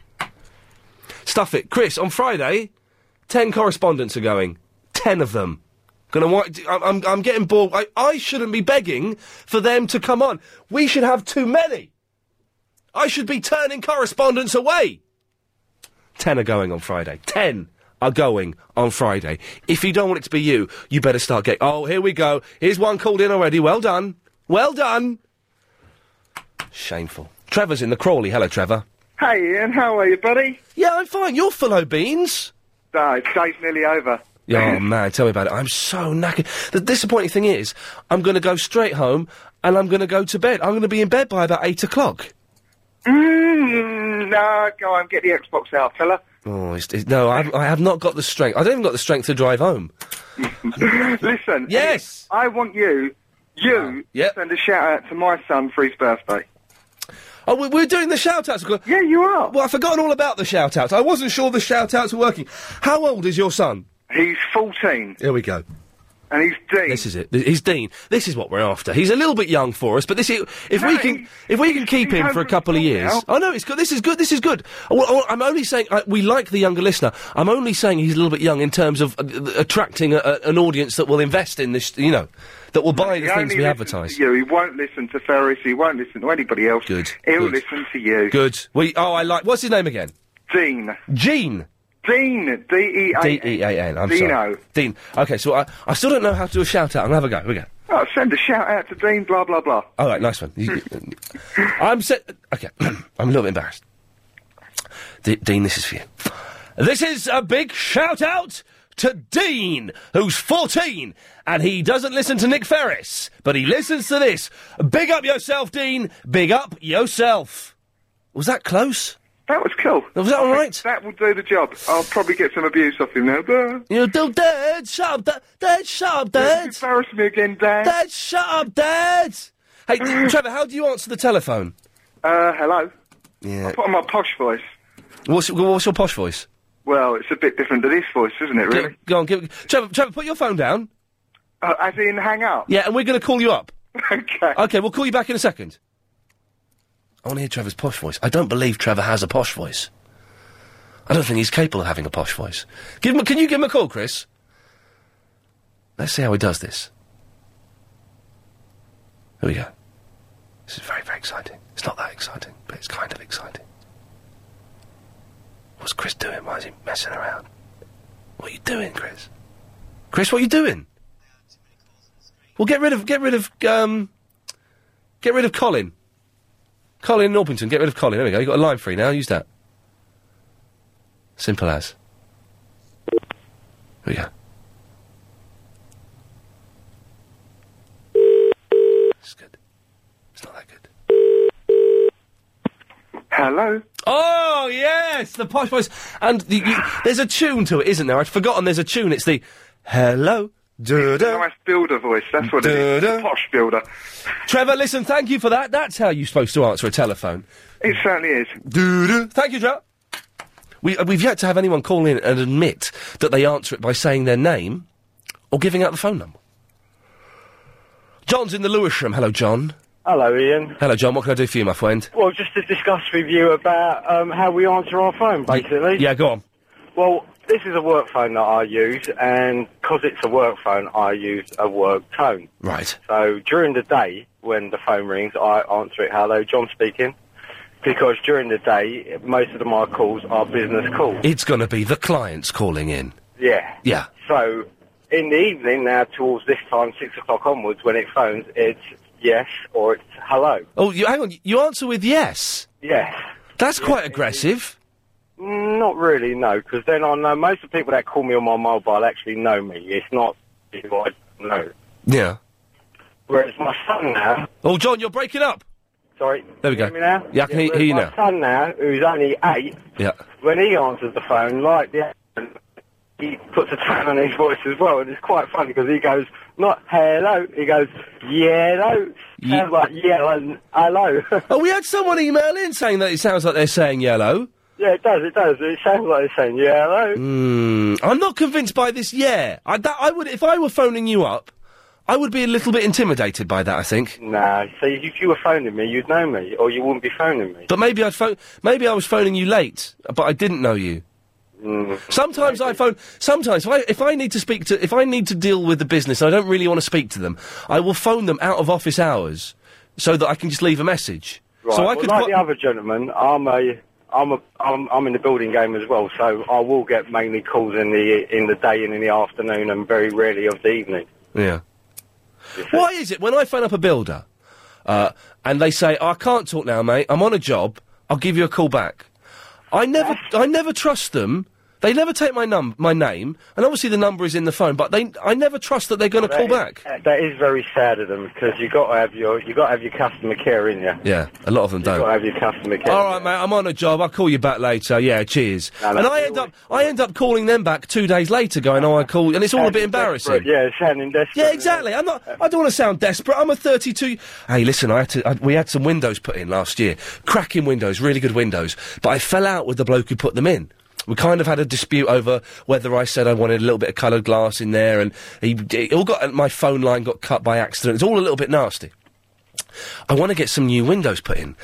Speaker 1: Stuff it. Chris, on Friday, 10 correspondents are going. 10 of them. Gonna wa- I'm, I'm, I'm getting bored. I, I shouldn't be begging for them to come on. We should have too many. I should be turning correspondents away. 10 are going on Friday. 10 are going on Friday. If you don't want it to be you, you better start getting. Oh, here we go. Here's one called in already. Well done. Well done. Shameful. Trevor's in the Crawley. Hello, Trevor.
Speaker 3: Hey Ian, how are you, buddy?
Speaker 1: Yeah, I'm fine. You're full o' beans.
Speaker 3: No, day's nearly over.
Speaker 1: Yeah, Oh, man, tell me about it. I'm so knackered. The disappointing thing is, I'm going to go straight home and I'm going to go to bed. I'm going to be in bed by about 8 o'clock.
Speaker 3: Mm, no, go on, get the Xbox out, fella.
Speaker 1: Oh, it's, it's, no, I, I have not got the strength. I don't even got the strength to drive home.
Speaker 3: Listen, yes, I want you, you
Speaker 1: Ah,
Speaker 3: to send a shout out to my son for his birthday.
Speaker 1: Oh, we- we're doing the shout outs.
Speaker 3: Yeah, you are.
Speaker 1: Well, I've forgotten all about the shout outs. I wasn't sure the shout outs were working. How old is your son?
Speaker 3: He's 14.
Speaker 1: Here we go.
Speaker 3: And he's Dean.
Speaker 1: This is it. Th- He's Dean. This is what we're after. He's a little bit young for us, but this is, if we can if we can keep him for a couple of years. Oh no, it's good. This is good. This is good. I- I- I'm only saying I, we like the younger listener. I'm only saying he's a little bit young in terms of uh, th- attracting a, a, an audience that will invest in this. You know, that will buy
Speaker 3: He
Speaker 1: the things
Speaker 3: only
Speaker 1: we
Speaker 3: listens
Speaker 1: advertise.
Speaker 3: to You, he won't listen to Ferris. He won't listen to anybody else. Good. He'll
Speaker 1: good.
Speaker 3: listen to you,
Speaker 1: Good. We. Oh, I like. What's his name again?
Speaker 3: Dean.
Speaker 1: Gene.
Speaker 3: Dean. D E A.
Speaker 1: D E A N. I'm sorry.
Speaker 3: Dino.
Speaker 1: Dean. Okay, so I, I still don't know how to do a shout out. I'll have a go. Here we go.
Speaker 3: Oh, send a shout out to Dean. Blah blah blah.
Speaker 1: All right, nice one. You- I'm set. Okay, I'm a little bit embarrassed. D- Dean, this is for you. This is a big shout out to Dean, who's 14, and he doesn't listen to Nick Ferris, but he listens to this. Big up yourself, Dean. Big up yourself. Was that close?
Speaker 3: That was cool.
Speaker 1: Was that all right?
Speaker 3: That will do the job. I'll probably get some abuse off him now. But
Speaker 1: You do dad, shut up, dad, dad, shut up, dad.
Speaker 3: Embarrass me again, dad.
Speaker 1: Dad, shut up, dad. Hey, Trevor, how do you answer the telephone?
Speaker 3: Uh, hello.
Speaker 1: Yeah.
Speaker 3: I put on my posh voice.
Speaker 1: What's, what's your posh voice?
Speaker 3: Well, it's a bit different to this voice, isn't it? Really?
Speaker 1: Go on, give, Trevor, Trevor, put your phone down.
Speaker 3: Uh, as in, hang up.
Speaker 1: Yeah, and we're going to call you up.
Speaker 3: okay.
Speaker 1: Okay, we'll call you back in a second. I want to hear Trevor's posh voice. I don't believe Trevor has a posh voice. I don't think he's capable of having a posh voice. Give him. a- Can you give him a call, Chris? Let's see how he does this. Here we go. This is very, very exciting. It's not that exciting, but it's kind of exciting. What's Chris doing? Why is he messing around? What are you doing, Chris? Chris, what are you doing? Well, get rid of get rid of um, get rid of Colin. Colin Norpington, get rid of Colin. There we go. You've got a line free now. Use that. Simple as. Here we go.
Speaker 3: Hello.
Speaker 1: Oh yes, the Posh Boys, and the, you, there's a tune to it, isn't there? I'd forgotten. There's a tune. It's the Hello. duh,
Speaker 3: It's a
Speaker 1: duh.
Speaker 3: nice builder voice. That's what it is.
Speaker 1: Duh-duh.
Speaker 3: A posh builder.
Speaker 1: Trevor, listen. Thank you for that. That's how you're supposed to answer a telephone.
Speaker 3: It certainly is.
Speaker 1: Doo-doo. Thank you, Trevor. We, uh, we've yet to have anyone call in and admit that they answer it by saying their name or giving out the phone number. John's in the Lewisham. Hello, John.
Speaker 14: Hello, Ian.
Speaker 1: Hello, John. What can I do for you, my friend?
Speaker 14: Well, just to discuss with you about um, how we answer our phone, basically.
Speaker 1: Yeah, go on.
Speaker 14: Well, this is a work phone that I use, and because it's a work phone, I use a work tone.
Speaker 1: Right.
Speaker 14: So during the day, when the phone rings, I answer it, hello, John speaking, because during the day, most of my calls are business calls.
Speaker 1: It's going to be the clients calling in.
Speaker 14: Yeah.
Speaker 1: Yeah.
Speaker 14: So in the evening now, towards this time, 6 o'clock onwards, when it phones, it's yes or it's hello.
Speaker 1: Oh, you, hang on. You answer with yes.
Speaker 14: Yes.
Speaker 1: That's quite aggressive.
Speaker 14: Not really, no, because then I know most of the people that call me on my mobile actually know me. It's not people I don't know.
Speaker 1: Yeah.
Speaker 14: Whereas my son now,
Speaker 1: Oh, John, you're breaking up.
Speaker 14: sorry,
Speaker 1: There we go.
Speaker 14: Can you hear me now?
Speaker 1: Yeah, I can hear,
Speaker 14: whereas
Speaker 1: hear you
Speaker 14: my
Speaker 1: now.
Speaker 14: son now, who's only eight,
Speaker 1: Yeah.
Speaker 14: when he answers the phone, like the elephant, he puts a tone on his voice as well, and it's quite funny because he goes not hello, he goes yellow, sounds like yellow and hello.
Speaker 1: Oh, we had someone email in saying that it sounds like they're saying yellow.
Speaker 14: yeah, it does, it does. It sounds like he's saying yellow.
Speaker 1: Mm, I'm not convinced by this. Yeah, I, that, I would. If I were phoning you up, I would be a little bit intimidated by that. I think.
Speaker 14: Nah, see, if you were phoning me, you'd know me, or you wouldn't be phoning me.
Speaker 1: But maybe I'd phone. Maybe I was phoning you late, but I didn't know you.
Speaker 14: Hmm.
Speaker 1: Sometimes I phone. Sometimes if I, if I need to speak to, if I need to deal with the business, and I don't really want to speak to them. I will phone them out of office hours, so that I can just leave a message.
Speaker 14: Right.
Speaker 1: So I
Speaker 14: well,
Speaker 1: could.
Speaker 14: like
Speaker 1: po-
Speaker 14: the other gentleman, I'm a, I'm a, I'm, I'm in the building game as well, so I will get mainly calls in the in the day and in the afternoon, and very rarely of the evening.
Speaker 1: Yeah. Why is it when I phone up a builder uh, and they say, I can't talk now, mate, I'm on a job, I'll give you a call back? I never, I never trust them. They never take my num- my name, and obviously the number is in the phone. But they, I never trust that they're going to
Speaker 14: That
Speaker 1: call
Speaker 14: is-
Speaker 1: back.
Speaker 14: uh, that is very sad of them because you got to have your you got to have your customer care in you.
Speaker 1: Yeah, a lot of them
Speaker 14: You got to
Speaker 1: don't.
Speaker 14: have your customer care.
Speaker 1: All right, mate, I'm on a job. I'll call you back later. Yeah, cheers.
Speaker 14: No, no,
Speaker 1: and I end up, I end up calling them back two days later, going, "Oh, I called," and it's all a bit embarrassing.
Speaker 14: Yeah, sounding desperate.
Speaker 1: Yeah, exactly. I'm not. I don't want to sound desperate. I'm a 32. Hey, listen, I had to. I, we had some windows put in last year. Cracking windows, really good windows. But I fell out with the bloke who put them in. We kind of had a dispute over whether I said I wanted a little bit of coloured glass in there, and he it all got. and My phone line got cut by accident. It's all a little bit nasty. I want to get some new windows put in.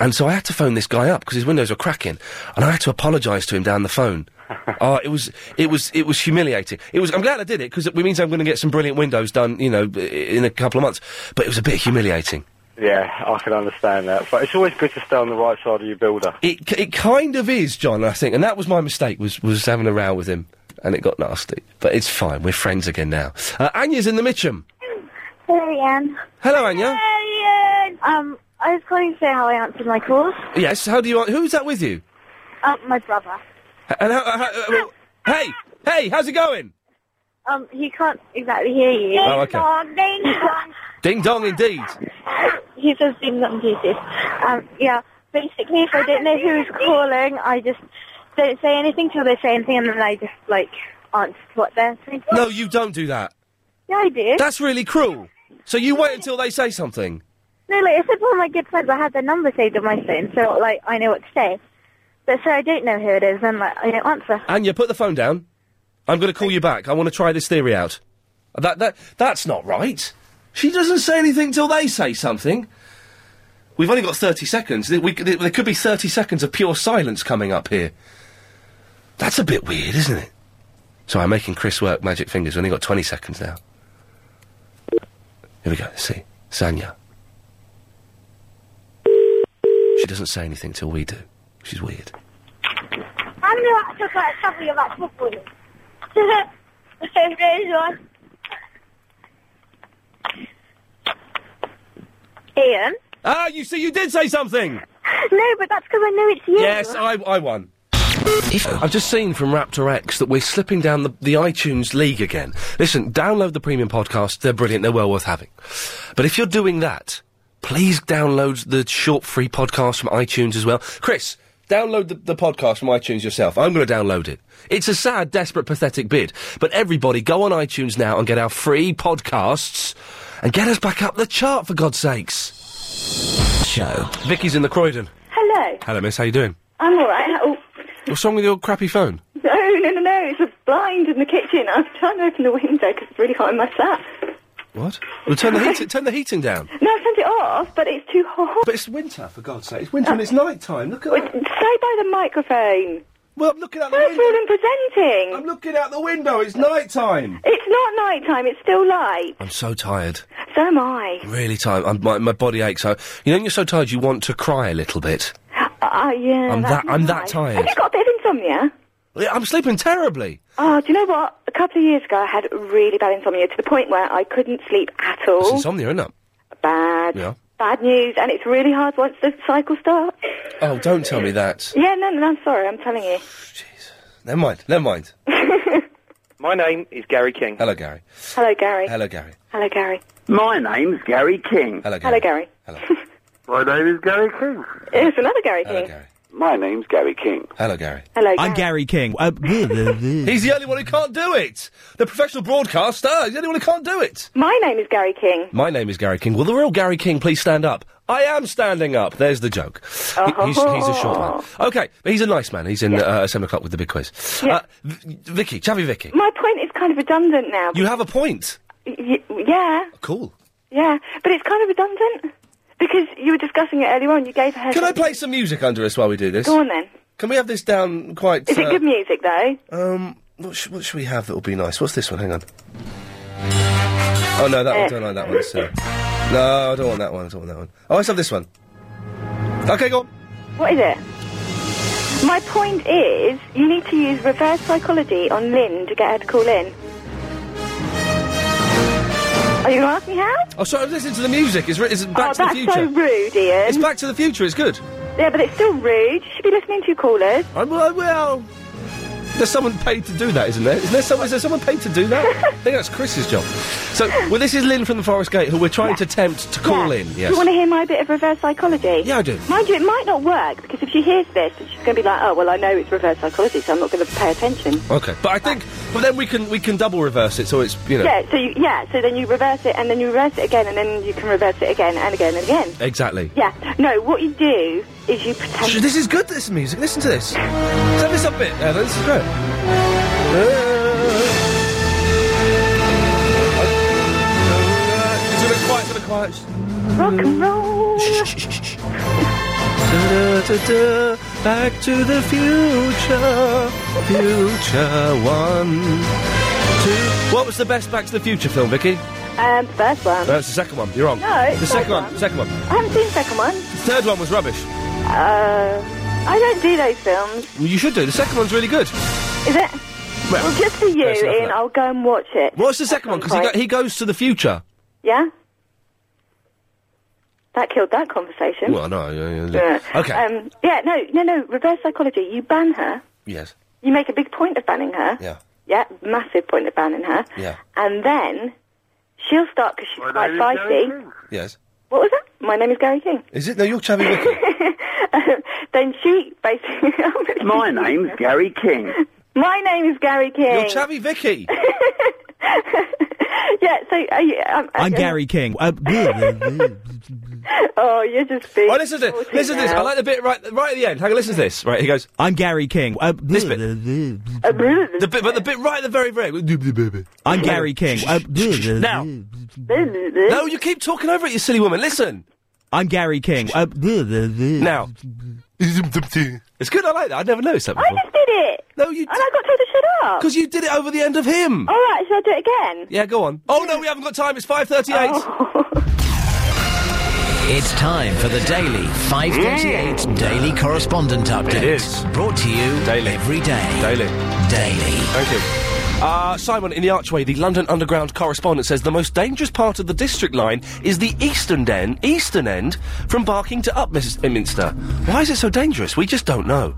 Speaker 1: And so I had to phone this guy up because his windows were cracking. And I had to apologise to him down the phone. oh, it was, it was, it was humiliating. It was, I'm glad I did it because it means I'm going to get some brilliant windows done, you know, i- in a couple of months. But it was a bit humiliating.
Speaker 14: Yeah, I can understand that, but it's always good to stay on the right side of your builder.
Speaker 1: It, c- it kind of is, John, I think. And that was my mistake, was, was having a row with him. And it got nasty. But it's fine. We're friends again now. Uh, Anya's in the Mitcham.
Speaker 12: Hey, Ian.
Speaker 1: Hello, Anya.
Speaker 12: Hey, Ian. Um, I was calling to say how I answered my calls.
Speaker 1: Yes, how do you, who's that with you?
Speaker 21: Uh,
Speaker 12: Um, my brother.
Speaker 1: H- And how, how- uh, hey, hey, how's it going?
Speaker 12: Um, he can't exactly hear you.
Speaker 1: Oh, okay. Ding dong indeed.
Speaker 12: he says things on pieces. Um, yeah. Basically, if I don't know who's calling, I just don't say anything till they say anything, and then I just like answer what they're saying.
Speaker 1: No, you don't do that.
Speaker 12: Yeah, I do.
Speaker 1: That's really cruel. So you wait until they say something.
Speaker 12: No, like I said, one of my good friends, I had their number saved on my phone, so like I know what to say. But so I don't know who it is, then like I don't answer.
Speaker 1: Anya, put the phone down. I'm going to call you back. I want to try this theory out. That that that's not right. She doesn't say anything till they say something. We've only got 30 seconds. There- we- there could be 30 seconds of pure silence coming up here. That's a bit weird, isn't it? So I'm making Chris work magic fingers. We've only got 20 seconds now. Here we go. Let's see. Sanya. She doesn't say anything till we do. She's weird.
Speaker 12: I'm not actually quite happy about football. Ian,
Speaker 1: Ah, you see, you did say something.
Speaker 12: No, but that's because I know it's you.
Speaker 1: Yes, I, I won. I've just seen from Raptor X that we're slipping down the, the iTunes league again. Listen, download the premium podcast. They're brilliant. They're well worth having. But if you're doing that, please download the short free podcast from iTunes as well. Chris, download the, the podcast from iTunes yourself. I'm going to download it. It's a sad, desperate, pathetic bid. But everybody, go on iTunes now and get our free podcasts and get us back up the chart, for God's sakes. Show. Vicky's in the Croydon.
Speaker 2: Hello.
Speaker 1: Hello, miss. How you doing?
Speaker 2: I'm all right. Oh,
Speaker 1: What's wrong with your crappy phone?
Speaker 2: no, no, no, no. It's a blind in the kitchen. I'm trying to open the window because it's really hot in my flat.
Speaker 1: What? Well, turn the heat, turn the heating down.
Speaker 2: No, I turned it off, but it's too hot. Uh,
Speaker 1: But it's winter, for God's sake. It's winter and it's night time. Look at that.
Speaker 2: Say by the microphone.
Speaker 1: Well, I'm looking out
Speaker 2: the window. and presenting.
Speaker 1: I'm looking out the window. It's night time.
Speaker 2: It's not night time. It's still light.
Speaker 1: I'm so tired.
Speaker 2: So am I.
Speaker 1: Really tired. I'm, my, my body aches. I, you know, when you're so tired, you want to cry a little bit.
Speaker 2: Ah, yeah.
Speaker 1: I'm
Speaker 2: that's
Speaker 1: that. I'm
Speaker 2: nice.
Speaker 1: that
Speaker 2: Have
Speaker 1: tired.
Speaker 2: you got a bit of insomnia?
Speaker 1: Yeah, I'm sleeping terribly.
Speaker 2: Oh, do you know what? A couple of years ago, I had really bad insomnia to the point where I couldn't sleep at all.
Speaker 1: It's insomnia, isn't it?
Speaker 2: Bad.
Speaker 1: Yeah.
Speaker 2: Bad news, and it's really hard once the cycle starts.
Speaker 1: Oh, don't tell me that.
Speaker 2: Yeah, no, no, no, I'm sorry, I'm telling you.
Speaker 1: Never mind. Never mind.
Speaker 22: My name is Gary King.
Speaker 1: Hello, Gary.
Speaker 2: Hello, Gary.
Speaker 1: Hello, Gary.
Speaker 2: Hello, Gary.
Speaker 22: My name's Gary King.
Speaker 1: Hello,
Speaker 2: Hello, Gary.
Speaker 22: My name is Gary King.
Speaker 1: Uh,
Speaker 2: It's another Gary King.
Speaker 22: My name's Gary King.
Speaker 1: Hello, Gary.
Speaker 2: Hello,
Speaker 15: I'm Gary King. Uh,
Speaker 1: He's the only one who can't do it. The professional broadcaster. He's the only one who can't do it.
Speaker 2: My name is Gary King.
Speaker 1: My name is Gary King. Will the real Gary King please stand up? I am standing up. There's the joke. He-
Speaker 2: Uh-huh.
Speaker 1: he's, he's a short man. Okay, but he's a nice man. He's in uh, seven o'clock with the big quiz. Uh, v- Vicky, Chavy Vicky,
Speaker 2: My point is kind of redundant now.
Speaker 1: you have a point.
Speaker 2: Y- y- yeah,
Speaker 1: Cool.
Speaker 2: yeah, but it's kind of redundant because you were discussing it earlier on. You gave her.
Speaker 1: Can I play some music under us while we do this?
Speaker 2: Go on then.
Speaker 1: Can we have this down quite?
Speaker 2: Is
Speaker 1: uh,
Speaker 2: it good music though?
Speaker 1: Um, what, sh- what should we have that will be nice? What's this one? Hang on. Oh no, that one. Don't like that one. It's, uh, no, I don't want that one. I don't want that one. Oh, let's have this one. Okay, go. on.
Speaker 2: What is it? My point is, you need to use reverse psychology on Lynn to get her to call in. Are you going to ask me how?
Speaker 1: Oh, sorry, I'm listening to the music. It's, re- it's Back
Speaker 2: oh,
Speaker 1: to the
Speaker 2: that's
Speaker 1: Future.
Speaker 2: so rude, Ian.
Speaker 1: It's Back to the Future. It's good.
Speaker 2: Yeah, but it's still rude. You should be listening to your callers.
Speaker 1: I'm, well, well, there's someone paid to do that, isn't there? Isn't there some, is there someone paid to do that? I think that's Chris's job. So, well, this is Lynn from the Forest Gate, who we're trying to tempt to call in.
Speaker 2: Do you
Speaker 1: Yes.
Speaker 2: want to hear my bit of reverse psychology?
Speaker 1: Yeah, I do.
Speaker 2: Mind you, it might not work because if she hears this, she's going to be like, "Oh, well, I know it's reverse psychology, so I'm not going to pay attention."
Speaker 1: Okay, but I think, but then we can we can double reverse it, so it's you know.
Speaker 2: Yeah. So you, yeah. So then you reverse it, and then you reverse it again, and then you can reverse it again and again and again.
Speaker 1: Exactly.
Speaker 2: Yeah. No. What you do is you pretend.
Speaker 1: Sh- This is good, this music. Listen to this. Let's have this up a bit, Ella. This is great. Uh, It's a bit quiet, it's a bit quiet.
Speaker 2: Rock and roll.
Speaker 1: Da-da-da-da, Back to the future, future one, two. What was the best Back to the Future film, Vicky?
Speaker 2: Um, first one.
Speaker 1: No, it's the second one. You're wrong.
Speaker 2: No, it's
Speaker 1: the second
Speaker 2: third
Speaker 1: one.
Speaker 2: one.
Speaker 1: The second one.
Speaker 2: I haven't seen the second one.
Speaker 1: The third one was rubbish.
Speaker 2: Uh, I don't do those films.
Speaker 1: You should do. The second one's really good.
Speaker 2: Is it?
Speaker 1: Well,
Speaker 2: just for you,
Speaker 1: that's enough of
Speaker 2: Ian.
Speaker 1: that.
Speaker 2: I'll go and watch it.
Speaker 1: What's the second one? Because he, go- he goes to the future.
Speaker 2: Yeah. That killed that conversation.
Speaker 1: Well, no. yeah, yeah,
Speaker 2: Yeah.
Speaker 1: yeah. Okay.
Speaker 2: Um, yeah, no, no, no. Reverse psychology. You ban her.
Speaker 1: yes.
Speaker 2: You make a big point of banning her.
Speaker 1: Yeah.
Speaker 2: Yeah, massive point of banning her.
Speaker 1: Yeah.
Speaker 2: And then she'll start because she's quite feisty.
Speaker 1: Yes.
Speaker 2: What was that? My name is Gary King. Um,
Speaker 1: Is it? No, you're Chubby Vicky.
Speaker 2: then she basically. oh,
Speaker 22: My name's Gary King.
Speaker 2: My name is Gary King.
Speaker 1: You're Chubby Vicky.
Speaker 2: yeah. So are you, um,
Speaker 15: I'm
Speaker 2: uh,
Speaker 15: Gary King. Uh,
Speaker 2: Oh, you're just being.
Speaker 1: Oh, listen to this.
Speaker 2: naughty
Speaker 1: Listen to this.
Speaker 2: now.
Speaker 1: I like the bit right, right at the end. Hang on, listen to this. Right, he goes. I'm Gary King. Uh, this bit.
Speaker 2: Uh,
Speaker 1: the bit, but the bit right at the very, very.
Speaker 15: I'm Gary King. Uh,
Speaker 1: now. No, you keep talking over it, you silly woman. Listen.
Speaker 15: I'm Gary King. Uh,
Speaker 1: Now. It's good. I like that. I never noticed that
Speaker 2: I
Speaker 1: before.
Speaker 2: just did it.
Speaker 1: No, you. And
Speaker 2: I got told to shut up.
Speaker 1: Because you did it over the end of him.
Speaker 2: All right, should I do it again?
Speaker 1: Yeah, go on. Oh no, we haven't got time. It's five thirty-eight.
Speaker 16: It's time for the daily 538 Daily Correspondent Update. It is. Brought to you daily. every day. Daily. Daily.
Speaker 1: Thank you. Uh, Simon in the Archway, the London Underground correspondent, says the most dangerous part of the District line is the eastern end, eastern end from Barking to Upminster. Why is it so dangerous? We just don't know.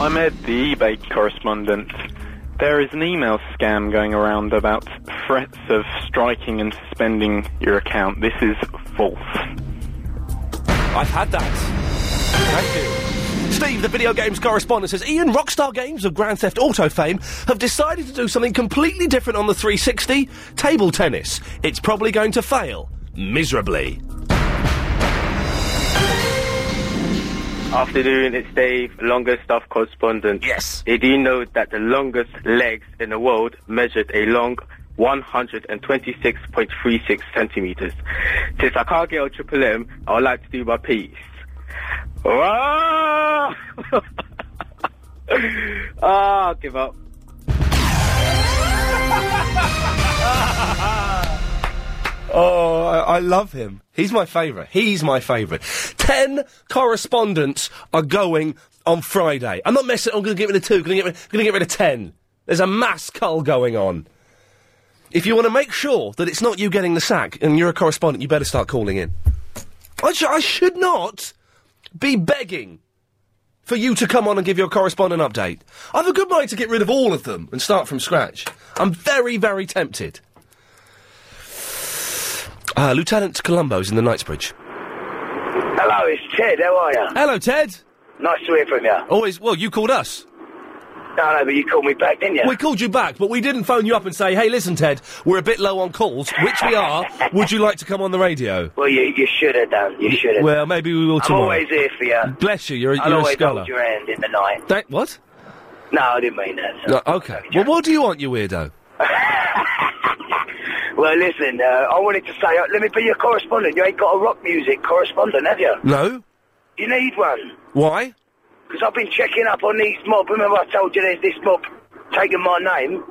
Speaker 17: I'm Ed, the eBay correspondent. There is an email scam going around about threats of striking and suspending your account. This is false.
Speaker 1: I've had that. Thank you. Steve, the video games correspondent, says Ian, Rockstar Games of Grand Theft Auto fame, have decided to do something completely different on the 360 table tennis. It's probably going to fail miserably.
Speaker 18: Afternoon, it's Dave, longest staff correspondent.
Speaker 1: Yes.
Speaker 18: Did you know that the longest legs in the world measured a long 126.36 centimeters? Since I can't get a triple M, I would like to do my piece. Ah, Ah, I'll give up.
Speaker 1: Oh, I, I love him. He's my favourite. He's my favourite. Ten correspondents are going on Friday. I'm not messing. I'm going to get rid of two. Going to get rid. Going to get rid of ten. There's a mass cull going on. If you want to make sure that it's not you getting the sack and you're a correspondent, you better start calling in. I, sh- I should not be begging for you to come on and give your correspondent update. I've a good mind to get rid of all of them and start from scratch. I'm very, very tempted. Uh, Lieutenant Columbo's in the Knightsbridge.
Speaker 10: Hello, it's Ted. How are you?
Speaker 1: Hello, Ted.
Speaker 10: Nice to hear from you.
Speaker 1: Always, well, you called us.
Speaker 10: No, no, but you called me back, didn't you?
Speaker 1: We called you back, but we didn't phone you up and say, hey, listen, Ted, we're a bit low on calls, which we are. Would you like to come on the radio?
Speaker 10: Well, you, you should have done. You should have.
Speaker 1: Well, maybe we will
Speaker 10: I'm
Speaker 1: tomorrow.
Speaker 10: always here for you.
Speaker 1: Bless you, you're, a-
Speaker 10: I'll
Speaker 1: you're a
Speaker 10: always
Speaker 1: scholar.
Speaker 10: hold your hand in the night.
Speaker 1: That, what?
Speaker 10: No, I didn't mean that.
Speaker 1: No, Uh, okay. Well, what do you want, you weirdo?
Speaker 10: Well, listen, uh, I wanted to say, uh, let me be your correspondent. You ain't got a rock music correspondent, have you?
Speaker 1: No?
Speaker 10: You need one.
Speaker 1: Why?
Speaker 10: Because I've been checking up on these mob. Remember I told you there's this mob taking my name?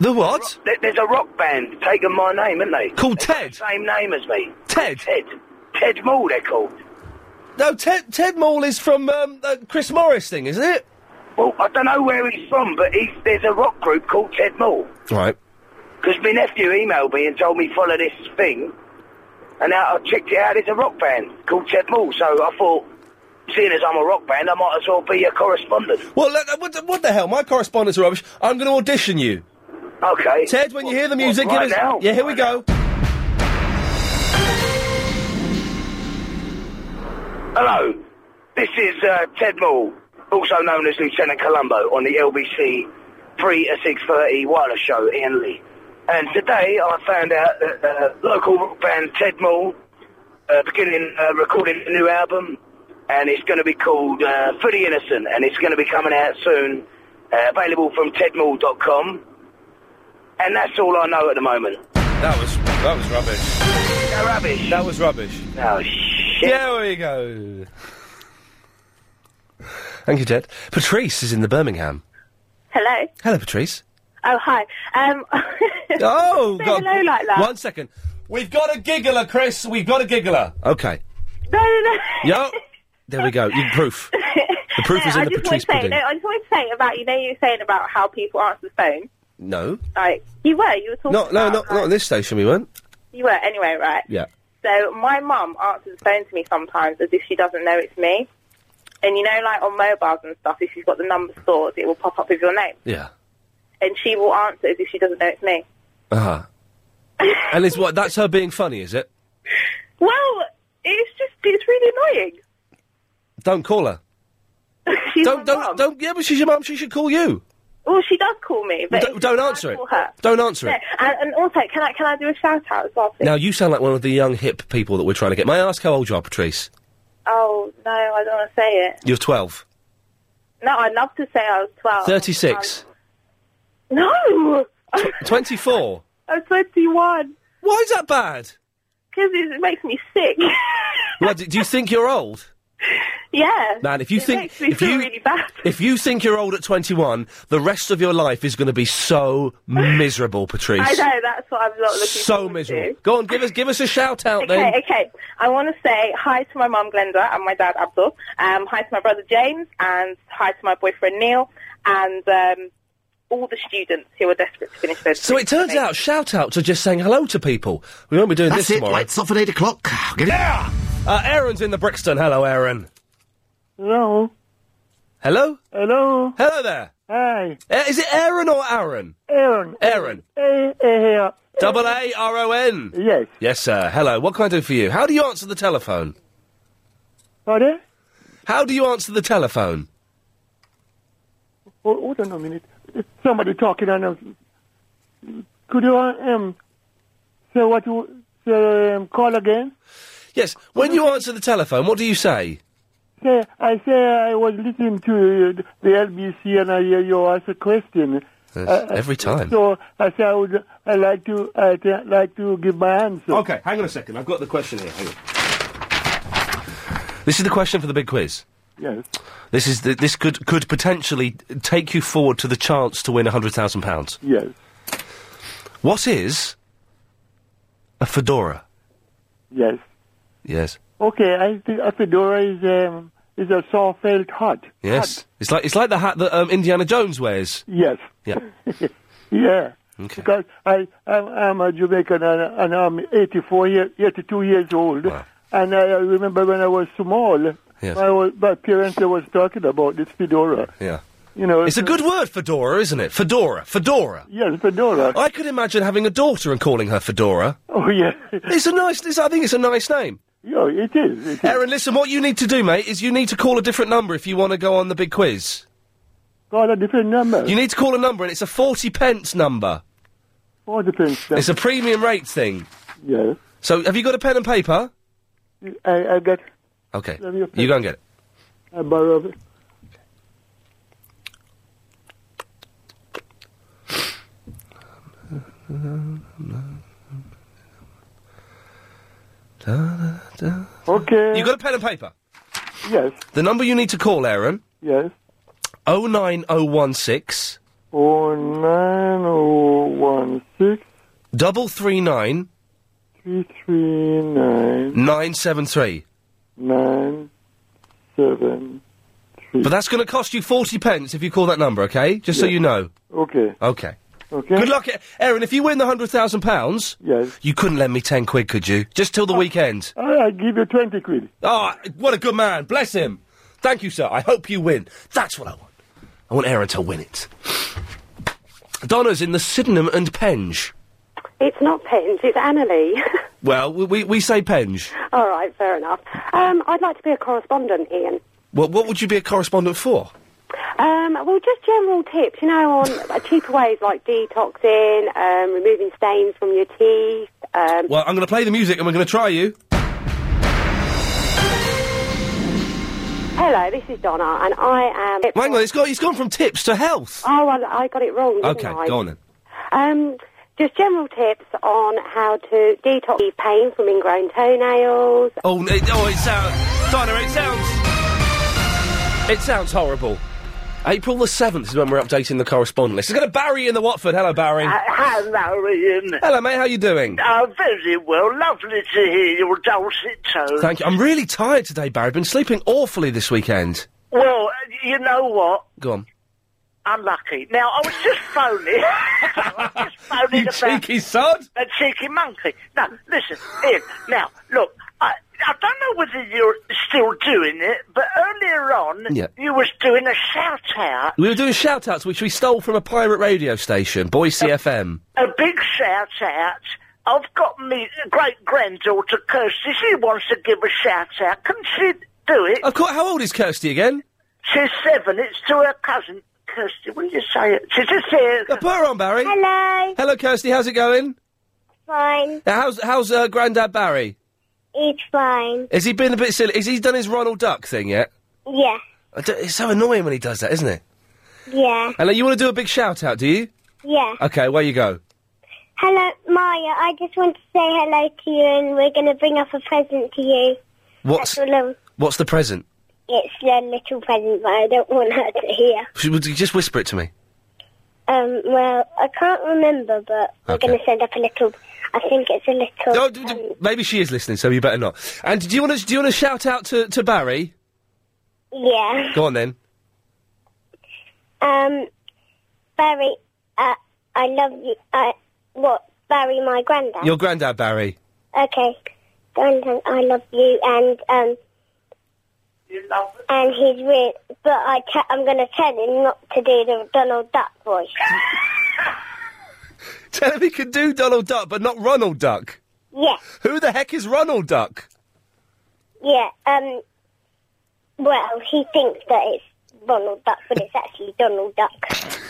Speaker 1: The what?
Speaker 10: There- There's a rock band taking my name, isn't they?
Speaker 1: Called Ted?
Speaker 10: Same name as me.
Speaker 1: Ted?
Speaker 10: Ted. Ted Moore, they're called.
Speaker 1: No, Ted, Ted Maul is from um, uh, Chris Morris thing, isn't it?
Speaker 10: Well, I don't know where he's from, but he's, there's a rock group called Ted Moore.
Speaker 1: Right.
Speaker 10: Because my nephew emailed me and told me follow this thing, and I I checked it out. It's a rock band called Ted Moore. So I thought, seeing as I'm a rock band, I might as well be a correspondent.
Speaker 1: Well, let- uh, what, the- what the hell? My correspondents are rubbish. I'm going to audition you.
Speaker 10: Okay.
Speaker 1: Ted, when you hear the music,
Speaker 10: right
Speaker 1: give us.
Speaker 10: now?
Speaker 1: Yeah, here we go.
Speaker 10: Hello, this is uh, Ted Moore, also known as Lieutenant Columbo, on the LBC three to six thirty wireless show, Ian Lee. And today I found out that uh, local rock band Ted Moore uh, beginning uh, recording a new album, and it's going to be called uh, For the Innocent, and it's going to be coming out soon, uh, available from tedmall.com. And that's all I know at the moment.
Speaker 1: That was that was rubbish.
Speaker 10: That rubbish.
Speaker 1: That was rubbish.
Speaker 10: Oh shit.
Speaker 1: Yeah, there you go. Thank you, Ted. Patrice is in the Birmingham.
Speaker 11: Hello.
Speaker 1: Hello, Patrice.
Speaker 11: Oh, hi. Um,
Speaker 1: Oh,
Speaker 11: say
Speaker 1: God.
Speaker 11: hello like that.
Speaker 1: One second. We've got a giggler, Chris. We've got a giggler. Okay.
Speaker 11: No, no, no.
Speaker 1: Yo. There we go. You proof. The proof
Speaker 11: No,
Speaker 1: is in
Speaker 11: I
Speaker 1: the
Speaker 11: just want
Speaker 1: Patrice
Speaker 11: to say,
Speaker 1: pudding.
Speaker 11: no, I just wanted to say about you know you were saying about how people answer the phone.
Speaker 1: No.
Speaker 11: Like you were, you were talking.
Speaker 1: No, no,
Speaker 11: about,
Speaker 1: not, not on this station we weren't.
Speaker 11: You were anyway, right?
Speaker 1: Yeah.
Speaker 11: So my mum answers the phone to me sometimes as if she doesn't know it's me. And you know, like on mobiles and stuff, if you've got the number stored, it will pop up with your name,
Speaker 1: Yeah.
Speaker 11: and she will answer as if she doesn't know it's me.
Speaker 1: Uh huh. and it's what? That's her being funny, is it?
Speaker 11: Well, it's just it's really annoying.
Speaker 1: Don't call her. don't, don't, don't. Yeah, but she's your mum. She should call you.
Speaker 11: Well, she does call me, but
Speaker 1: Don't, don't answer it.
Speaker 11: call her.
Speaker 1: Don't answer it.
Speaker 11: No, and, and also, can I can I do a shout out as well? Please?
Speaker 1: Now you sound like one of the young hip people that we're trying to get. May I ask how old you are, Patrice?
Speaker 11: Oh no, I don't want to say it.
Speaker 1: You're 12.
Speaker 11: No, I'd love to say I was twelve.
Speaker 1: 36.
Speaker 11: Um, no,
Speaker 1: 24.
Speaker 11: I'm twenty-one.
Speaker 1: Why is that bad?
Speaker 11: Because it makes me sick.
Speaker 1: What, do do you think you're old?
Speaker 15: Yeah.
Speaker 1: Man, if you
Speaker 15: It
Speaker 1: think
Speaker 15: makes me
Speaker 1: if
Speaker 15: feel
Speaker 1: you
Speaker 15: really bad.
Speaker 1: if you think you're old at 21, the rest of your life is going to be so miserable, Patrice.
Speaker 15: I know that's what I'm not looking
Speaker 1: so
Speaker 15: forward to.
Speaker 1: miserable. Go on, give us give us a shout out
Speaker 15: Okay,
Speaker 1: then.
Speaker 15: okay. I want to say hi to my mum Glenda and my dad Abdul. Um, hi to my brother James and hi to my boyfriend Neil and um, all the students who are desperate to finish their.
Speaker 1: So it turns out shout outs are just saying hello to people. We won't be doing
Speaker 15: That's
Speaker 1: this
Speaker 15: it,
Speaker 1: tomorrow. Lights off at eight o'clock. Get yeah. Uh, Aaron's in the Brixton. Hello, Aaron.
Speaker 25: Hello.
Speaker 1: Hello.
Speaker 25: Hello.
Speaker 1: Hello there.
Speaker 25: Hi.
Speaker 1: Uh, is it Aaron or Aaron?
Speaker 25: Aaron.
Speaker 1: Aaron.
Speaker 25: Eh, eh, here.
Speaker 1: Double A R O N.
Speaker 25: Yes.
Speaker 1: Yes, sir. Hello. What can I do for you? How do you answer the telephone?
Speaker 25: Pardon?
Speaker 1: How do you answer the telephone?
Speaker 25: Oh, hold on a minute. There's Somebody talking and um, could you uh, um say what you say um, call again?
Speaker 1: Yes. When you answer the telephone, what do you say?
Speaker 25: Say I say I was listening to uh, the LBC and I hear you ask a question.
Speaker 1: Yes, every time.
Speaker 25: So I say I would I like to I like to give my answer.
Speaker 1: Okay, hang on a second. I've got the question here. Hang on. This is the question for the big quiz.
Speaker 25: Yes.
Speaker 1: This is the, this could could potentially take you forward to the chance to win hundred thousand pounds.
Speaker 25: Yes.
Speaker 1: What is a fedora?
Speaker 25: Yes.
Speaker 1: Yes.
Speaker 25: Okay, I think a fedora is um is a soft felt hat.
Speaker 1: Yes. It's like it's like the hat that um, Indiana Jones wears.
Speaker 25: Yes.
Speaker 1: Yeah.
Speaker 25: Yeah.
Speaker 1: Okay.
Speaker 25: Because I, I'm, I'm a Jamaican and, and I'm 84 year, 82 years old. And I I remember when I was small,
Speaker 1: Yes.
Speaker 25: my, wa- my parents they was talking about this fedora.
Speaker 1: Yeah.
Speaker 25: You know,
Speaker 1: It's a good word, fedora, isn't it? Fedora, fedora.
Speaker 25: Yes, fedora.
Speaker 1: I could imagine having a daughter and calling her Fedora.
Speaker 25: Oh yeah.
Speaker 1: It's a nice. It's, I think it's a nice name.
Speaker 25: Yeah, it is.
Speaker 1: Aaron, listen. What you need to do, mate, is you need to call a different number if you want to go on the big quiz.
Speaker 25: Call a different number.
Speaker 1: You need to call a number, and it's a forty pence number.
Speaker 25: All depends.
Speaker 1: It's a premium rate thing.
Speaker 25: Yeah.
Speaker 1: So, have you got a pen and paper?
Speaker 25: I, I got.
Speaker 1: Okay.
Speaker 25: Let me open-
Speaker 1: You go and get it.
Speaker 25: I borrow. it. Okay.
Speaker 1: You got a pen and paper.
Speaker 25: Oh, Yes.
Speaker 1: The number you need to call, Aaron.
Speaker 25: Yes.
Speaker 1: Oh nine oh one six
Speaker 25: Oh nine oh one six
Speaker 1: double three nine
Speaker 25: three three nine
Speaker 1: nine seven three.
Speaker 25: nine seven.
Speaker 1: But that's going to cost you forty pence if you call that number. Okay, just so
Speaker 25: Yeah.
Speaker 1: you know.
Speaker 25: Okay.
Speaker 1: Okay.
Speaker 25: Okay.
Speaker 1: Good luck, E-, Aaron. If you win the hundred thousand pounds,
Speaker 25: yes, Oh.
Speaker 1: you couldn't lend me ten quid, could you? Just till the weekend.
Speaker 25: All right, give you twenty quid.
Speaker 1: Ah, what a good man. Bless him. Thank you, sir. I hope you win. That's what I want. I want Aaron to win it. Donna's in the Sydenham and Penge.
Speaker 11: It's not Penge, it's Annalie.
Speaker 1: Well, we, we, we say Penge.
Speaker 11: All right, fair enough. Um, I'd like to be a correspondent, Ian.
Speaker 1: Well, what would you be a correspondent for?
Speaker 11: Um, well, just general tips, you know, on uh, cheaper ways like detoxing, um, removing stains from your teeth. Um,
Speaker 1: Well, I'm going to play the music and we're going to try you.
Speaker 11: hello, this is Donna, and I am.
Speaker 1: Hang on, it's, got, it's gone from tips to health.
Speaker 11: Oh, well, I got it wrong. Didn't
Speaker 1: Okay,
Speaker 11: I?
Speaker 1: go on then.
Speaker 11: Um, just general tips on how to detox the pain from ingrown toenails.
Speaker 1: Oh, n- it, oh, it sounds. Donna, it sounds. It sounds horrible. April the 7th is when we're updating the correspondent list. It's going to Barry in the Watford. Hello, Barry.
Speaker 9: Uh, hello, Ian.
Speaker 1: Hello, mate. How you doing?
Speaker 9: Oh, very well. Lovely to hear your dulcet tones.
Speaker 1: Thank you. I'm really tired today, Barry. I've been sleeping awfully this weekend.
Speaker 9: Well, uh, you know what?
Speaker 1: Go on.
Speaker 9: I'm lucky. Now, I was just phoning. I was just phoning
Speaker 1: You
Speaker 9: about...
Speaker 1: cheeky sod.
Speaker 9: A cheeky monkey. No, listen, Ian. Now, look, I, I don't know whether you're still doing it, but earlier on,
Speaker 1: Yeah.
Speaker 9: you was doing a shout-out.
Speaker 1: We were doing shout-outs, which we stole from a pirate radio station, Boise FM.
Speaker 9: A big shout-out. I've got me great-granddaughter, Kirsty. She wants to give a shout-out. Can she do it?
Speaker 1: Of course, how old is Kirsty again?
Speaker 9: She's seven. It's to her cousin, Kirsty. Will you say it? She's just here.
Speaker 1: Uh, put her on, Barry.
Speaker 9: Hello.
Speaker 1: Hello, Kirsty. How's it going?
Speaker 9: Fine.
Speaker 1: Uh, How's how's uh, Grandad Barry?
Speaker 9: It's fine.
Speaker 1: Has he been a bit silly? Has he done his Ronald Duck thing yet?
Speaker 9: Yeah.
Speaker 1: I don't- It's so annoying when he does that, isn't it?
Speaker 26: Yeah,
Speaker 1: Hello, you want to do a big shout-out, do you?
Speaker 26: yeah.
Speaker 1: Okay, where you go?
Speaker 26: Hello, Maya. I just want to say hello to you, and we're going to bring up a present to you.
Speaker 1: What's
Speaker 26: That's all I-
Speaker 1: what's the present?
Speaker 26: It's a little present, but I don't want her to hear.
Speaker 1: Sh- would you Just whisper it to me.
Speaker 26: Um, well, I can't remember, but we're
Speaker 1: Okay.
Speaker 26: going to send up a little. I think it's a little. um,
Speaker 1: No, d- d- maybe she is listening, so you better not. And do you want to do you want to shout out to, to Barry?
Speaker 26: Yeah.
Speaker 1: Go on then.
Speaker 26: Um, Barry, uh, I love you. Uh, what? Barry, my granddad.
Speaker 1: Your granddad Barry.
Speaker 26: Okay. Granddad, I love you, and um. You love. And he's real, but I te- I'm going to tell him not to do the Donald Duck voice.
Speaker 1: Tell him he can do Donald Duck, but not Ronald Duck.
Speaker 26: yeah,
Speaker 1: Who the heck is Ronald Duck?
Speaker 26: yeah. Um. Well, he thinks that it's Donald Duck, but it's actually Donald Duck.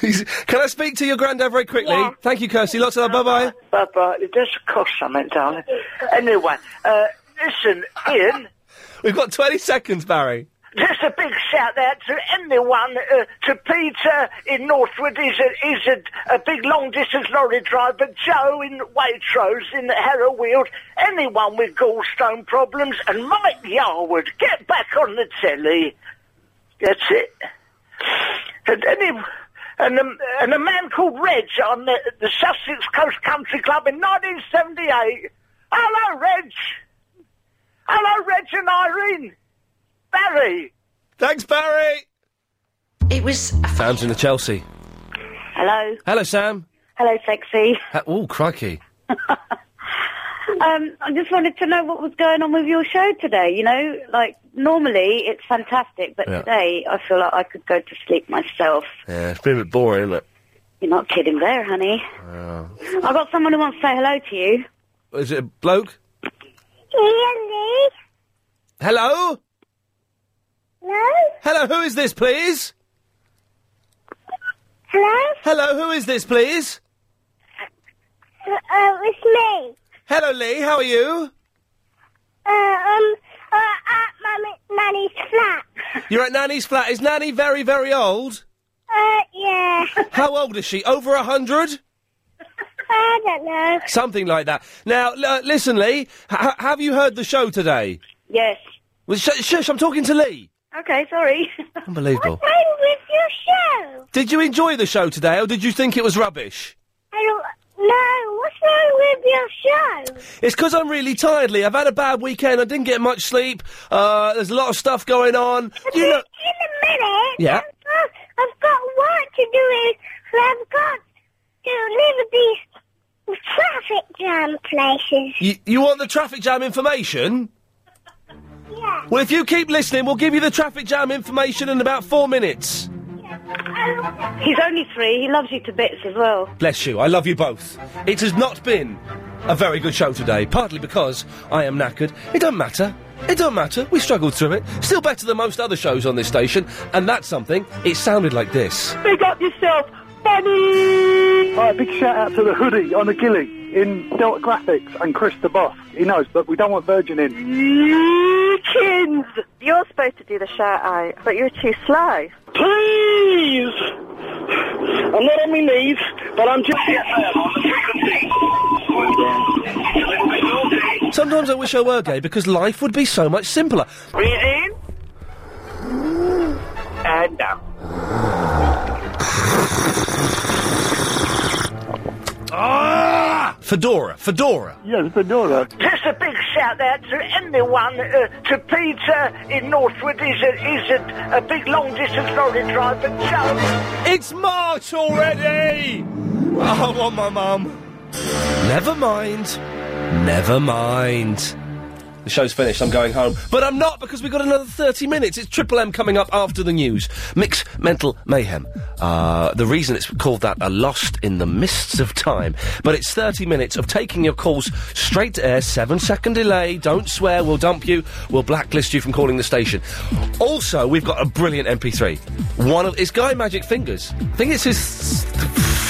Speaker 1: He's- Can I speak to your granddad very quickly? Thank you, Kirsty. Lots of love. Bye bye.
Speaker 9: Bye bye. It does cost something, darling. Anyway, uh, listen, Ian.
Speaker 1: We've got 20 seconds, Barry.
Speaker 9: Just a big shout out to anyone, uh, to Peter in Northwood, he's a, he's a, a big long distance lorry driver, Joe in Waitrose in Harrowfield, anyone with gallstone problems, and Mike Yarwood, get back on the telly. That's it. And any, and a, and a man called Reg on the, the Sussex Coast Country Club in 1978. Hello, Reg. Hello, Reg and Irene. Barry.
Speaker 1: Thanks, Barry.
Speaker 11: It was.
Speaker 1: Sam's in the Chelsea.
Speaker 11: Hello.
Speaker 1: Hello, Sam.
Speaker 11: Hello, sexy.
Speaker 1: Ha- oh, crikey.
Speaker 11: Um, I just wanted to know what was going on with your show today. You know, like normally it's fantastic, but
Speaker 1: Yeah.
Speaker 11: today I feel like I could go to sleep myself.
Speaker 1: Yeah, it's been a bit boring, isn't it?
Speaker 11: You're not kidding there, honey. I got someone who wants to say hello to you.
Speaker 1: Uh, Is it a bloke? Hello?
Speaker 26: Hello?
Speaker 1: Hello, who is this, please?
Speaker 26: Hello?
Speaker 1: Hello, who is this, please?
Speaker 26: Uh, it's me.
Speaker 1: Hello, Lee, how are you?
Speaker 26: Uh, um, uh, at Mummy Nanny's flat.
Speaker 1: You're at Nanny's flat. Is Nanny very, very old?
Speaker 26: Uh, yeah.
Speaker 1: How old is she? Over a hundred?
Speaker 26: I don't know.
Speaker 1: Something like that. Now, l- uh, listen, Lee, h- h- have you heard the show today?
Speaker 11: Yes.
Speaker 1: Well, sh- shush, I'm talking to Lee.
Speaker 11: Okay, sorry.
Speaker 1: Unbelievable.
Speaker 26: I'm with your show.
Speaker 1: Did you enjoy the show today, or did you think it was rubbish?
Speaker 26: I don't know. What's wrong with your show?
Speaker 1: It's because I'm really tired, Lee. I've had a bad weekend. I didn't get much sleep. Uh, there's a lot of stuff going on. You know.
Speaker 26: In a minute.
Speaker 1: Yeah.
Speaker 26: I've got- I've got work to do. is- I've got to leave these traffic jam places.
Speaker 1: You, you want the traffic jam information? Yeah. Well, if you keep listening, we'll give you the traffic jam information in about four minutes.
Speaker 11: He's only three. He loves you to bits as well.
Speaker 1: Bless you. I love you both. It has not been a very good show today, partly because I am knackered. It don't matter. It don't matter. We struggled through it. Still better than most other shows on this station, and that's something. It sounded like this.
Speaker 7: Big up yourself, Bunny! Alright, big shout out to the hoodie on the gilly in Delta Graphics and Chris the Boss. He knows, but we don't want Virgin in.
Speaker 2: Kins! You're supposed to do the shout out, but you're too slow. Please! I'm not on my knees, but I'm just.
Speaker 1: Sometimes I wish I were gay because life would be so much simpler.
Speaker 9: Breathe in. And
Speaker 21: uh,
Speaker 9: out.
Speaker 1: Ah! Fedora, Fedora.
Speaker 7: Yes, Fedora.
Speaker 9: Just a big shout out to anyone, uh, to Peter in Northwood, he's a, he's a, a big long distance lorry driver, Joe.
Speaker 1: It's March already! Oh, I want my mum. Never mind. Never mind. The show's finished. I'm going home. But I'm not because we've got another 30 minutes. It's Triple M coming up after the news. Mix Mental Mayhem. Uh, the reason it's called that are lost in the mists of time. But it's 30 minutes of taking your calls straight to air, seven second delay. Don't swear. We'll dump you. We'll blacklist you from calling the station. Also, we've got a brilliant MP3. One of, it's Guy Magic Fingers. I think it's his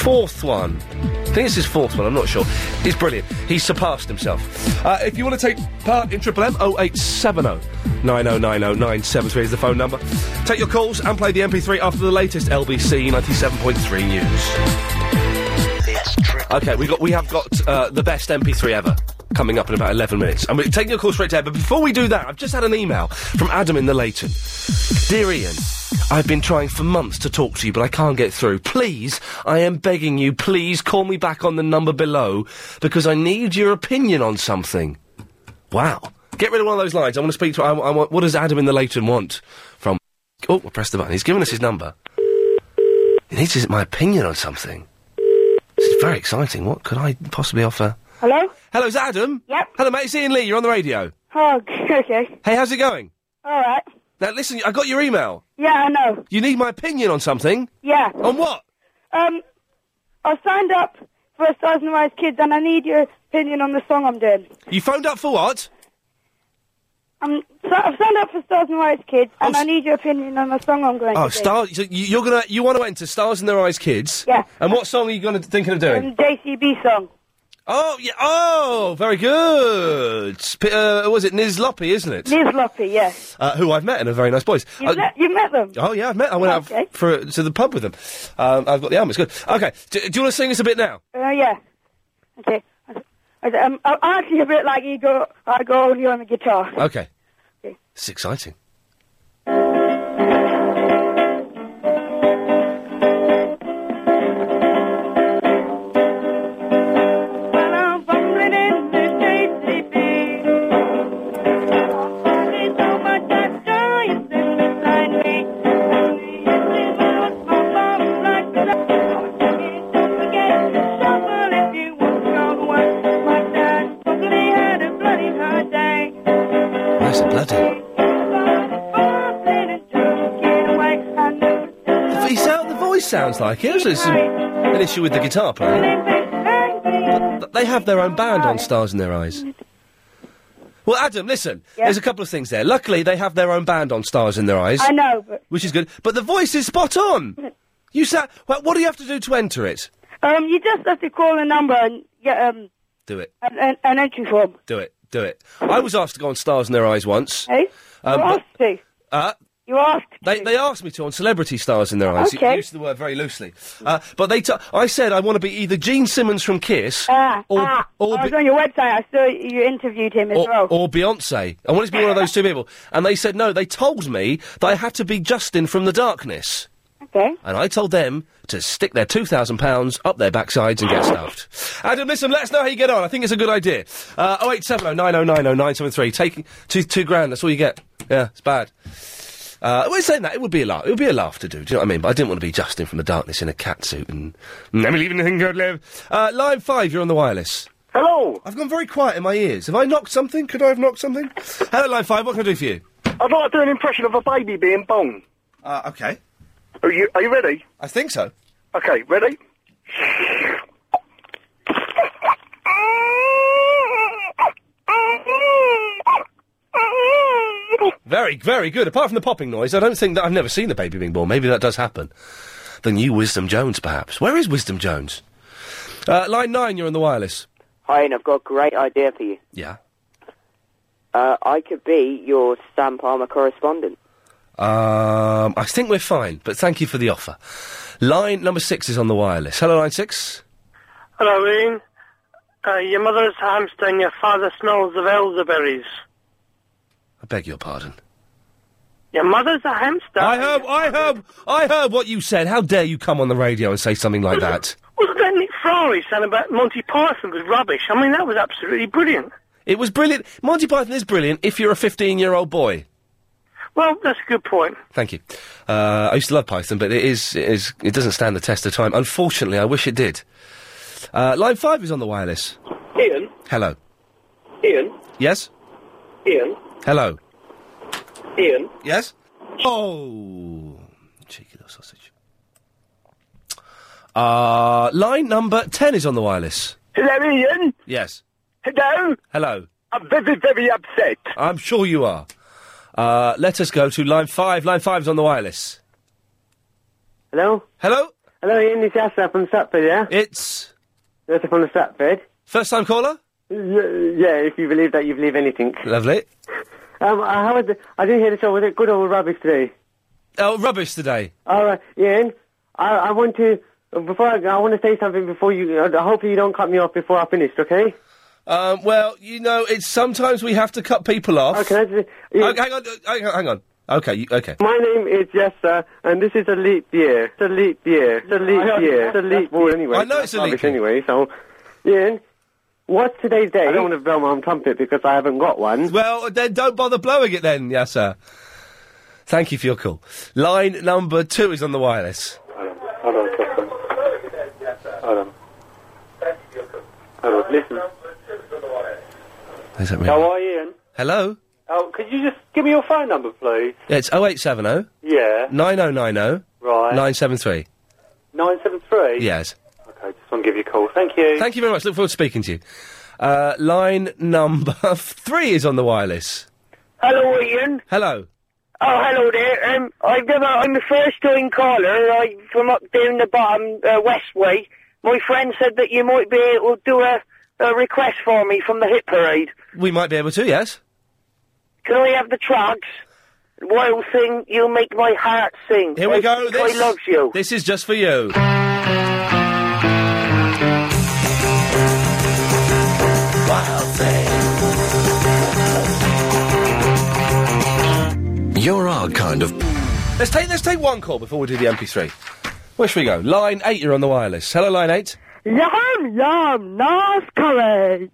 Speaker 1: fourth one. I think it's his fourth one, I'm not sure. He's brilliant. He's surpassed himself. Uh, if you want to take part in Triple M, 0870 9090973 is the phone number. Take your calls and play the MP3 after the latest LBC 97.3 news. Okay, we got we have got uh, the best MP3 ever. coming up in about 11 minutes. I'm taking your call straight to air, but before we do that, I've just had an email from Adam in the Leighton. Dear Ian, I've been trying for months to talk to you, but I can't get through. Please, I am begging you, please call me back on the number below because I need your opinion on something. Wow. Get rid of one of those lines. I want to speak to. I, I want. What does Adam in the Leighton want from? Oh, I pressed the button. He's given us his number. He needs his, my opinion on something. This is very exciting. What could I possibly offer?
Speaker 23: Hello?
Speaker 1: Hello, is that Adam? Yep. Hello, mate. It's Ian Lee. You're on the radio.
Speaker 23: Oh, okay.
Speaker 1: Hey, how's it going?
Speaker 23: All right.
Speaker 1: Now, listen. I got your email.
Speaker 23: Yeah, I know.
Speaker 1: You need my opinion on something.
Speaker 23: Yeah.
Speaker 1: On what?
Speaker 23: Um, I signed up for Stars and Rise Kids, and I need your opinion on the song I'm doing.
Speaker 1: You phoned up for what?
Speaker 23: I'm, so, I've signed up for Stars and Rise Kids, and I need your opinion on the song I'm going
Speaker 1: Oh,
Speaker 23: to do.
Speaker 1: star. So you- you're gonna. You want to enter Stars in Their Eyes, kids.
Speaker 23: Yeah.
Speaker 1: And what song are you gonna thinking of doing?
Speaker 23: Um, JCB song.
Speaker 1: Oh yeah. Oh, very good. P- uh, was it Niz Loppy, isn't it?
Speaker 23: Liz Loppy, yes.
Speaker 1: uh, who I've met and are very nice boys.
Speaker 23: You've,
Speaker 1: Uh,
Speaker 23: met, you've met them?
Speaker 1: Oh yeah, I've met. I went out f- for to the pub with them. Um, I've got the album. It's good. Okay, do, do you want to sing us a bit now?
Speaker 2: Oh,
Speaker 23: Uh, yeah. Okay. I, I, um, I'm actually a bit like Igor, I go only on the guitar.
Speaker 1: Okay. It's exciting. Nice and bloody. The, vo- he sound, the voice sounds like it. There's some- an issue with the guitar playing. But they have their own band on Stars in Their Eyes. Well, Adam, listen.
Speaker 23: Yeah.
Speaker 1: There's a couple of things there. Luckily, they have their own band on Stars in Their Eyes.
Speaker 23: I know, but
Speaker 1: Which is good. But the voice is spot on. You sa- well, What do you have to do to enter it?
Speaker 23: um, you just have to call a number and get um,
Speaker 1: Do it.
Speaker 23: an, an, an entry form.
Speaker 1: Do it. Do it. I was asked to go on Stars in Their Eyes once.
Speaker 23: Hey?
Speaker 1: Um,
Speaker 23: you
Speaker 1: but-
Speaker 23: asked to.
Speaker 1: Uh,
Speaker 23: You asked.
Speaker 1: They, they asked me to on Celebrity Stars in Their Eyes. You-
Speaker 23: Okay.
Speaker 1: you used the word very loosely. Uh, but they, t- I said I want to be either Gene Simmons from Kiss
Speaker 2: Uh,
Speaker 23: Ah,
Speaker 1: or,
Speaker 23: ah,
Speaker 1: or,
Speaker 23: I was
Speaker 1: Be-
Speaker 23: on your website. I saw you interviewed him as
Speaker 1: or,
Speaker 23: well.
Speaker 1: or Beyonce. I wanted to be one of those two people. And they said no. They told me that I had to be Justin from The Darkness.
Speaker 23: Okay.
Speaker 1: And I told them to stick their two thousand pounds up their backsides and get stuffed. Adam, listen, let us know how you get on. I think it's a good idea. Oh eight seven oh nine oh nine oh nine seven three. Take two two grand. That's all you get. Yeah, it's bad. Uh, we're saying that it would be a laugh. It would be a laugh to do. Do you know what I mean? But I didn't want to be Justin from the darkness in a cat suit and never leave anything good live. Uh, line five, you're on the wireless. Hello. I've gone very quiet in my ears. Have I knocked something? Could I have knocked something? Hello, line five. What can I do for you?
Speaker 8: I'd like to do an impression of a baby being born.
Speaker 1: Uh, okay.
Speaker 8: Are you Are you ready?
Speaker 1: I think so.
Speaker 8: Okay, ready?
Speaker 1: Very, very good. Apart from the popping noise, I don't think that I've never seen the baby being born. Maybe that does happen. The new Wisdom Jones, perhaps. Where is Wisdom Jones? Uh, line nine, you're on the wireless.
Speaker 13: Hi, and I've got a great idea for you.
Speaker 1: Yeah.
Speaker 13: Uh, I could be your Sam Palmer correspondent.
Speaker 1: Um, I think we're fine, but thank you for the offer. Line number six is on the wireless. Hello, line six.
Speaker 21: Hello, Ian. Uh, your mother is a hamster and your father smells of elderberries.
Speaker 1: I beg your pardon.
Speaker 21: Your mother's a hamster.
Speaker 1: I heard, I heard, I heard what you said. How dare you come on the radio and say something like that?
Speaker 21: Well, then Nick Ferrari saying about Monty Python was rubbish. I mean, that was absolutely brilliant.
Speaker 1: It was brilliant. Monty Python is brilliant if you're a 15 year old boy.
Speaker 21: Well, that's a good point.
Speaker 1: Thank you. Uh, I used to love Python, but it is, it is it doesn't stand the test of time. Unfortunately, I wish it did. Uh, line five is on the wireless.
Speaker 27: Ian,
Speaker 1: Hello.
Speaker 27: Ian,
Speaker 1: Yes.
Speaker 27: Ian,
Speaker 1: Hello.
Speaker 27: Ian.
Speaker 1: Yes? Oh, cheeky little sausage. Uh, line number 10 is on the wireless.
Speaker 28: Hello, Ian.
Speaker 1: Yes.
Speaker 28: Hello.
Speaker 1: Hello.
Speaker 28: I'm very, very upset.
Speaker 1: I'm sure you are. Uh, let us go to line five. Line five is on the wireless.
Speaker 29: Hello?
Speaker 1: Hello?
Speaker 29: Hello, Ian, it's Asaf from Stratford, yeah?
Speaker 1: It's...
Speaker 29: Asaf from Stratford.
Speaker 1: First time caller?
Speaker 29: Yeah, if you believe that, you believe anything.
Speaker 1: Lovely.
Speaker 29: Um, uh, how was the, I didn't hear the show. Was it good or rubbish today?
Speaker 1: Oh, rubbish today.
Speaker 29: All right, Ian, I, I want to... Before I, go, I want to say something before you... Uh, hopefully you don't cut me off before I finish, okay?
Speaker 1: Um, well, you know, it's sometimes we have to cut people off.
Speaker 14: Okay, that's it. Yeah.
Speaker 1: Oh, hang on, uh, hang on, hang on. Okay, you, okay.
Speaker 14: My name is Jessa, and this is a leap year. It's a leap year. It's a
Speaker 1: I-
Speaker 14: leap year. It's a leap year. anyway.
Speaker 1: I know it's a leap
Speaker 14: rubbish anyway. So, Ian, what's today's day? I don't want to blow my own trumpet because I haven't got one.
Speaker 1: Well, Oh, then don't bother blowing it then, Yasser. Thank you for your call. Line number two is on the wireless.
Speaker 7: Hold on, Catherine. Hold on. Hold on, listen.
Speaker 1: Is that me?
Speaker 7: How are you, Ian?
Speaker 1: Hello?
Speaker 7: Oh, could you just give me your phone number, please?
Speaker 1: Yeah, it's 0870
Speaker 7: Yeah.
Speaker 1: 9090
Speaker 7: Right.
Speaker 1: 973.
Speaker 7: 973?
Speaker 1: Yes.
Speaker 7: Okay, just want to give you a call. Thank you.
Speaker 1: Thank you very much. Look forward to speaking to you. Uh, line number three is on the wireless.
Speaker 30: Hello, Ian.
Speaker 1: Hello.
Speaker 30: Oh, hello there. Um, I've been, I'm a first-time caller. I'm from up down the bottom, uh, West Way. My friend said that you might be able to do a, a request for me from the hit parade.
Speaker 1: We might be able to, yes?
Speaker 30: Can I have the tracks? Wild thing, you make my heart sing.
Speaker 1: Here we
Speaker 30: I
Speaker 1: go.
Speaker 30: think I
Speaker 1: This,
Speaker 30: love you.
Speaker 1: This is just for you.
Speaker 31: You're our kind of.
Speaker 1: Let's take let's take one call before we do the MP3. Where should we go? Line eight, you're on the wireless. Hello, line eight.
Speaker 32: Yum, yum, nice curry.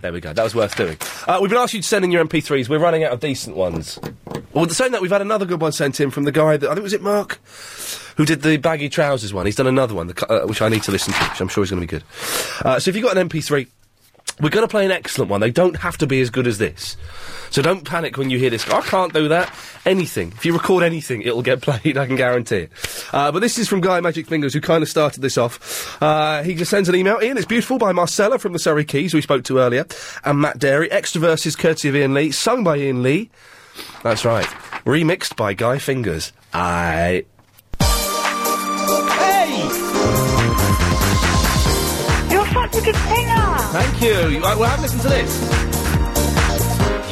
Speaker 1: There we go. That was worth doing. Uh, we've been asked you to send in your MP3s. We're running out of decent ones. Well, saying that, we've had another good one sent in from the guy that I think was it Mark, who did the baggy trousers one. He's done another one, the, cu- uh, which I need to listen to, which I'm sure is going to be good. Uh, so if you've got an MP3, we're going to play an excellent one. They don't have to be as good as this, so don't panic when you hear this. I can't do that. Anything. If you record anything, it'll get played. I can guarantee it. Uh, but this is from Guy Magic Fingers, who kind of started this off. Uh, he just sends an email. Ian, it's beautiful by Marcella from the Surrey Keys, who we spoke to earlier, and Matt Dairy. Extra verses courtesy of Ian Lee, sung by Ian Lee. That's right. Remixed by Guy Fingers. I.
Speaker 33: You're such a good singer.
Speaker 1: Thank you. I, well, have a listen to this.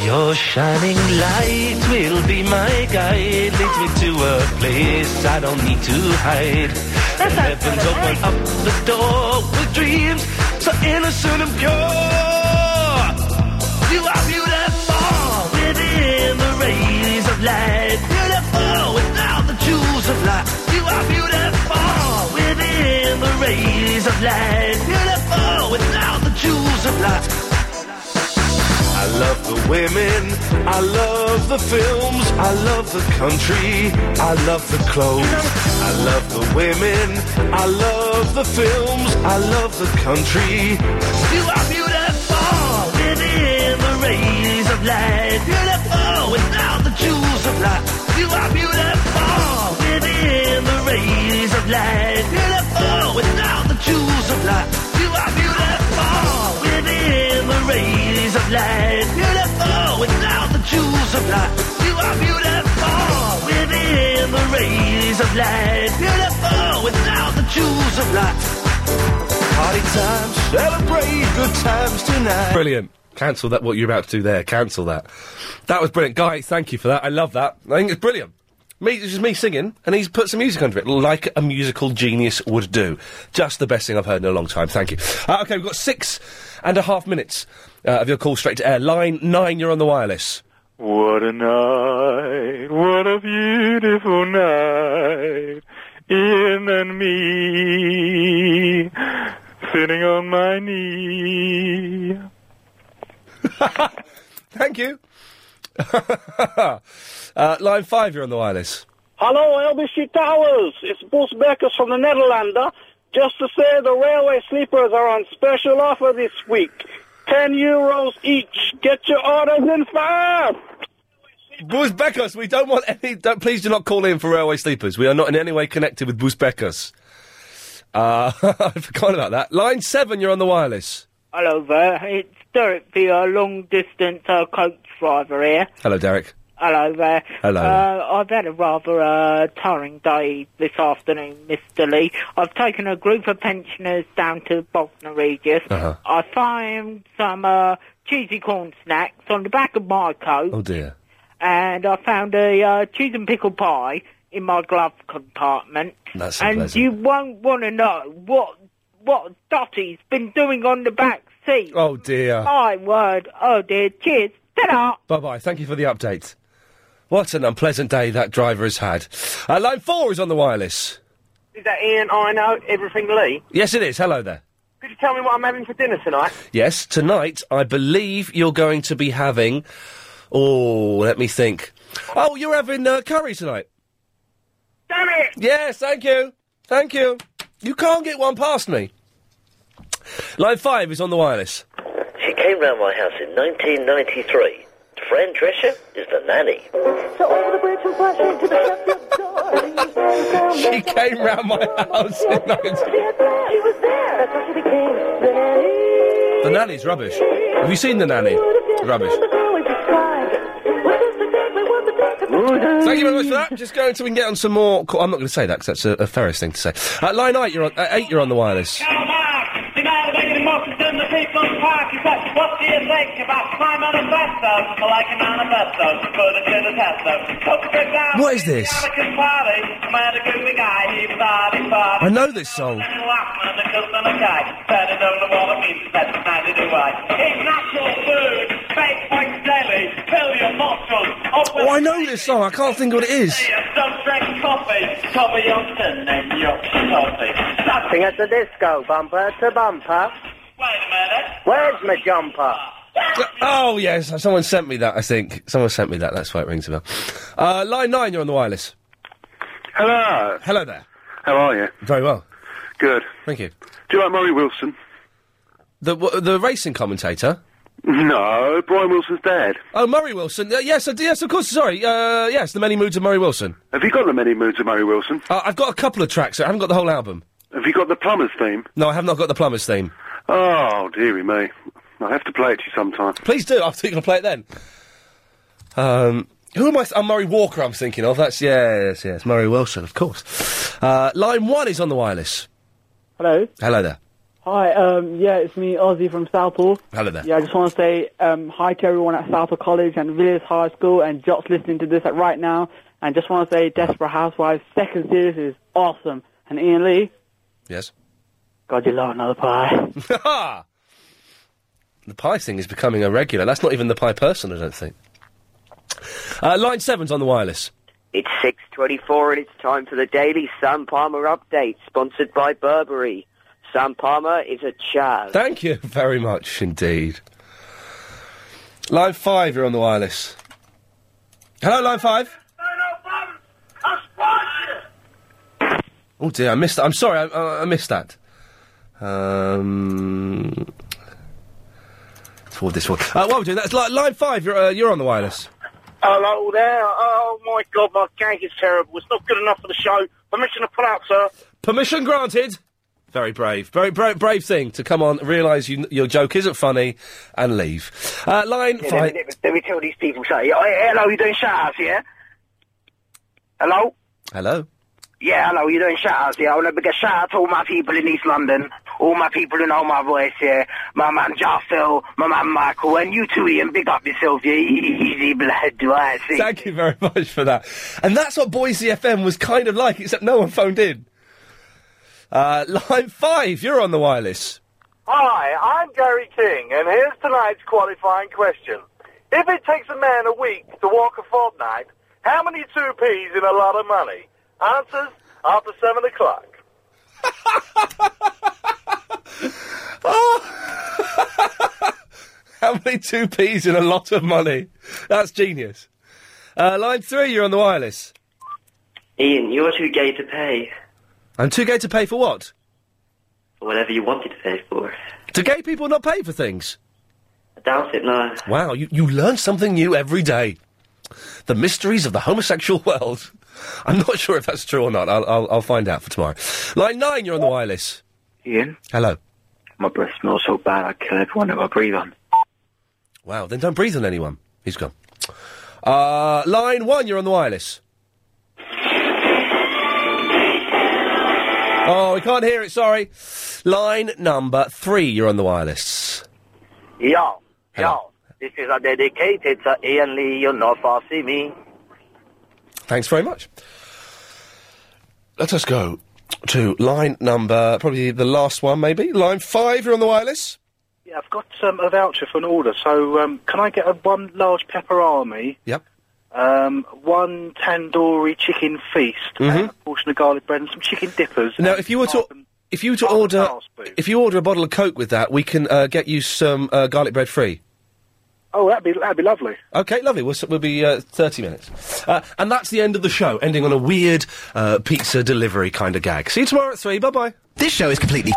Speaker 5: Your shining light will be my guide. Leads me to a place I don't need to hide. The heavens open up the door with dreams so innocent and pure. You are beautiful within the rays of light. Beautiful without the jewels of light. You are beautiful within the rays of light. Beautiful without the jewels of light. I love the women, I love the films, I love the country, I love the clothes. I love the women, I love the films, I love the country. You are beautiful within the rays of light. Beautiful without the jewels of light. You are beautiful within the rays of light. Beautiful without the jewels of light. You are beautiful within the rays of light. Beautiful without the jewels of light. You are beautiful within the rays of light. Beautiful without the jewels of light. Party time, celebrate good times tonight.
Speaker 1: Brilliant. Cancel that. What you're about to do there. Cancel that. That was brilliant, Guy. Thank you for that. I love that. I think it's brilliant. Me, it's just me singing, and he's put some music under it, like a musical genius would do. Just the best thing I've heard in a long time. Thank you. Uh, okay, we've got six and a half minutes uh, of your call straight to air. Line nine, you're on the wireless.
Speaker 25: What a night, what a beautiful night, Ian and me, sitting on my knee.
Speaker 1: Thank you. uh, line five, you're on the wireless.
Speaker 34: Hello, LBC Towers. It's Bruce Beckers from the Netherlander. Just to say the railway sleepers are on special offer this week. Ten euros each. Get your orders in fast!
Speaker 1: Bruce Beckers, we don't want any. Don't, please do not call in for railway sleepers. We are not in any way connected with Bruce Beckers. Uh, I forgot about that. Line seven, you're on the wireless.
Speaker 9: Hello there, it's Derek via long distance uh, coach driver here.
Speaker 1: Hello, Derek.
Speaker 9: Hello there.
Speaker 1: Hello.
Speaker 9: Uh, I've had a rather uh, tiring day this afternoon, Mr. Lee. I've taken a group of pensioners down to Bognor Regis.
Speaker 1: Uh-huh.
Speaker 9: I found some uh, cheesy corn snacks on the back of my coat,
Speaker 1: Oh dear.
Speaker 9: and I found a uh, cheese and pickle pie in my glove compartment.
Speaker 1: That's
Speaker 9: and
Speaker 1: unpleasant.
Speaker 9: you won't want to know what what Dottie's been doing on the back
Speaker 35: seat.
Speaker 1: Oh dear.
Speaker 35: My word. Oh dear. Cheers. Ta-da.
Speaker 1: Bye bye. Thank you for the update. What an unpleasant day that driver has had. Uh, line four is on the wireless.
Speaker 4: Is that Ian? I know everything, Lee.
Speaker 1: Yes, it is. Hello there.
Speaker 4: Could you tell me what I'm having for dinner tonight?
Speaker 1: Yes, tonight I believe you're going to be having. Oh, let me think. Oh, you're having uh, curry tonight.
Speaker 4: Damn it!
Speaker 1: Yes, thank you. Thank you. You can't get one past me. Line five is on the wireless.
Speaker 36: She came round my house in 1993. Fran Drescher is the nanny.
Speaker 1: She came round my house in 19... The nanny's rubbish. Have you seen the nanny? Rubbish. Thank you very much for that. Just going to and get on some more. ca- I'm not going to say that because that's a, a Ferris thing to say. Uh, line eight, you're on. Uh, eight, you're on the wireless. What is this? I know this song. Oh, I know this song. I can't think what it is.
Speaker 10: Dancing at the disco, bumper to bumper. Where's my jumper?
Speaker 1: Oh yes, someone sent me that. I think someone sent me that. That's why it rings a bell. Uh, line nine, you're on the wireless.
Speaker 37: Hello.
Speaker 1: Hello there.
Speaker 37: How are you?
Speaker 1: Very well.
Speaker 37: Good.
Speaker 1: Thank you.
Speaker 37: Do you like Murray Wilson?
Speaker 1: The w- the racing commentator.
Speaker 37: No, Brian Wilson's dad.
Speaker 1: Oh, Murray Wilson. Uh, yes, uh, yes, of course. Sorry. Uh, yes, the many moods of Murray Wilson.
Speaker 37: Have you got the many moods of Murray Wilson?
Speaker 1: Uh, I've got a couple of tracks. I haven't got the whole album.
Speaker 37: Have you got the plumber's theme?
Speaker 1: No, I have not got the plumber's theme.
Speaker 37: Oh, dearie me. I'll have to play it to you sometime.
Speaker 1: Please do. I think I'll play it then. Um, who am I? Th- oh, Murray Walker. I'm thinking of. That's yes, yes. Murray Wilson, of course. Uh, line one is on the wireless.
Speaker 6: Hello.
Speaker 1: Hello there.
Speaker 6: Hi, um, yeah, it's me, Ozzy from Southall.
Speaker 1: Hello there.
Speaker 6: Yeah, I just want to say um, hi to everyone at Southall College and Villiers High School and Jot's listening to this at right now. And just want to say Desperate Housewives second series is awesome. And Ian Lee,
Speaker 1: Yes.
Speaker 6: God, you love another pie.
Speaker 1: Ha! the pie thing is becoming a regular. That's not even the pie person, I don't think. Uh, line seven's on the wireless.
Speaker 9: It's 6.24 and it's time for the daily Sam Palmer update, sponsored by Burberry. Sam Palmer is a chaz.
Speaker 1: Thank you very much indeed. Line five, you're on the wireless. Hello, line five. Oh dear, I missed. That. I'm sorry, I, I, I missed that. Um, toward this one. Uh, what we're doing? That's li- line five. You're uh, you're on the wireless.
Speaker 4: Hello there. Oh my God, my gag is terrible. It's not good enough for the show. Permission to pull out, sir.
Speaker 1: Permission granted. Very brave, very brave, brave thing to come on, realise you, your joke isn't funny, and leave. Uh, line
Speaker 10: Yeah,
Speaker 1: five.
Speaker 10: let, me, let me- let me tell these people, say, oh, yeah, hello, you doing shout-outs, yeah? Hello?
Speaker 1: Hello.
Speaker 10: Yeah, hello, you doing shout-outs, yeah? I want to big a shout-out to all my people in East London, all my people who know my voice, yeah? My man Jarfel, my man Michael, and you too, Ian, big up yourself, yeah? E-, Easy blood, do I see?
Speaker 1: Thank you very much for that. And that's what Boise FM was kind of like, except no one phoned in. Uh, line five, you're on the wireless.
Speaker 7: Hi, I'm Gary King, and here's tonight's qualifying question. If it takes a man a week to walk a fortnight, how many two peas in a lot of money? Answers after 7 o'clock.
Speaker 1: How many two P's in a lot of money? That's genius. Uh, line three, you're on the wireless.
Speaker 10: Ian, you're too gay to pay
Speaker 1: I'm too gay to pay for what?
Speaker 10: for whatever you wanted to pay for.
Speaker 1: Do gay people not pay for things?
Speaker 10: I doubt it, no.
Speaker 1: Wow, you, you learn something new every day. The mysteries of the homosexual world. I'm not sure if that's true or not. I'll, I'll, I'll find out for tomorrow. Line nine, you're on the wireless.
Speaker 10: Ian,
Speaker 1: Hello.
Speaker 10: my breath smells so bad I kill everyone who I breathe on.
Speaker 1: Wow, then don't breathe on anyone. He's gone. Uh, line one, you're on the wireless. Oh, we can't hear it, sorry. Line number three, you're on the wireless.
Speaker 10: Yo, yo, this is a dedicated to Ian Lee, you know, for see me.
Speaker 1: Thanks very much. Let us go to line number, probably the last one, maybe. Line five, you're on the wireless.
Speaker 7: Yeah, I've got um, a voucher for an order. So um, can I get a one large pepperami?
Speaker 1: Yep.
Speaker 7: Um, one tandoori chicken feast,
Speaker 1: Mhm.
Speaker 7: a portion of garlic bread, and some chicken dippers.
Speaker 1: Now, if you were to if you were to order if you order a bottle of Coke with that, we can uh, get you some uh, garlic bread free.
Speaker 7: Oh, that'd be that'd be lovely.
Speaker 1: Okay, lovely. We'll, s- we'll be uh, 30 minutes. Uh, and that's the end of the show, ending on a weird uh, pizza delivery kind of gag. See you tomorrow at 3. Bye bye.
Speaker 38: This show is completely